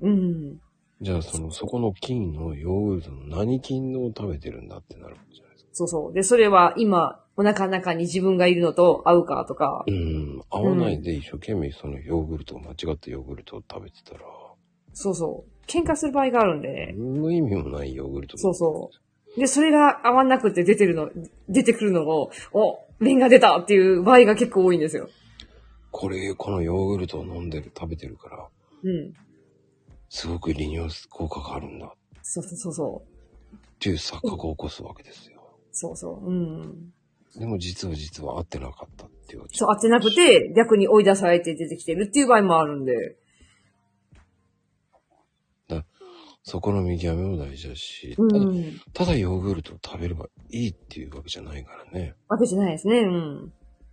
[SPEAKER 3] うん。
[SPEAKER 1] じゃあ、その、そこの菌のヨーグルトの何菌のを食べてるんだってなるわけじゃないですか。
[SPEAKER 3] そうそう。で、それは今、お腹の中に自分がいるのと合うかとか、
[SPEAKER 1] うん。合わないで一生懸命そのヨーグルトを、間違ったヨーグルトを食べてたら、
[SPEAKER 3] そうそう。喧嘩する場合があるんでね。
[SPEAKER 1] 何の意味もないヨーグルト
[SPEAKER 3] そうそう。で、それが合わなくて出てるの、出てくるのを、お、麺が出たっていう場合が結構多いんですよ。
[SPEAKER 1] これ、このヨーグルトを飲んでる、食べてるから、
[SPEAKER 3] うん。
[SPEAKER 1] すごく利尿効果があるんだっ
[SPEAKER 3] そうそうそうそう。
[SPEAKER 1] ていう錯覚を起こすわけですよ。
[SPEAKER 3] そうそう。うん。
[SPEAKER 1] でも実は実は合ってなかったっていう。
[SPEAKER 3] そう、合ってなくて、逆に追い出されて出てきてるっていう場合もあるんで。
[SPEAKER 1] そこの見極めも大事だし、
[SPEAKER 3] う
[SPEAKER 1] ただ
[SPEAKER 3] ん。
[SPEAKER 1] ただヨーグルトを食べればいいっていうわけじゃないからね。
[SPEAKER 3] わけじゃないですね。う
[SPEAKER 1] だ
[SPEAKER 3] ん。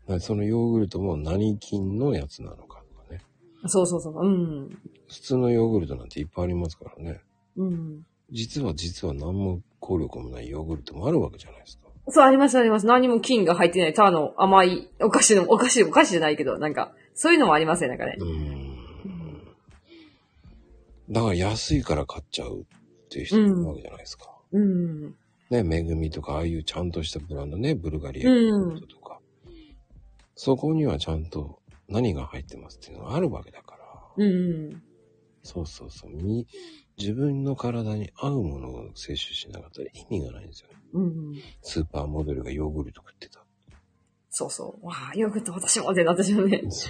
[SPEAKER 1] からそのヨーグルトも何菌のやつなのかとかね。
[SPEAKER 3] そうそうそう。うん。
[SPEAKER 1] 普通のヨーグルトなんていっぱいありますからね。
[SPEAKER 3] うん。
[SPEAKER 1] 実は実は何も効力もないヨーグルトもあるわけじゃないですか。
[SPEAKER 3] そう、ありますあります。何も菌が入ってない、ただの甘い、お菓子の、お菓子、お菓子じゃないけど、なんか、そういうのもありますよね、なんかね。
[SPEAKER 1] うーん。だから安いから買っちゃうっていう人もいるわけじゃないですか。
[SPEAKER 3] うん。
[SPEAKER 1] ね、めぐみとか、ああいうちゃんとしたブランドね、ブルガリア
[SPEAKER 3] うん
[SPEAKER 1] とか、そこにはちゃんと何が入ってますっていうのがあるわけだから、
[SPEAKER 3] うん。
[SPEAKER 1] そうそうそう、み自分の体に合うものを摂取しなかったら意味がないんですよね。
[SPEAKER 3] うん。
[SPEAKER 1] スーパーモデルがヨーグルト食ってた。
[SPEAKER 3] そうそう。わあ、ヨーグルト私もってなってしまうね。
[SPEAKER 1] そ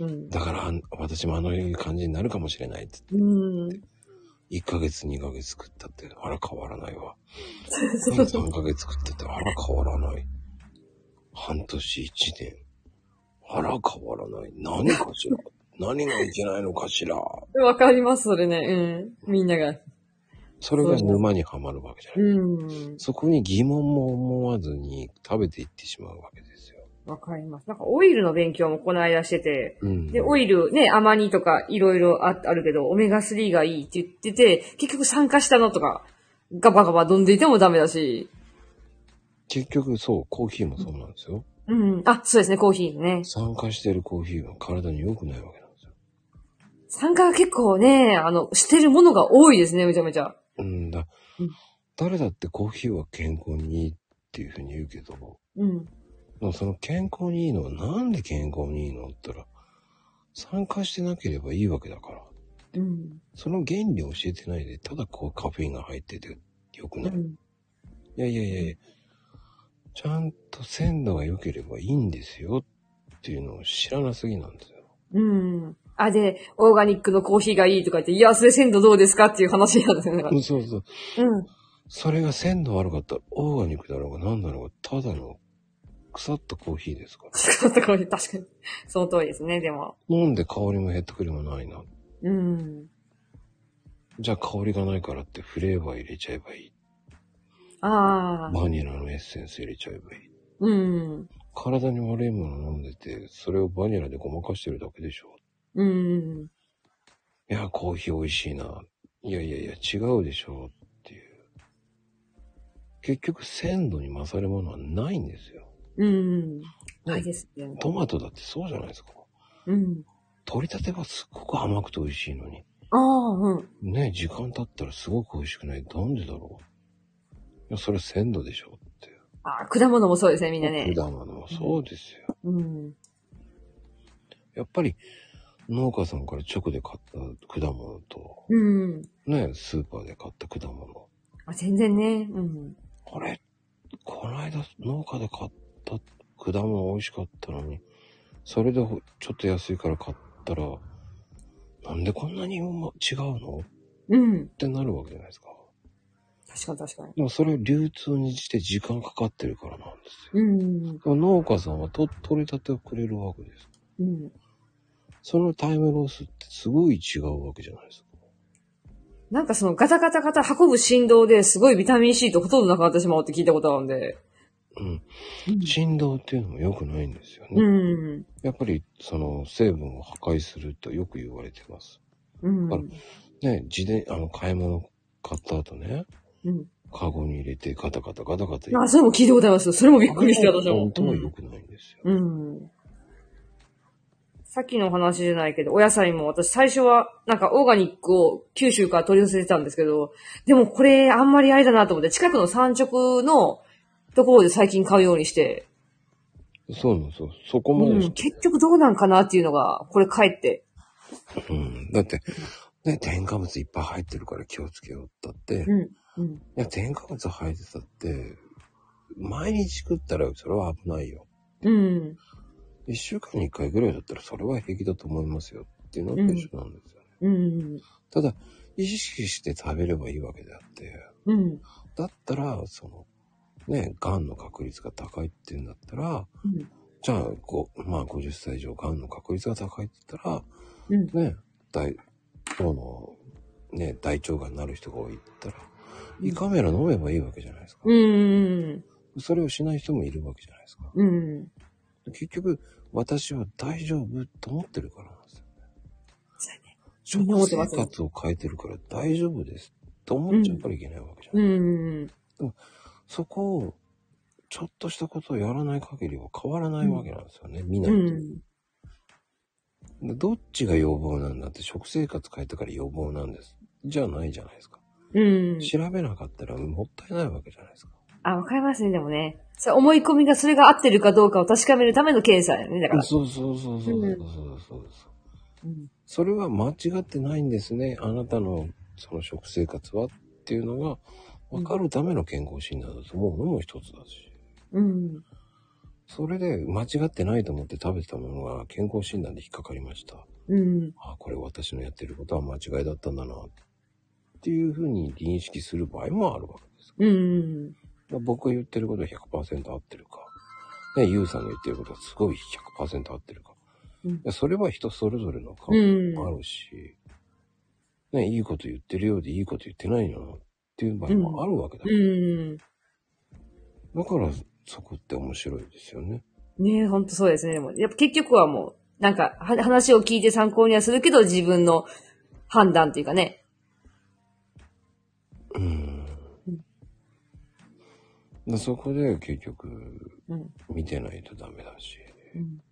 [SPEAKER 1] う。
[SPEAKER 3] うん。
[SPEAKER 1] だからあん、私もあの感じになるかもしれないって。
[SPEAKER 3] うん。
[SPEAKER 1] 1ヶ月、2ヶ月食ったって、あら変わらないわ。3ヶ月食ってて、あら変わらない。半年、1年。あら変わらない。何かしら何がいけないのかしら
[SPEAKER 3] わかります、それね。うん。みんなが。
[SPEAKER 1] それが沼にはまるわけじゃない。
[SPEAKER 3] うん。
[SPEAKER 1] そこに疑問も思わずに食べていってしまうわけですよ。
[SPEAKER 3] わかります。なんかオイルの勉強もこの間してて、
[SPEAKER 1] うん。
[SPEAKER 3] で、オイル、ね、アマニとかいろいろああるけど、オメガ3がいいって言ってて、結局酸化したのとか、ガバガバ飲んでいてもダメだし、
[SPEAKER 1] 結局そう、コーヒーもそうなんですよ。
[SPEAKER 3] うん。あ、そうですね、コーヒーね。
[SPEAKER 1] 酸化してるコーヒーは体に良くないわけなんですよ。
[SPEAKER 3] 酸化が結構ね、あの、してるものが多いですね、めちゃめちゃ。
[SPEAKER 1] うんだ
[SPEAKER 3] うん。
[SPEAKER 1] 誰だってコーヒーは健康にいいっていうふうに言うけど、
[SPEAKER 3] うん。
[SPEAKER 1] でもその健康にいいのはなんで健康にいいのって言ったら、酸化してなければいいわけだから。
[SPEAKER 3] うん。
[SPEAKER 1] その原理を教えてないで、ただこうカフェインが入ってて良く
[SPEAKER 3] う
[SPEAKER 1] ない。い
[SPEAKER 3] ん。
[SPEAKER 1] やいやいやいや、ちゃんと鮮度が良ければいいんですよっていうのを知らなすぎなんですよ。
[SPEAKER 3] うん。あ、で、オーガニックのコーヒーがいいとか言って、いや、それ鮮度どうですかっていう話なんですよね。だか
[SPEAKER 1] う
[SPEAKER 3] ら
[SPEAKER 1] んそうそう。
[SPEAKER 3] うん。
[SPEAKER 1] それが鮮度悪かったら、オーガニックだろうが何だろうが、ただの腐ったコーヒーですから。
[SPEAKER 3] 使った確かに。その通りですね、でも。
[SPEAKER 1] 飲んで香りもヘッドクリもないな。
[SPEAKER 3] うん。
[SPEAKER 1] じゃあ香りがないからってフレーバー入れちゃえばいい。
[SPEAKER 3] ああ。
[SPEAKER 1] バニラのエッセンス入れちゃえばいい。
[SPEAKER 3] うん。
[SPEAKER 1] 体に悪いもの飲んでて、それをバニラでごまかしてるだけでしょ。
[SPEAKER 3] うん。
[SPEAKER 1] いや、コーヒー美味しいな。いやいやいや、違うでしょっていう。結局、鮮度に勝るものはないんですよ。
[SPEAKER 3] うん。ないですね。
[SPEAKER 1] トマトだってそうじゃないですか。
[SPEAKER 3] うん。
[SPEAKER 1] 取り立てはすっごく甘くて美味しいのに。
[SPEAKER 3] ああ、うん。
[SPEAKER 1] ね、時間経ったらすごく美味しくない。なんでだろう。いや、それ鮮度でしょっていう。
[SPEAKER 3] ああ、果物もそうですね、みんなね。
[SPEAKER 1] 果物もそうですよ。
[SPEAKER 3] うん。
[SPEAKER 1] やっぱり、農家さんから直で買った果物と、
[SPEAKER 3] うん。
[SPEAKER 1] ね、スーパーで買った果物。
[SPEAKER 3] あ全然ね。うん。
[SPEAKER 1] これ、この間農家で買った果物美味しかったのに、それでほちょっと安いから買ったら、なんでこんなにうま違うのっ
[SPEAKER 3] うん。
[SPEAKER 1] てなるわけじゃないですか。
[SPEAKER 3] 確かに確かに。
[SPEAKER 1] でもそれを流通にして時間かかってるからなんですよ。
[SPEAKER 3] うん。
[SPEAKER 1] でも農家さんはと取れたてをくれるわけです。
[SPEAKER 3] うん。
[SPEAKER 1] そのタイムロスってすごい違うわけじゃないですか。
[SPEAKER 3] なんかそのガタガタガタ運ぶ振動ですごいビタミン C とほとんどなくなってしまうって聞いたことあるんで。
[SPEAKER 1] うん。振動っていうのも良くないんですよね。
[SPEAKER 3] うん。
[SPEAKER 1] やっぱりその成分を破壊するとよく言われてます。
[SPEAKER 3] うん。
[SPEAKER 1] あね、自転、あの、買い物買った後ね、
[SPEAKER 3] うん。
[SPEAKER 1] カゴに入れてガタガタガタガタ
[SPEAKER 3] あ、それも聞いたことありますよ。それもびっくりして私も
[SPEAKER 1] 本。当は良くないんですよ。
[SPEAKER 3] うん。さっきの話じゃないけど、お野菜も私最初は、なんかオーガニックを九州から取り寄せてたんですけど、でもこれあんまりあれだなと思って、近くの産直のところで最近買うようにして、
[SPEAKER 1] そうなんですよ。そこま
[SPEAKER 3] う
[SPEAKER 1] で
[SPEAKER 3] ん、
[SPEAKER 1] して、
[SPEAKER 3] 結局どうなんかなっていうのが、これ帰って。
[SPEAKER 1] うんだって、ね、添加物いっぱい入ってるから気をつけようったって、い
[SPEAKER 3] うん。うん。
[SPEAKER 1] や、添加物入ってたって、毎日食ったらそれは危ないよ。
[SPEAKER 3] うん。
[SPEAKER 1] 一週間に一回ぐらいだったらそれは平気だと思いますよっていうのと一緒なんですよね。
[SPEAKER 3] うん。
[SPEAKER 1] ただ、意識して食べればいいわけであって、
[SPEAKER 3] うん。
[SPEAKER 1] だったら、その、ね、癌の確率が高いっていうんだったら、
[SPEAKER 3] うん
[SPEAKER 1] じゃあ、こう、まあ、50歳以上癌の確率が高いって言った
[SPEAKER 3] うん。
[SPEAKER 1] ら、ね、大、その、ね、大腸がんになる人が多いって言ったら、胃カメラ飲めばいいわけじゃないですか。
[SPEAKER 3] うん。
[SPEAKER 1] それをしない人もいるわけじゃないですか。
[SPEAKER 3] うん。
[SPEAKER 1] 結局、私は大丈夫と思ってるからなんですよ。
[SPEAKER 3] そうやねみんな思
[SPEAKER 1] 食
[SPEAKER 3] ってま
[SPEAKER 1] 生
[SPEAKER 3] す
[SPEAKER 1] 活を変えてるから大丈夫ですと思っちゃうからいけないわけじゃない、
[SPEAKER 3] うん。
[SPEAKER 1] そこを、ちょっとしたことをやらない限りは変わらないわけなんですよね、見な
[SPEAKER 3] う
[SPEAKER 1] いと、
[SPEAKER 3] ん。
[SPEAKER 1] でどっちが予防なんだって、食生活変えたから予防なんです。じゃないじゃないですか。
[SPEAKER 3] うん。
[SPEAKER 1] 調べなかったらもったいないわけじゃないですか。
[SPEAKER 3] あ、わかりますね、でもね。それ思い込みがそれが合ってるかどうかを確かめるための検査やね、だから。
[SPEAKER 1] そうそうそうそうそうそうそう、
[SPEAKER 3] うん。
[SPEAKER 1] それは間違ってないんですね。あなたのその食生活はっていうのが分かるための健康診断だと思うのも一つだし。
[SPEAKER 3] うん。
[SPEAKER 1] それで間違ってないと思って食べてたものが健康診断で引っかかりました。
[SPEAKER 3] うん。
[SPEAKER 1] あ、これ私のやってることは間違いだったんだな、っていうふうに認識する場合もあるわけです。
[SPEAKER 3] うん。
[SPEAKER 1] だから僕が言ってることは100%合ってるか、ね、ゆうさんが言ってることはすごい100%合ってるか。
[SPEAKER 3] うん
[SPEAKER 1] いやそれは人それぞれの考
[SPEAKER 3] う
[SPEAKER 1] え
[SPEAKER 3] ん
[SPEAKER 1] もあるし、ね、いいこと言ってるようでいいこと言ってないよな、っていう場合もあるわけだ。
[SPEAKER 3] うん。
[SPEAKER 1] だから、そこって面白いですよね。
[SPEAKER 3] ねえ、ほんとそうですね。でも、やっぱ結局はもう、なんか、は話を聞いて参考にはするけど、自分の判断っていうかね。
[SPEAKER 1] うん。でそこで結局、
[SPEAKER 3] うん。
[SPEAKER 1] 見てないとダメだし。
[SPEAKER 3] うん。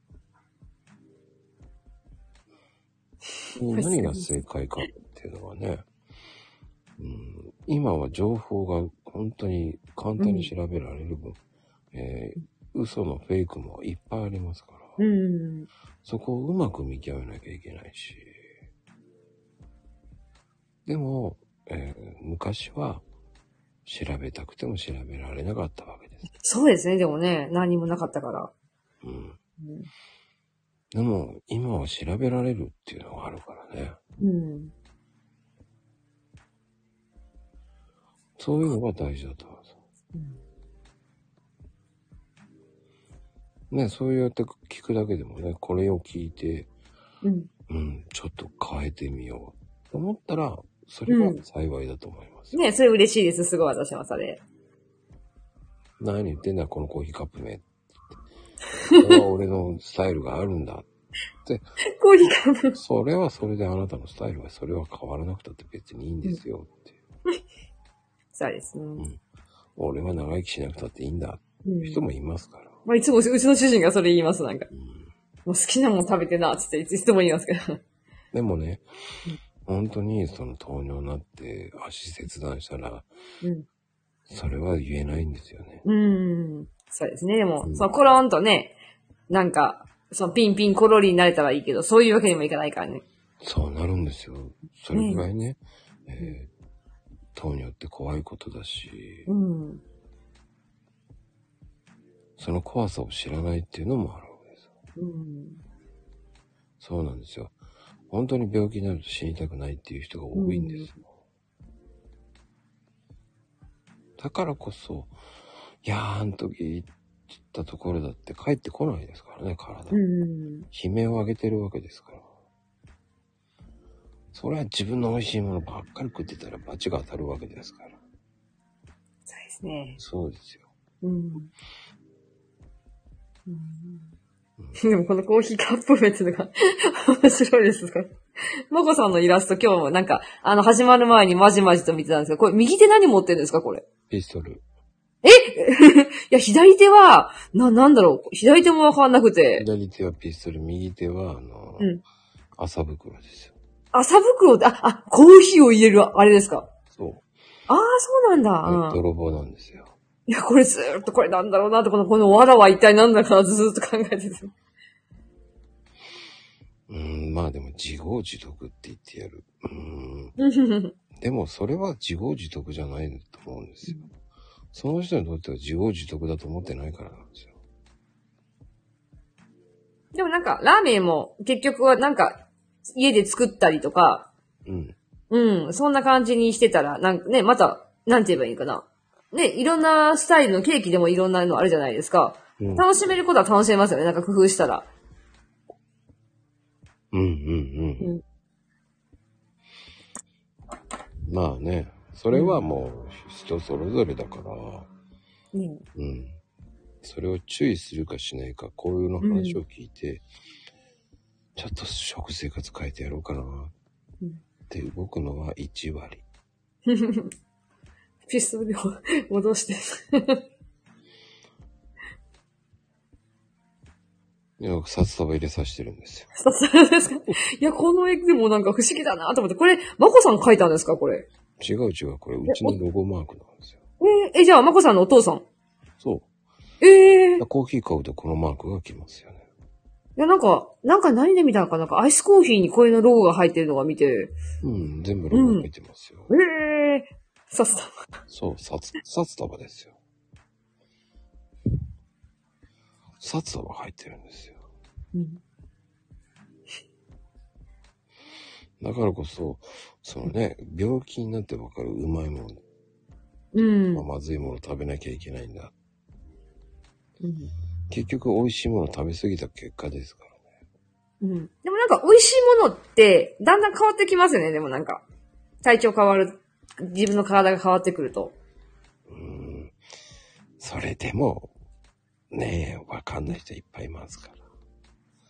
[SPEAKER 1] 何が正解かっていうのはね、うん、今は情報が本当に簡単に調べられる分、えー嘘のフェイクもいっぱいありますから、
[SPEAKER 3] うん。
[SPEAKER 1] そこをうまく見極めなきゃいけないし、でも、えー昔は調べたくても調べられなかったわけです。
[SPEAKER 3] そうですね、でもね、何もなかったから。
[SPEAKER 1] うん。
[SPEAKER 3] うん
[SPEAKER 1] でも、今は調べられるっていうのがあるからね。
[SPEAKER 3] うん。
[SPEAKER 1] そういうのが大事だと思うんですよ
[SPEAKER 3] うん
[SPEAKER 1] ね、そうやって聞くだけでもね、これを聞いて、
[SPEAKER 3] うん。
[SPEAKER 1] うん、ちょっと変えてみようと思ったら、それが
[SPEAKER 3] うん
[SPEAKER 1] 幸いだと思いますよ。
[SPEAKER 3] ねそれ嬉しいです。すごい私はそれ。
[SPEAKER 1] 何言ってんだ、このコーヒーカップ名。これは俺のスタイルがあるんだ。
[SPEAKER 3] コーヒーカップ。
[SPEAKER 1] それはそれであなたのスタイルはそれは変わらなくたって別にいいんですよっていう。
[SPEAKER 3] そうですね。
[SPEAKER 1] 俺は長生きしなくたっていいんだっ
[SPEAKER 3] う
[SPEAKER 1] て人
[SPEAKER 3] ん。
[SPEAKER 1] もいますから。
[SPEAKER 3] まあ、いつもうちの主人がそれ言います、なんか。
[SPEAKER 1] うん
[SPEAKER 3] もう好きなもん食べてな、つっていついつも言いますけど。
[SPEAKER 1] でもね、本当にその糖尿になって足切断したら、
[SPEAKER 3] うん。
[SPEAKER 1] それは言えないんですよね。
[SPEAKER 3] うん。そうですね。でも、
[SPEAKER 1] うん
[SPEAKER 3] そのコロンとね、なんか、そのピンピンコロリになれたらいいけど、そういうわけにもいかないからね。
[SPEAKER 1] そうなるんですよ。それぐらいね、えー糖尿って怖いことだし、
[SPEAKER 3] うん。
[SPEAKER 1] その怖さを知らないっていうのもあるわけですよ。
[SPEAKER 3] うん。
[SPEAKER 1] そうなんですよ。本当に病気になると死にたくないっていう人が多いんですよ。だからこそ、いやー、あの時言ったところだって帰ってこないですからね、体。
[SPEAKER 3] うん。
[SPEAKER 1] 悲鳴を上げてるわけですから。それは自分の美味しいものばっかり食ってたら罰が当たるわけですから。
[SPEAKER 3] そうですね。
[SPEAKER 1] そうですよ。
[SPEAKER 3] うん。でもこのコーヒーカップ麺っていうのが面白いですが。まこさんのイラスト今日もなんか、あの、始まる前にまじまじと見てたんですけど、これ右手何持ってるんですかこれ。
[SPEAKER 1] ピストル。
[SPEAKER 3] いや、左手は、な、なんだろう。左手もわかんなくて。
[SPEAKER 1] 左手はピストル、右手は、あの、
[SPEAKER 3] うん
[SPEAKER 1] 麻袋ですよ。
[SPEAKER 3] 麻袋って、あ、あ、コーヒーを入れる、あれですか。
[SPEAKER 1] そう。
[SPEAKER 3] ああ、そうなんだ。うん、
[SPEAKER 1] 泥棒なんですよ。
[SPEAKER 3] いや、これずーっとこれなんだろうなって、この、このわらは一体なんだかずーっと考えてて。
[SPEAKER 1] うん、まあでも自業自得って言ってやる。うん。
[SPEAKER 3] うん
[SPEAKER 1] でもそれは自業自得じゃないと思うんですよ。その人にとっては自業自得だと思ってないからなんですよ。
[SPEAKER 3] でもなんか、ラーメンも結局はなんか、家で作ったりとか、
[SPEAKER 1] うん。
[SPEAKER 3] うん、そんな感じにしてたら、なんかね、また、なんて言えばいいかな。ね、いろんなスタイルのケーキでもいろんなのあるじゃないですか。
[SPEAKER 1] うん。
[SPEAKER 3] 楽しめることは楽しめますよね。なんか工夫したら。
[SPEAKER 1] うんうんうん。まあね、それはもう人それぞれだから、
[SPEAKER 3] うん。
[SPEAKER 1] うん。それを注意するかしないか、こういうの話を聞いて、ちょっと食生活変えてやろうかなって動くのは1割。
[SPEAKER 3] ピストルを戻して。
[SPEAKER 1] いや札束入れさせてるんですよ。
[SPEAKER 3] さすがですかいや、この絵でもなんか不思議だなと思って。これ、マコさん描いたんですかこれ。
[SPEAKER 1] 違う違う、これうちのロゴマークなんですよ。
[SPEAKER 3] えーえ、じゃあ、マコさんのお父さん。
[SPEAKER 1] そ
[SPEAKER 3] ええ
[SPEAKER 1] う。コーヒー買うとこのマークが来ますよね。
[SPEAKER 3] いや、なんか、なんか何で見たのかなんかアイスコーヒーにこれのロゴが入ってるのが見て、
[SPEAKER 1] うん、全部ロゴ入ってますよ。
[SPEAKER 3] ええー、さすが。
[SPEAKER 1] そう、札、札束ですよ。札束入ってるんですよ。
[SPEAKER 3] うん
[SPEAKER 1] だからこそ、そのね、病気になってわかるうまいもん、
[SPEAKER 3] うん
[SPEAKER 1] まあ。まずいもの食べなきゃいけないんだ。
[SPEAKER 3] うん
[SPEAKER 1] 結局美味しいもの食べ過ぎた結果ですからね。
[SPEAKER 3] うん。でもなんか美味しいものって、だんだん変わってきますよね、でもなんか。体調変わる、自分の体が変わってくると。
[SPEAKER 1] うん。それでも、ねえ、わかんない人いっぱいいますから。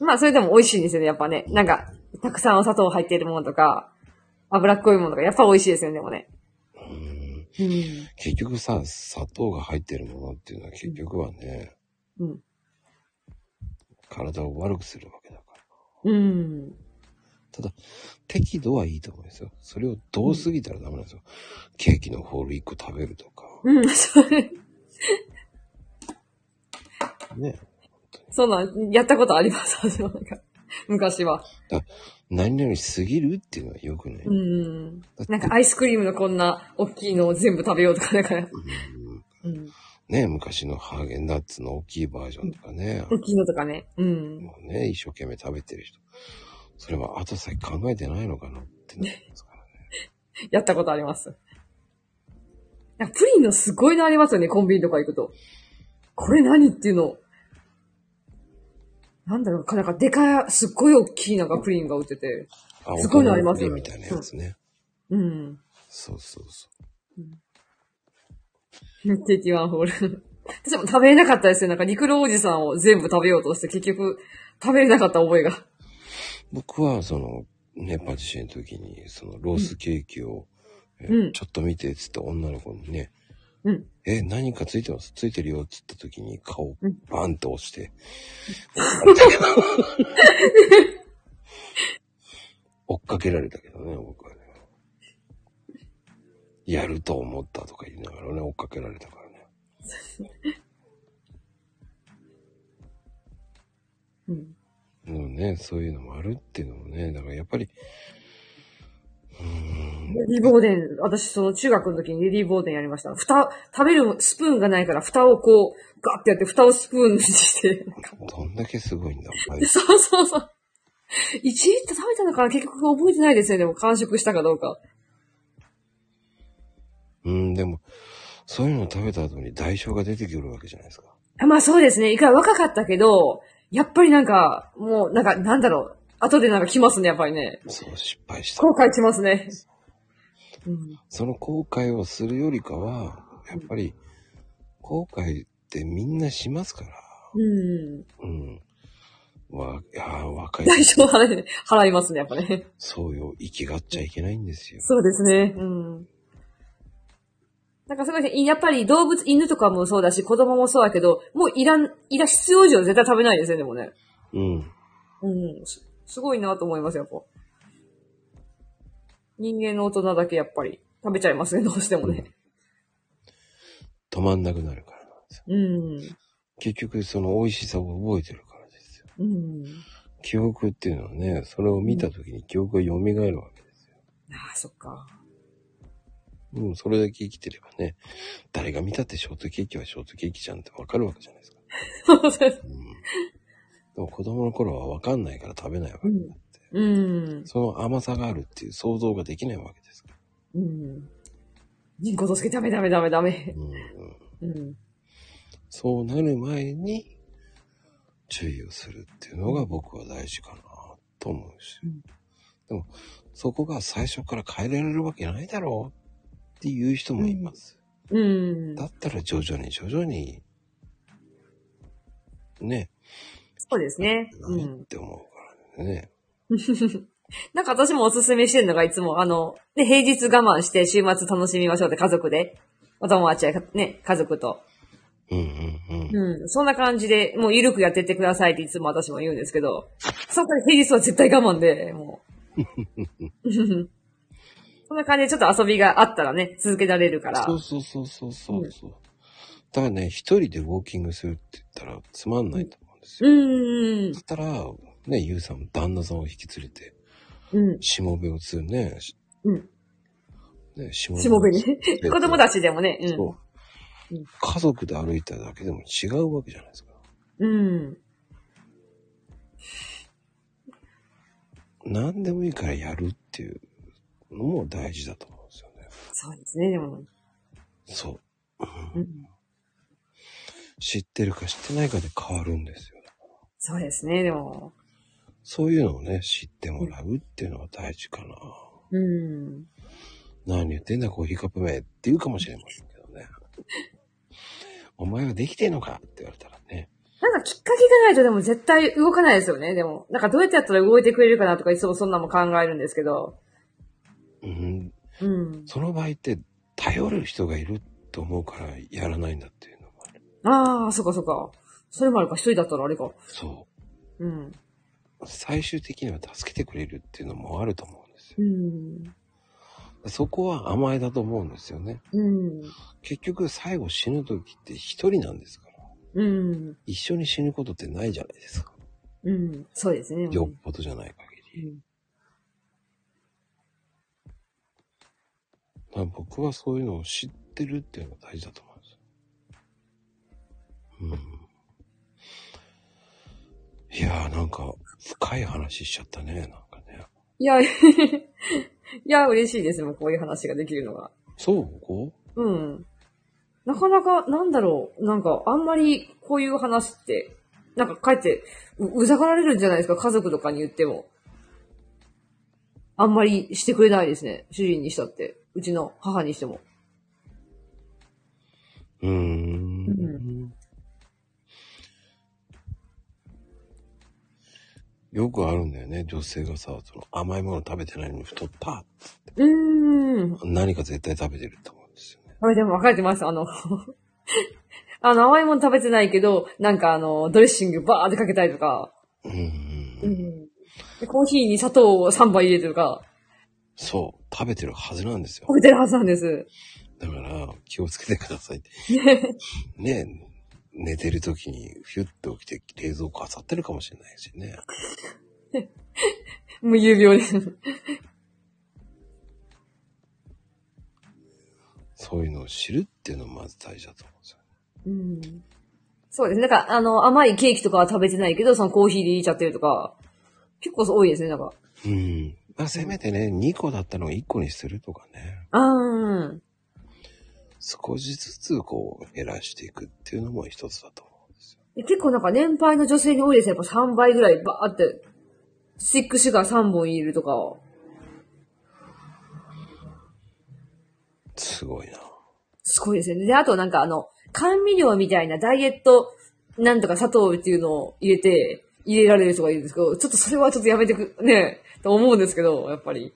[SPEAKER 3] まあそれでも美味しいんですよね、やっぱね。なんか、たくさんお砂糖入ってるものとか、脂っこいものとか、やっぱ美味しいですよね、でもね。
[SPEAKER 1] うん。
[SPEAKER 3] うん。
[SPEAKER 1] 結局さ、砂糖が入ってるものっていうのは結局はね、
[SPEAKER 3] うん。
[SPEAKER 1] 体を悪くするわけだから。
[SPEAKER 3] うん。
[SPEAKER 1] ただ、適度はいいと思うんですよ。それをどう過ぎたらダメなんですよ。ケーキのホール1個食べるとか。
[SPEAKER 3] うん、 それ、
[SPEAKER 1] ね。
[SPEAKER 3] そんなん、やったことあります、私もなんか。昔は。
[SPEAKER 1] 何々すぎるっていうのは良くない。
[SPEAKER 3] うん。
[SPEAKER 1] だって
[SPEAKER 3] なんかアイスクリームのこんな大きいのを全部食べようとか、だから。
[SPEAKER 1] うん
[SPEAKER 3] うん。
[SPEAKER 1] ね、昔のハーゲンダッツの大きいバージョンとかね、
[SPEAKER 3] 大きいのとかね。うん。
[SPEAKER 1] もうね、一生懸命食べてる人。それは後先考えてないのかなってなりますからね。
[SPEAKER 3] やったことあります。なんかプリンのすごいのありますよね、コンビニとか行くと。これ何っていうの。なんだろうか、なんかでかい、すっごい大きいなんかプリンが売ってて。
[SPEAKER 1] あ
[SPEAKER 3] すごいのありますよね
[SPEAKER 1] みたいなやつね。
[SPEAKER 3] うん。
[SPEAKER 1] そうそうそ
[SPEAKER 3] 51ホール。 私も食べれなかったですよ。なんか肉のおじさんを全部食べようとして、結局食べれなかった覚えが。
[SPEAKER 1] う。僕は、その、ね、パティシエの時に、その、ロースケーキを、え
[SPEAKER 3] うん
[SPEAKER 1] ちょっと見て、つって女の子にね、
[SPEAKER 3] うん
[SPEAKER 1] え、何かついてますついてるよ、つった時に顔
[SPEAKER 3] うん、
[SPEAKER 1] バンと押して、 追っかけられたけどね、僕はね。やると思ったとか言いながらね、追っかけられたからね。
[SPEAKER 3] うん。
[SPEAKER 1] でもね、そういうのもあるっていうのもね、だからやっぱり、うーん、
[SPEAKER 3] レディーボーデン、私その中学の時にレディーボーデンやりました。蓋、食べるスプーンがないから蓋をこう、ガッてやって蓋をスプーンにして。
[SPEAKER 1] どんだけすごいんだ、お前
[SPEAKER 3] そうそうそう。1リットル食べたのかな結局覚えてないですよね。でも完食したかどうか。
[SPEAKER 1] うん、でも、そういうのを食べた後に代償が出てくるわけじゃないですか。
[SPEAKER 3] あまあそうですね。いくら若かったけど、やっぱりなんか、もうなんか、なんだろう。後でなんか来ますね、やっぱりね。
[SPEAKER 1] そう、失敗した。
[SPEAKER 3] 後悔しますね。うん。
[SPEAKER 1] その後悔をするよりかは、やっぱり、後悔ってみんなしますから。
[SPEAKER 3] うん。
[SPEAKER 1] うん。わ、いやー若い。
[SPEAKER 3] 代償を払い、払いますね、やっぱね。
[SPEAKER 1] そうよ、生きがっちゃいけないんですよ。
[SPEAKER 3] そうですね。うん。なんかすごいですねやっぱり動物、犬とかもそうだし、子供もそうだけど、もういらん、いら、必要以上絶対食べないですよね、でもね。
[SPEAKER 1] うん。
[SPEAKER 3] うん。すすごいなと思います、やっぱ。人間の大人だけやっぱり食べちゃいますね、どう してもね。
[SPEAKER 1] 止まんなくなるからなんですよ。
[SPEAKER 3] うん。
[SPEAKER 1] 結局、その美味しさを覚えてるからですよ。
[SPEAKER 3] うん。
[SPEAKER 1] 記憶っていうのはね、それを見た時に記憶が蘇るわけですよ。
[SPEAKER 3] ああ、そっか。
[SPEAKER 1] うん、それだけ生きてればね、誰が見たってショートケーキはショートケーキじゃんってわかるわけじゃないですか。うん。でも子供の頃はわかんないから食べないわけだって。
[SPEAKER 3] うん。
[SPEAKER 1] その甘さがあるっていう想像ができないわけですから。
[SPEAKER 3] うん。人工とすけダメダメダメダメ。
[SPEAKER 1] うんうん。
[SPEAKER 3] うん。
[SPEAKER 1] そうなる前に注意をするっていうのが僕は大事かなと思うし。
[SPEAKER 3] うん
[SPEAKER 1] でも、そこが最初から変えられるわけないだろうっていう人もいます。
[SPEAKER 3] うん。
[SPEAKER 1] だったら徐々に徐々に、ね、
[SPEAKER 3] そうですね。う
[SPEAKER 1] 何っ
[SPEAKER 3] ん。
[SPEAKER 1] て思うからね。
[SPEAKER 3] なんか私もおすすめしてるのがいつも、あの、ね、平日我慢して週末楽しみましょうって家族で。お友達や、ね、家族と。
[SPEAKER 1] うんうんうん。
[SPEAKER 3] うん。そんな感じで、もう緩くやってってくださいっていつも私も言うんですけど、そこで平日は絶対我慢で、もう。 そんな感じでちょっと遊びがあったらね、続けられるから。
[SPEAKER 1] そうそうそうそうそうそう。だからね、一人でウォーキングするって言ったらつまんないと思うんですよ。
[SPEAKER 3] うーん
[SPEAKER 1] だっ。たら、ね、ゆうさんも旦那さんを引き連れて、
[SPEAKER 3] うん。
[SPEAKER 1] しもべをするね。し
[SPEAKER 3] うん。
[SPEAKER 1] ね、しも
[SPEAKER 3] しもべに。
[SPEAKER 1] べ
[SPEAKER 3] 子供たちでもね。うん。
[SPEAKER 1] そう
[SPEAKER 3] うん
[SPEAKER 1] 家族で歩いただけでも違うわけじゃないですか。
[SPEAKER 3] うん。
[SPEAKER 1] 何でもいいからやるっていうのも大事だと思うんですよね。
[SPEAKER 3] そうですね、でも。
[SPEAKER 1] そう。
[SPEAKER 3] うん、
[SPEAKER 1] 知ってるか知ってないかで変わるんですよ。
[SPEAKER 3] そうですね、でも。
[SPEAKER 1] そういうのをね、知ってもらうっていうのが大事かな。
[SPEAKER 3] うん。
[SPEAKER 1] 何言ってんだコーヒーカップ麺って言うかもしれませんけどね。お前はできてんのかって言われたらね。
[SPEAKER 3] なんかきっかけがないとでも絶対動かないですよね、でも。なんかどうやってやったら動いてくれるかなとかいつもそんなもん考えるんですけど。
[SPEAKER 1] うん、
[SPEAKER 3] うん。
[SPEAKER 1] その場合って頼る人がいると思うからやらないんだっていうのもある。
[SPEAKER 3] ああ、そっかそっか。それもあるか、一人だったらあれか。
[SPEAKER 1] そ
[SPEAKER 3] うん。
[SPEAKER 1] う。最終的には助けてくれるっていうのもあると思うんですよ。
[SPEAKER 3] うん。
[SPEAKER 1] そこは甘えだと思うんですよね。
[SPEAKER 3] うん。
[SPEAKER 1] 結局最後死ぬ時って一人なんですから。
[SPEAKER 3] うん。
[SPEAKER 1] 一緒に死ぬことってないじゃないですか。
[SPEAKER 3] うん。そうですね。
[SPEAKER 1] よっぽどじゃない限り。
[SPEAKER 3] うん
[SPEAKER 1] だから僕はそういうのを知ってるっていうのが大事だと思うんですよ。うん。いやーなんか深い話しちゃったね、なんかね。
[SPEAKER 3] いや、い や、嬉しいですもん、こういう話ができるのが。
[SPEAKER 1] そうこう
[SPEAKER 3] うん。なかなか、なんだろう、なんか、あんまりこういう話って、なんか、かえってう、うざがられるんじゃないですか、家族とかに言っても。あんまりしてくれないですね、主人にしたって。うちの母にしても。
[SPEAKER 1] うーん。よくあるんだよね、女性がさ、その甘いもの食べてないのに太った。
[SPEAKER 3] うーん。
[SPEAKER 1] 何か絶対食べてると思うんですよね。
[SPEAKER 3] これでも分かれてます、あの、 あの、甘いもの食べてないけど、なんかあの、ドレッシングバーってかけたりとか、
[SPEAKER 1] うん、
[SPEAKER 3] う
[SPEAKER 1] うん。
[SPEAKER 3] ん。でコーヒーに砂糖を3杯入れてとか、
[SPEAKER 1] そう、食べてるはずなんですよ
[SPEAKER 3] 食。べてるはずなんです。
[SPEAKER 1] だから、気をつけてください って。ね寝てる時に、ヒュッと起きて、冷蔵庫漁ってるかもしれないしね。
[SPEAKER 3] もう有病です。
[SPEAKER 1] そういうのを知るっていうのもまず大事だと思うんですよ。
[SPEAKER 3] うんそうですね。なんか、あの、甘いケーキとかは食べてないけど、そのコーヒーで入れちゃってるとか、結構多いですね、なんか。
[SPEAKER 1] うん。まあ、せめてね、2個だったのを1個にするとかね。
[SPEAKER 3] あー
[SPEAKER 1] 少しずつこう、減らしていくっていうのも一つだと思うんですよ。
[SPEAKER 3] で結構なんか年配の女性に多いですね。やっぱ3倍ぐらいバーって、スティックシュガー3本入れるとか。
[SPEAKER 1] すごいな。
[SPEAKER 3] すごいですよね。で、あとなんかあの、甘味料みたいなダイエット、なんとか砂糖っていうのを入れて、入れられる人がいるんですけど、ちょっとそれはちょっとやめてく、ねえ、と思うんですけど、やっぱり。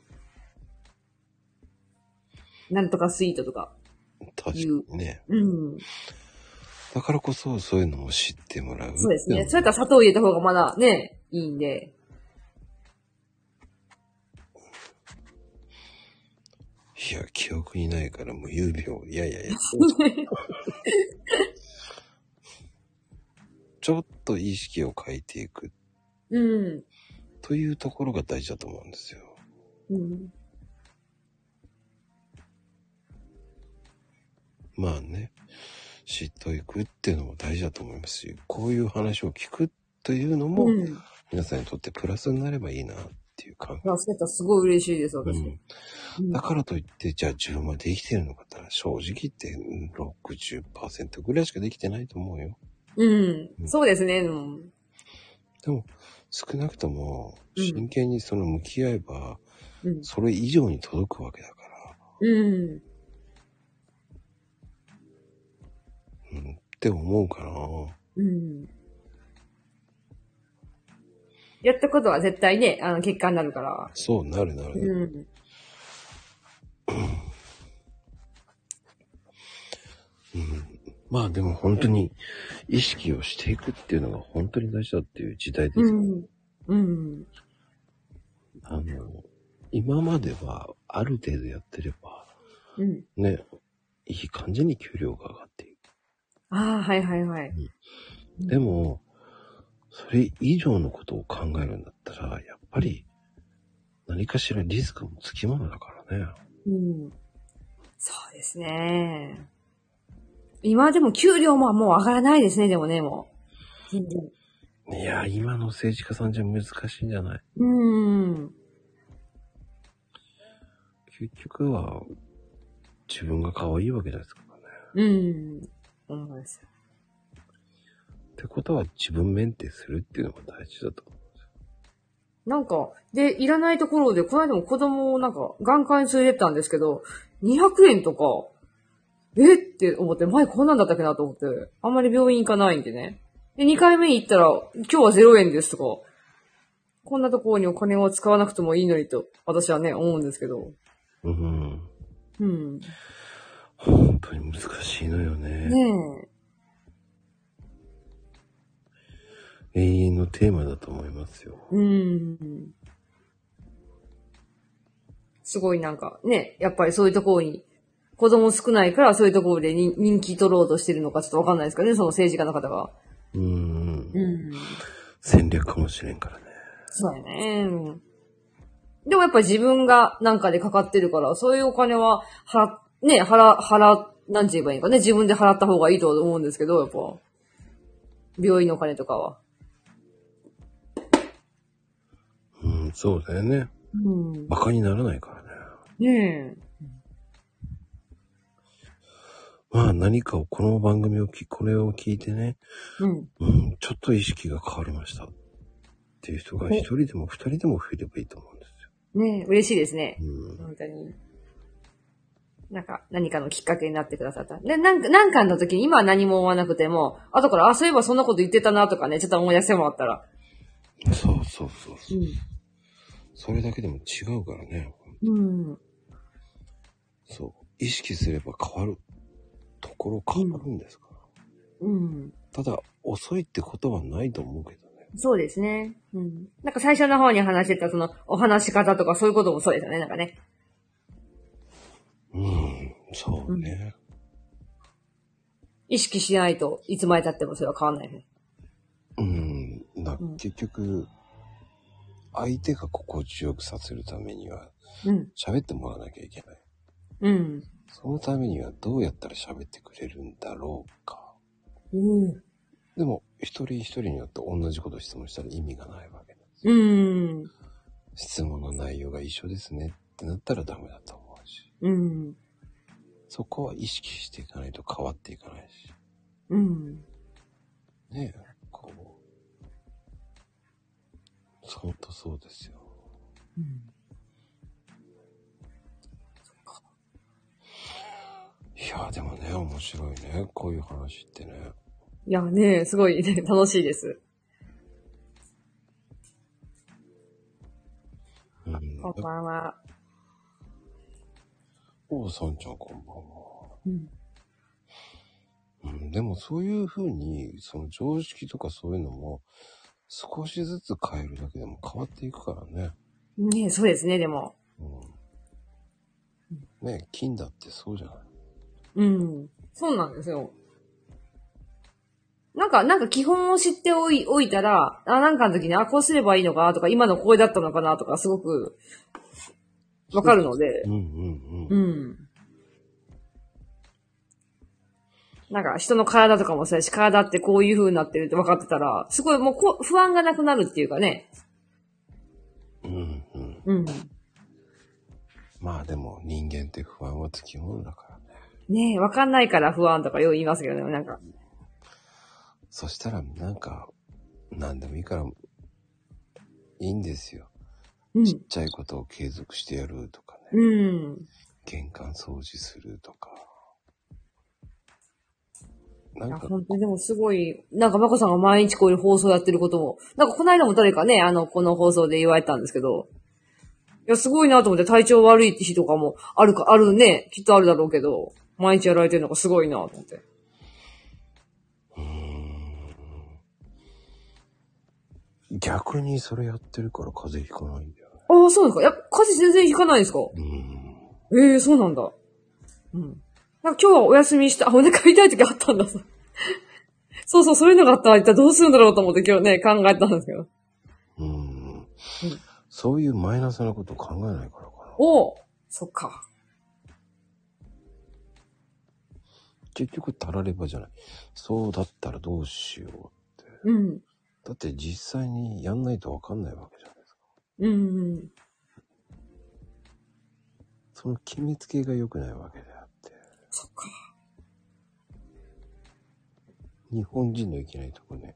[SPEAKER 3] なんとかスイートとか。
[SPEAKER 1] 確かにね。
[SPEAKER 3] うん。
[SPEAKER 1] だからこそ、そういうのも知ってもらう。
[SPEAKER 3] そうですね。そ
[SPEAKER 1] そう
[SPEAKER 3] やったら砂糖入れた方がまだね、いいんで。
[SPEAKER 1] いや、記憶にないから無有病。いやいやい や。ちょっと意識を変えていく
[SPEAKER 3] うん。
[SPEAKER 1] というところが大事だと思うんですよ。
[SPEAKER 3] うん。
[SPEAKER 1] まあね、知っていくっていうのも大事だと思いますし、こういう話を聞くというのも
[SPEAKER 3] う、ん。
[SPEAKER 1] 皆さんにとってプラスになればいいなっていう感
[SPEAKER 3] いや、そうやったらすごい嬉しいです、
[SPEAKER 1] 覚。
[SPEAKER 3] 私。
[SPEAKER 1] うん
[SPEAKER 3] うん
[SPEAKER 1] だからといって、じゃあ自分はできてるのかって言ったら、正直言ってうん60%ぐらいしかできてないと思うよ。
[SPEAKER 3] うん。そうですね。うん。
[SPEAKER 1] でも、少なくとも、
[SPEAKER 3] うん
[SPEAKER 1] 真剣にその向き合えば、
[SPEAKER 3] うん。
[SPEAKER 1] それ以上に届くわけだから、
[SPEAKER 3] うん。
[SPEAKER 1] うん、って思うかな。
[SPEAKER 3] うん。やったことは絶対ね、あの、結果になるから。
[SPEAKER 1] そうなるなる。
[SPEAKER 3] うん。
[SPEAKER 1] まあでも本当に意識をしていくっていうのが本当に大事だっていう時代です。
[SPEAKER 3] うん。うん。
[SPEAKER 1] あの、今まではある程度やってれば、
[SPEAKER 3] うん。
[SPEAKER 1] ね、いい感じに給料が上がっていく。
[SPEAKER 3] ああ、はいはいはい。うん
[SPEAKER 1] でも、それ以上のことを考えるんだったら、やっぱり何かしらリスクもつきものだからね。
[SPEAKER 3] うん。そうですね。今でも給料ももう上がらないですね、でもね、もう。全然。
[SPEAKER 1] いやー、今の政治家さんじゃ難しいんじゃないう
[SPEAKER 3] ーん。
[SPEAKER 1] 結局は、自分が可愛いわけですからね。
[SPEAKER 3] うん。そうですよ。
[SPEAKER 1] ってことは、自分メンテするっていうのが大事だと。
[SPEAKER 3] なんか、で、いらないところで、この間も子供をなんか、眼科に連れてったんですけど、200円とか、えって思って、前こんなんだったっけなと思って、あんまり病院行かないんでね。で、2回目に行ったら、今日は0円ですとか、こんなところにお金を使わなくてもいいのにと、私はね、思うんですけど。
[SPEAKER 1] うん。
[SPEAKER 3] うん。
[SPEAKER 1] 本当に難しいのよね。
[SPEAKER 3] ねえ。
[SPEAKER 1] 永遠のテーマだと思いますよ。
[SPEAKER 3] うん。すごいなんかね、やっぱりそういうところに、子供少ないからそういうところで人人気取ろうとしてるのかちょっとわかんないですけどね、その政治家の方が。
[SPEAKER 1] うん。
[SPEAKER 3] ん。
[SPEAKER 1] 戦略かもしれんからね。
[SPEAKER 3] そうだよね。うんでもやっぱ自分がなんかでかかってるから、そういうお金は、払、ね、払、払、なんて言えばいいのかね、自分で払った方がいいとは思うんですけど、やっぱ。病院のお金とかは。
[SPEAKER 1] うん、そうだよね。
[SPEAKER 3] うん。
[SPEAKER 1] 馬鹿にならないからね。
[SPEAKER 3] ねえ。
[SPEAKER 1] まあ何かをこの番組をき、これを聞いてね、
[SPEAKER 3] うん。
[SPEAKER 1] うん、ちょっと意識が変わりました。っていう人が一人でも二人でも増えればいいと思うんです
[SPEAKER 3] ねえ、嬉しいですね。
[SPEAKER 1] よ。うん。
[SPEAKER 3] 本当に。なんか、何かのきっかけになってくださった。で、なんか、なんかの時に今は何も思わなくても、後から、あ、そういえばそんなこと言ってたなとかね、ちょっと思い出してもらったら。
[SPEAKER 1] そうそうそうそうう。
[SPEAKER 3] ん。
[SPEAKER 1] それだけでも違うからね。
[SPEAKER 3] うん。
[SPEAKER 1] そう。意識すれば変わる。ところ変わるんですから。
[SPEAKER 3] うん。
[SPEAKER 1] ただ、遅いってことはないと思うけどね。
[SPEAKER 3] そうですね。うん。なんか最初の方に話してた、その、お話し方とかそういうこともそうですよね、なんかね。
[SPEAKER 1] うん、そうね。
[SPEAKER 3] 意識しないといつまで経ってもそれは変わんないね。
[SPEAKER 1] うん、だ
[SPEAKER 3] うん
[SPEAKER 1] 結局、相手が心地よくさせるためには、
[SPEAKER 3] うん。
[SPEAKER 1] 喋ってもらわなきゃいけない。
[SPEAKER 3] うん。
[SPEAKER 1] そのためにはどうやったら喋ってくれるんだろうか。
[SPEAKER 3] うん。
[SPEAKER 1] でも、一人一人によって同じことを質問したら意味がないわけだ。
[SPEAKER 3] うん。
[SPEAKER 1] 質問の内容が一緒ですねってなったらダメだと思うし。
[SPEAKER 3] うん。
[SPEAKER 1] そこは意識していかないと変わっていかないし。
[SPEAKER 3] うん。
[SPEAKER 1] ねえ、こう。ほんとそうですよ。いや、でもね、面白いね。こういう話ってね。
[SPEAKER 3] いやね、すごいね、楽しいです。
[SPEAKER 1] うん。
[SPEAKER 3] こんばんは。
[SPEAKER 1] おうさんちゃんこんばんは。
[SPEAKER 3] うん。
[SPEAKER 1] うん、でもそういうふうに、その常識とかそういうのも、少しずつ変えるだけでも変わっていくからね。
[SPEAKER 3] ねそうですね、でも。
[SPEAKER 1] うん。ねえ金だってそうじゃない。
[SPEAKER 3] うん。そうなんですよ。なんか、なんか基本を知っておいおいたら、あ、なんかの時に、あ、こうすればいいのかなとか、今のこれだったのかなとか、すごく、わかるので
[SPEAKER 1] う。んうんう。
[SPEAKER 3] うんん。なんか、人の体とかもそうやし、体ってこういう風になってるって分かってたら、すごいもうこう不安がなくなるっていうかね。
[SPEAKER 1] うんうん。
[SPEAKER 3] うん。
[SPEAKER 1] まあでも人間って不安はつきものだからね。
[SPEAKER 3] ねえ、わかんないから不安とかよう言いますけどね、なんか。
[SPEAKER 1] そしたらなんか、何でもいいから、いいんですよ。
[SPEAKER 3] う
[SPEAKER 1] ち
[SPEAKER 3] ん
[SPEAKER 1] っ。ちゃいことを継続してやるとかね。
[SPEAKER 3] うん。
[SPEAKER 1] 玄関掃除するとか。ないん
[SPEAKER 3] や
[SPEAKER 1] か、
[SPEAKER 3] 本当にでもすごい、なんかまこさんが毎日こういう放送やってることも、なんかこの間も誰かね、あの、この放送で言われたんですけど、いや、すごいなと思って体調悪いって日とかもあるか、あるね、きっとあるだろうけど、毎日やられてるのがすごいなと思って。
[SPEAKER 1] うーん。逆にそれやってるから風邪ひかないんだよね。
[SPEAKER 3] ああ、そうなんですかやっぱ風邪全然ひかないんですか
[SPEAKER 1] うーん。
[SPEAKER 3] ええそうなんだ。うん。なんか今日はお休みした、あ、お腹痛い時あったんだ。そうそう、そういうのがあったら一体どうするんだろうと思って今日ね、考えたんですけど。
[SPEAKER 1] うーん。そういうマイナスなこと考えないからかな。
[SPEAKER 3] おおそっか。
[SPEAKER 1] 結局、たらればじゃない。そうだったらどうしよう。
[SPEAKER 3] うん。
[SPEAKER 1] だって実際にやんないとわかんないわけじゃないですか。
[SPEAKER 3] うんうん。
[SPEAKER 1] その決めつけが良くないわけであって。
[SPEAKER 3] そっか。
[SPEAKER 1] 日本人のいけないとこね、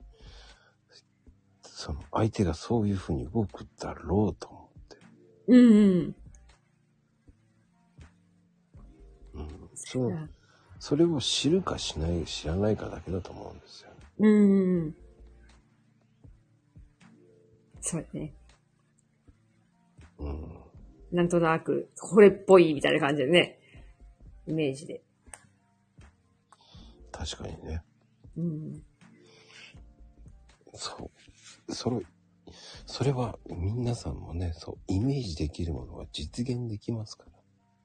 [SPEAKER 1] その相手がそういうふうに動くだろうと思って。
[SPEAKER 3] うんうん。
[SPEAKER 1] うん。そう、それを知るかしない、知らないかだけだと思うんですよね。
[SPEAKER 3] うん。そうですね。
[SPEAKER 1] うん。
[SPEAKER 3] なんとなく、これっぽいみたいな感じでね。イメージで。
[SPEAKER 1] 確かにね。
[SPEAKER 3] うん。
[SPEAKER 1] そう。それ、それは皆さんもね、そう、イメージできるものは実現できますか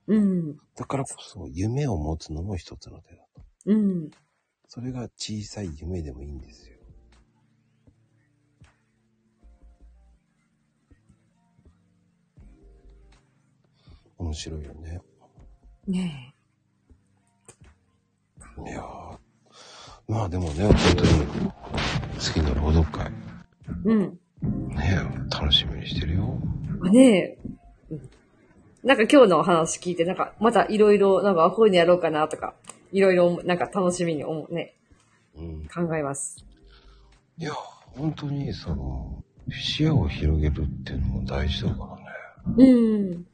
[SPEAKER 1] ら。
[SPEAKER 3] うん。
[SPEAKER 1] だからこそ夢を持つのも一つの手だと。
[SPEAKER 3] うん。
[SPEAKER 1] それが小さい夢でもいいんですよ。面白いよね。
[SPEAKER 3] ね
[SPEAKER 1] いやーまあでもね、本当に、次の朗読会、
[SPEAKER 3] え。うん。
[SPEAKER 1] ね、楽しみにしてるよ。
[SPEAKER 3] まあねえ。うんなんか今日のお話聞いて、なんかまたいろいろ、なんかこういうのやろうかなとか、いろいろなんか楽しみに思うね、
[SPEAKER 1] うん。
[SPEAKER 3] 考えます。
[SPEAKER 1] いや、本当に、その、視野を広げるっていうのも大事だからね。
[SPEAKER 3] うん。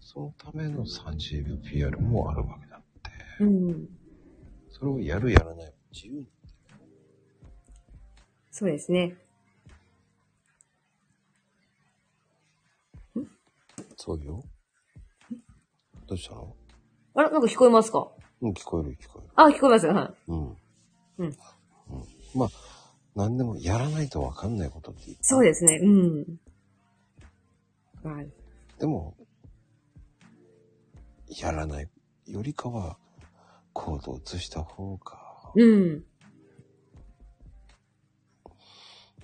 [SPEAKER 1] そのための30秒 PR もあるわけだって。
[SPEAKER 3] うん。
[SPEAKER 1] それをやるやらない。自由に。
[SPEAKER 3] そうですね。
[SPEAKER 1] そうよ。どうしたの
[SPEAKER 3] あら、なんか聞こえますか
[SPEAKER 1] うん、聞こえる聞こえる。
[SPEAKER 3] あ、聞こえますよ。は
[SPEAKER 1] うん。
[SPEAKER 3] うん
[SPEAKER 1] うん。まあ、何でもやらないとわかんないことっていっぱいある
[SPEAKER 3] い。そうですね。うん。はい。
[SPEAKER 1] でも、やらないよりかは、行動を移した方が、
[SPEAKER 3] うん。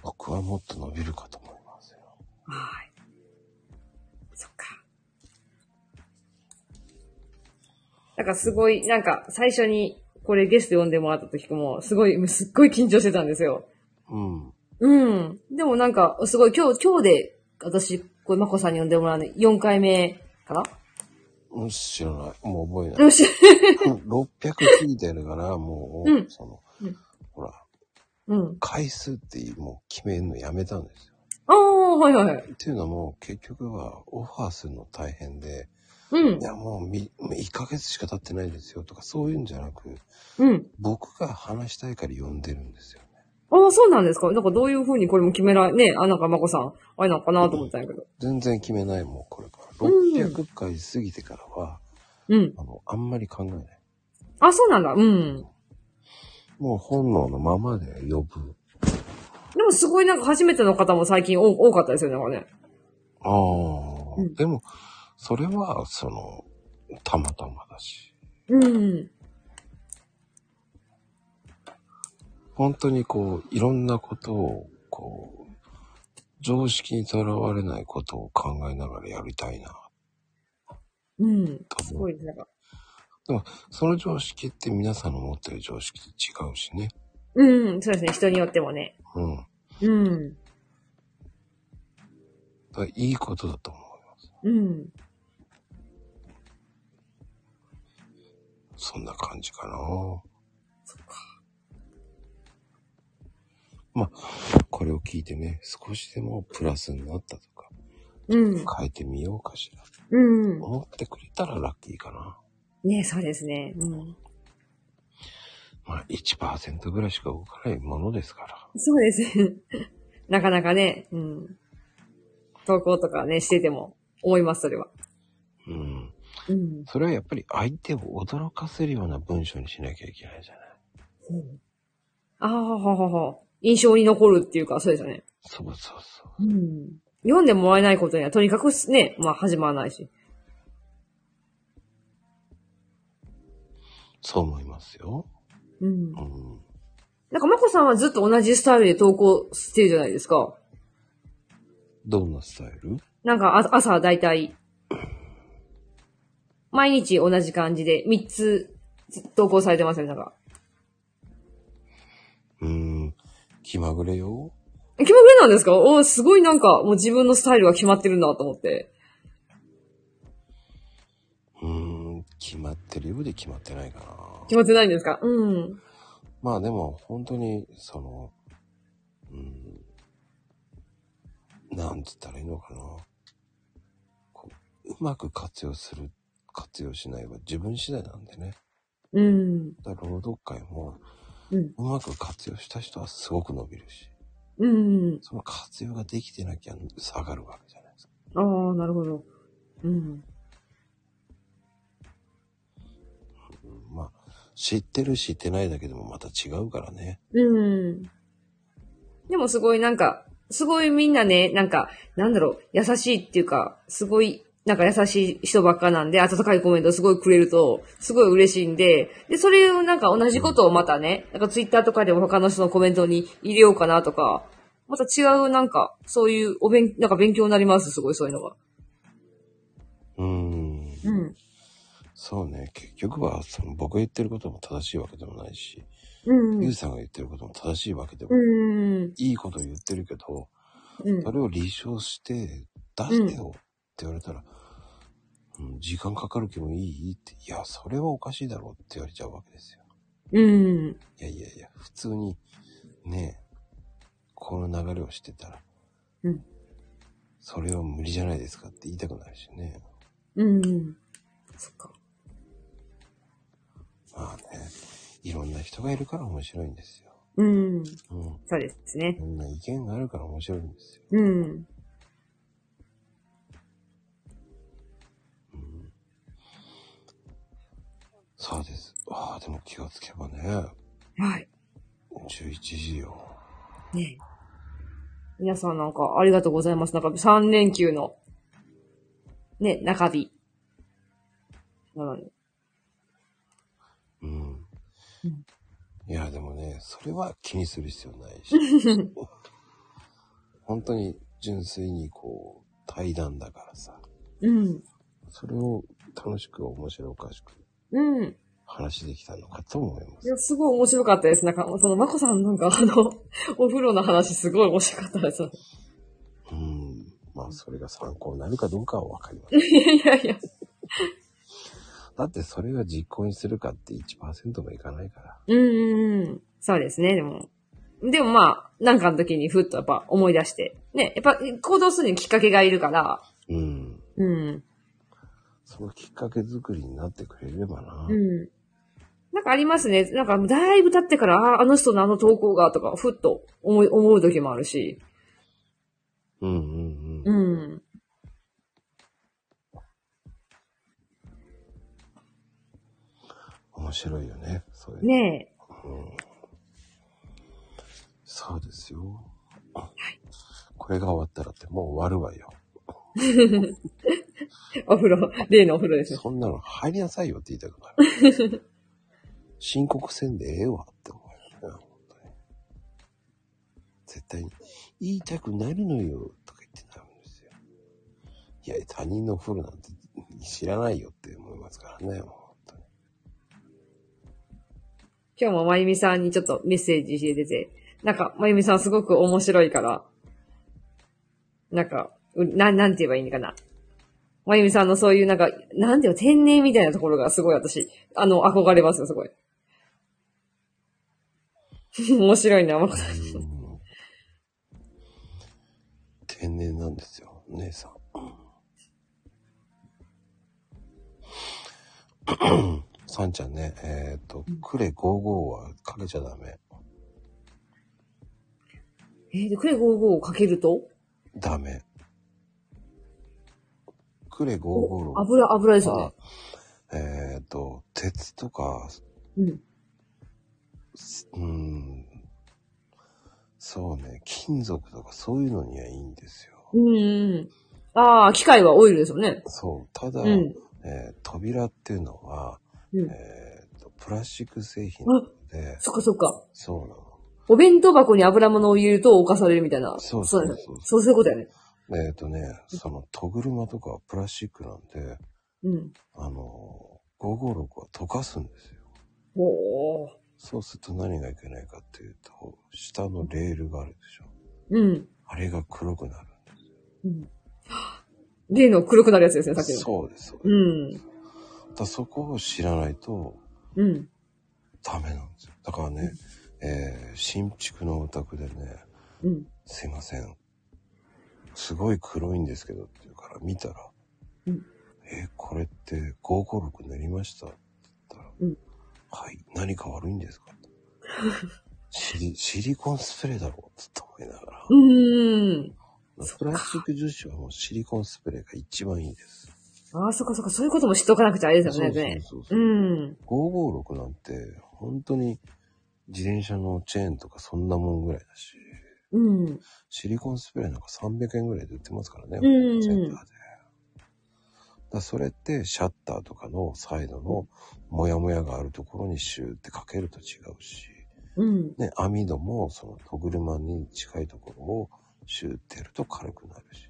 [SPEAKER 1] 僕はもっと伸びるかと思いますよ。
[SPEAKER 3] はい。そっか。なんかすごい、なんか最初にこれゲスト呼んでもらった時も、すごい、すっごい緊張してたんですよ。
[SPEAKER 1] うん。
[SPEAKER 3] うん。でもなんか、すごい、今日、今日で、私、これ、まこさんに呼んでもらうの、4回目かな
[SPEAKER 1] うん、知らない。もう覚え ない。
[SPEAKER 3] よし。
[SPEAKER 1] 600過ぎてるから、もう、
[SPEAKER 3] うん
[SPEAKER 1] その、
[SPEAKER 3] うん
[SPEAKER 1] ほら、
[SPEAKER 3] うん。
[SPEAKER 1] 回数ってもう決めるのやめたんですよ。
[SPEAKER 3] ああ、はいはいはい。
[SPEAKER 1] っていうのも、結局はオファーするの大変で、
[SPEAKER 3] うん
[SPEAKER 1] い。やもうみ1ヶ月しか経ってないですよとか、そういうんじゃなく、
[SPEAKER 3] うん。
[SPEAKER 1] 僕が話したいから呼んでるんですよ。
[SPEAKER 3] ああ、そうなんですかなんかどういう風にこれも決められ、ねあ、なんかまこさん、あれなのかなと思ったんやけど。
[SPEAKER 1] 全然決めないもん、これから。
[SPEAKER 3] うん
[SPEAKER 1] 600回過ぎてからは、
[SPEAKER 3] うん。
[SPEAKER 1] あの、あんまり考えない。
[SPEAKER 3] あ、そうなんだ。うん。
[SPEAKER 1] もう本能のままで呼ぶ。
[SPEAKER 3] でもすごいなんか初めての方も最近多多かったですよね、なんかね。
[SPEAKER 1] ああ、
[SPEAKER 3] うん
[SPEAKER 1] でも、それは、その、たまたまだし。
[SPEAKER 3] うん。
[SPEAKER 1] 本当にこう、いろんなことを、こう、常識にとらわれないことを考えながらやりたいな。
[SPEAKER 3] うん。すごいです、なんか。
[SPEAKER 1] その常識って皆さんの持ってる常識と違うしね。
[SPEAKER 3] うん、そうですね、人によってもね。
[SPEAKER 1] うん。だ
[SPEAKER 3] うん。
[SPEAKER 1] からいいことだと思うよ。
[SPEAKER 3] うん。
[SPEAKER 1] そんな感じかな。
[SPEAKER 3] そっか。
[SPEAKER 1] これを聞いてね、少しでもプラスになったとか、
[SPEAKER 3] うん。
[SPEAKER 1] 変えてみようかしら。
[SPEAKER 3] うん。
[SPEAKER 1] 思ってくれたらラッキーかな。
[SPEAKER 3] ねそうですね。うん。
[SPEAKER 1] まあ1%ぐらいしか動かないものですから。
[SPEAKER 3] そうです ね。なかなかね、うん。投稿とかね、してても思います、それは。
[SPEAKER 1] うん。
[SPEAKER 3] うん。
[SPEAKER 1] それはやっぱり相手を驚かせるような文章にしなきゃいけないじゃない。
[SPEAKER 3] ああ、ほほほほ。印象に残るっていうか、そうですよね。
[SPEAKER 1] そうそうそう。
[SPEAKER 3] うん。読んでもらえないことには、とにかくね、まあ始まらないし。
[SPEAKER 1] そう思いますよ。
[SPEAKER 3] うん
[SPEAKER 1] う。ん。
[SPEAKER 3] なんか、まこさんはずっと同じスタイルで投稿してるじゃないですか。
[SPEAKER 1] どんなスタイル
[SPEAKER 3] なんか、あ朝だいたい、毎日同じ感じで3つ投稿されてますよね、なんか。
[SPEAKER 1] うん。気まぐれよ。
[SPEAKER 3] え気まぐれなんですかおーすごいなんか、もう自分のスタイルが決まってるなと思って。
[SPEAKER 1] うん。決まってるようで決まってないかな。
[SPEAKER 3] 決まってないんですかうん。
[SPEAKER 1] まあでも本当に、その、うん、なんつったらいいのかな。こううまく活用する、活用しないは自分次第なんでね。
[SPEAKER 3] うん。
[SPEAKER 1] だから朗読会も
[SPEAKER 3] うん。
[SPEAKER 1] うまく活用した人はすごく伸びるし、
[SPEAKER 3] うん。
[SPEAKER 1] その活用ができてなきゃ下がるわけじゃないですか。
[SPEAKER 3] ああ、なるほど。うん。
[SPEAKER 1] うんまあ、知ってる知ってないだけでもまた違うからね。
[SPEAKER 3] うん。でもすごいなんか、すごいみんなね、なんか、なんだろう、優しいっていうか、すごい、なんか優しい人ばっかなんで、温かいコメントをすごいくれると、すごい嬉しいんで、で、それをなんか同じことをまたね、なんかツイッターとかでも他の人のコメントに入れようかなとか、また違うなんか、そういうお勉、なんか勉強になります、すごいそういうのが。
[SPEAKER 1] うーん。そうね。結局は、その僕が言ってることも正しいわけでもないし、
[SPEAKER 3] うん。
[SPEAKER 1] ゆう
[SPEAKER 3] う
[SPEAKER 1] さんが言ってることも正しいわけでも、
[SPEAKER 3] ん。
[SPEAKER 1] いいこと言ってるけど、
[SPEAKER 3] うん
[SPEAKER 1] そ。れを立証して、出してよって言われたら、うん、時間かかるけどいいって、いや、それはおかしいだろうって言われちゃうわけですよ。
[SPEAKER 3] うん。
[SPEAKER 1] いやいやいや、普通に、ねえ、この流れをしてたら、
[SPEAKER 3] うん
[SPEAKER 1] それは無理じゃないですかって言いたくなるしね。
[SPEAKER 3] うん。そっか。
[SPEAKER 1] まあね、いろんな人がいるから面白いんですよ。
[SPEAKER 3] うん。
[SPEAKER 1] うん。
[SPEAKER 3] そうです
[SPEAKER 1] い
[SPEAKER 3] ね。
[SPEAKER 1] ろんな意見があるから面白いんですよ。
[SPEAKER 3] うん。
[SPEAKER 1] うん。そうです。ああ、でも気がつけばね、
[SPEAKER 3] はい。
[SPEAKER 1] 11時よ。
[SPEAKER 3] ねえ皆さんなんかありがとうございます。なんか3連休の、ね、中日。なので。
[SPEAKER 1] うん。
[SPEAKER 3] うん
[SPEAKER 1] いや、でもね、それは気にする必要ない し。本当に純粋にこう、対談だからさ。
[SPEAKER 3] うん。
[SPEAKER 1] それを楽しく面白おかしく
[SPEAKER 3] うん。
[SPEAKER 1] 話できたのかと思いま
[SPEAKER 3] い
[SPEAKER 1] す。
[SPEAKER 3] や、すごい面白かったです。なんか、その、まこさんなんか、あの、 お風呂の話すごい面白かったです。
[SPEAKER 1] うん。まあ、それが参考になるかどうかはわかりません。
[SPEAKER 3] いやいやいや。
[SPEAKER 1] だってそれが実行にするかって1%もいかないから。
[SPEAKER 3] うんうんうん。そうですね、でも。でもまあ、なんかの時にふっとやっぱ思い出して。ね、やっぱ行動するにきっかけがいるから。
[SPEAKER 1] うん。
[SPEAKER 3] うん。
[SPEAKER 1] そのきっかけ作りになってくれればな。
[SPEAKER 3] うん。なんかありますね。なんかだいぶ経ってから、ああ、あの人のあの投稿がとか、ふっと思い、思う時もあるし。
[SPEAKER 1] うんうんう。
[SPEAKER 3] うんん。
[SPEAKER 1] 面白いよね。そういうの
[SPEAKER 3] ねえ。
[SPEAKER 1] うんそうですよ。これが終わったらってもう終わるわよ。
[SPEAKER 3] お風呂、例のお風呂ですね。
[SPEAKER 1] そんなの入りなさいよって言いたくなる。申告せんでええわって思うよね、本当に。絶対に、言いたくなるのよとか言ってなるんですよ。いや、他人のお風呂なんて知らないよって思いますからね、もう本当に。
[SPEAKER 3] 今日もまゆみさんにちょっとメッセージ入れてて、なんか、まゆみさんすごく面白いから、なんか、うな、なんて言えばいいのかな。まゆみさんのそういうなんか、なんていうの天然みたいなところがすごい私、あの、憧れますよ、すごい。 面白いな、まこさん。
[SPEAKER 1] うん天然なんですよ、姉さん。さんちゃんね、えっ、と、クレ55はかけちゃダメ。
[SPEAKER 3] えー、で、クレ55をかけると
[SPEAKER 1] ダメ。クレ
[SPEAKER 3] お
[SPEAKER 1] 55
[SPEAKER 3] 油、油ですよ
[SPEAKER 1] は
[SPEAKER 3] ね。、
[SPEAKER 1] えっ、と、鉄とか、
[SPEAKER 3] うん。
[SPEAKER 1] うん、そうね、金属とかそういうのにはいいんですよ。
[SPEAKER 3] うんうん。ああ、機械はオイルですよね。
[SPEAKER 1] そう、ただ、
[SPEAKER 3] うん。
[SPEAKER 1] えー扉っていうのは、
[SPEAKER 3] う
[SPEAKER 1] え
[SPEAKER 3] ん。
[SPEAKER 1] ー、と、プラスチック製品なので、
[SPEAKER 3] そっかそっか。
[SPEAKER 1] そうなの。
[SPEAKER 3] お弁当箱に油物を入れると犯されるみたいな。
[SPEAKER 1] そう
[SPEAKER 3] そ
[SPEAKER 1] そうう
[SPEAKER 3] だ
[SPEAKER 1] そう
[SPEAKER 3] よねそうそういうことやね。
[SPEAKER 1] えっ、とね、その、戸車とかはプラスチックなんで、
[SPEAKER 3] うん。
[SPEAKER 1] あの、556は溶かすんですよ。
[SPEAKER 3] おー。
[SPEAKER 1] そうすると何がいけないかっていうと、下のレールがあるでしょ。
[SPEAKER 3] うん。
[SPEAKER 1] あれが黒くなる。
[SPEAKER 3] うん例の黒くなるやつですね、さっきの。
[SPEAKER 1] そうです、そうです。
[SPEAKER 3] うん。
[SPEAKER 1] だからそこを知らないと
[SPEAKER 3] うん。
[SPEAKER 1] ダメなんですよ。だからね、えー新築のお宅でね、
[SPEAKER 3] うん。
[SPEAKER 1] すいません。すごい黒いんですけどって言うから見たら、
[SPEAKER 3] うん
[SPEAKER 1] え、これって556塗りましたって言ったら、
[SPEAKER 3] うん
[SPEAKER 1] はい、何か悪いんですかってシ リシリコンスプレーだろうって思いながら
[SPEAKER 3] う、ーん。
[SPEAKER 1] プラスチック樹脂はもうシリコンスプレーが一番いいです。
[SPEAKER 3] ああ、そっかそっか、そういうことも知っとかなくちゃあれですよね。
[SPEAKER 1] そうそううそう。
[SPEAKER 3] ん。
[SPEAKER 1] 556なんて本当に自転車のチェーンとかそんなもんぐらいだし、
[SPEAKER 3] うん。
[SPEAKER 1] シリコンスプレーなんか300円ぐらいで売ってますからね、
[SPEAKER 3] うん
[SPEAKER 1] センターで。だからそれってシャッターとかのサイドのモヤモヤがあるところにシューってかけると違うし、
[SPEAKER 3] うん。
[SPEAKER 1] ね、網戸もその戸車に近いところをシューってやると軽くなるし、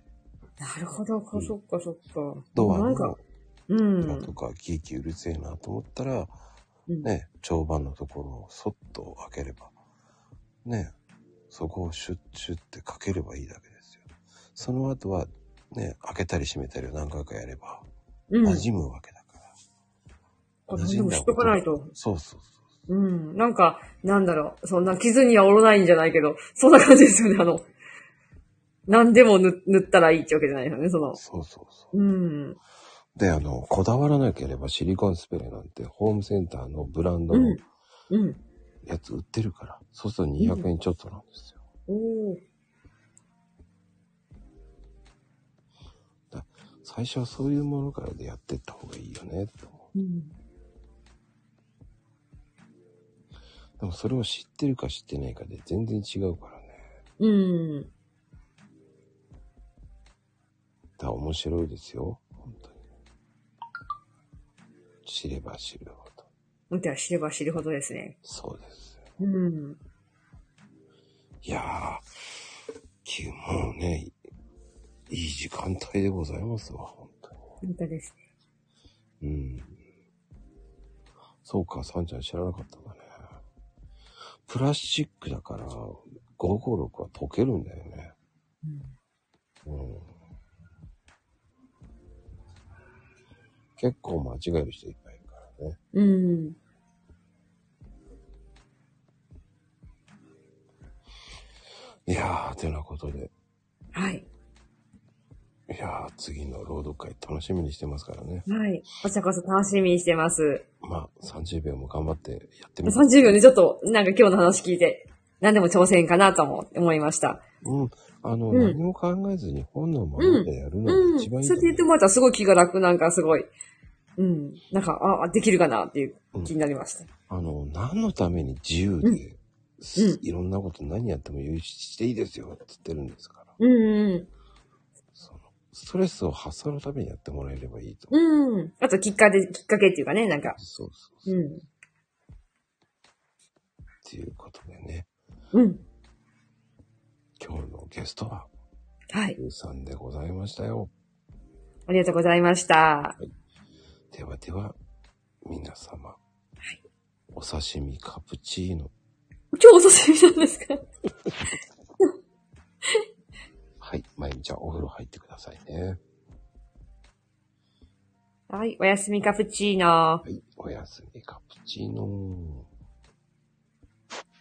[SPEAKER 3] なるほど、そっかそっか。
[SPEAKER 1] ドア
[SPEAKER 3] なん
[SPEAKER 1] の
[SPEAKER 3] か、うん。
[SPEAKER 1] とか、キーキーうるせえなと思ったら、
[SPEAKER 3] うん
[SPEAKER 1] ね、帳盤のところをそっと開ければ、ね、そこをシュッシュッってかければいいだけですよ。その後は、ね、開けたり閉めたりを何回かやれば、
[SPEAKER 3] うん。
[SPEAKER 1] 馴染むわけだから。
[SPEAKER 3] あ
[SPEAKER 1] 馴染んだ
[SPEAKER 3] でも知っとかないと
[SPEAKER 1] そうそうそう。
[SPEAKER 3] うん。なんか、なんだろう。そんな傷にはおろないんじゃないけど、そんな感じですよね。あの、何でも塗塗ったらいいってわけじゃないよね、その。
[SPEAKER 1] そうそうそう。
[SPEAKER 3] うん。
[SPEAKER 1] で、あの、こだわらなければシリコンスプレーなんてホームセンターのブランド
[SPEAKER 3] う
[SPEAKER 1] の
[SPEAKER 3] ん。うん。
[SPEAKER 1] やつ売ってるから、そうすると200円ちょっとなんですよ。
[SPEAKER 3] おー
[SPEAKER 1] 最初はそういうものからでやってった方がいいよねって思
[SPEAKER 3] うん。
[SPEAKER 1] う。でもそれを知ってるか知ってないかで全然違うからね。
[SPEAKER 3] うん。
[SPEAKER 1] だから面白いですよ。本当に。知れば知るほど。
[SPEAKER 3] 見ては知れば知るほどですね。
[SPEAKER 1] そうですよ。
[SPEAKER 3] うん。
[SPEAKER 1] いやー、もうね、いい時間帯でございますわ、本当に。
[SPEAKER 3] 本当ですね。
[SPEAKER 1] うん。そうか、サンちゃん知らなかったんだね。プラスチックだから、556は溶けるんだよね。うん。結構間違える人いっぱいいるからね。
[SPEAKER 3] うん。
[SPEAKER 1] いやー、てなことで。
[SPEAKER 3] はい。
[SPEAKER 1] いやー、次の朗読会楽しみにしてますからね。
[SPEAKER 3] はい。こちらこそ楽しみにしてます。
[SPEAKER 1] まあ、30秒も頑張ってやってみて。
[SPEAKER 3] 30秒ね、ちょっと、なんか今日の話聞いて、何でも挑戦かなとも思いました。
[SPEAKER 1] うん。あの、
[SPEAKER 3] うん
[SPEAKER 1] 何も考えずに本のままでやるの
[SPEAKER 3] う
[SPEAKER 1] が
[SPEAKER 3] ん。
[SPEAKER 1] 一
[SPEAKER 3] そ
[SPEAKER 1] 番
[SPEAKER 3] う
[SPEAKER 1] いい
[SPEAKER 3] やって言って
[SPEAKER 1] も
[SPEAKER 3] もらったらすごい気が楽なんかすごい。うん。なんか、ああ、できるかなっていう気になりました。
[SPEAKER 1] あの、何のために自由
[SPEAKER 3] う
[SPEAKER 1] で、す
[SPEAKER 3] うん
[SPEAKER 1] いろんなこと何やっても許していいですよって言ってるんですから。
[SPEAKER 3] うん、う
[SPEAKER 1] その、ストレスを発散のためにやってもらえればいいと。
[SPEAKER 3] ん。うん。あと、きっかけ、きっかけっていうかね、なんか。
[SPEAKER 1] そうそうそうう。っ
[SPEAKER 3] ん。
[SPEAKER 1] ていうことでね、
[SPEAKER 3] うん。
[SPEAKER 1] 今日のゲストは、
[SPEAKER 3] はい。
[SPEAKER 1] ゆうさんでございましたよ。
[SPEAKER 3] ありがとうございました。
[SPEAKER 1] ではでは、皆様。お刺身カプチーノ。
[SPEAKER 3] 今日お刺身なんですか
[SPEAKER 1] はい。まゆみちゃん、お風呂入ってくださいね。
[SPEAKER 3] はい。おやすみカプチーノ。
[SPEAKER 1] はい。おやすみカプチーノ。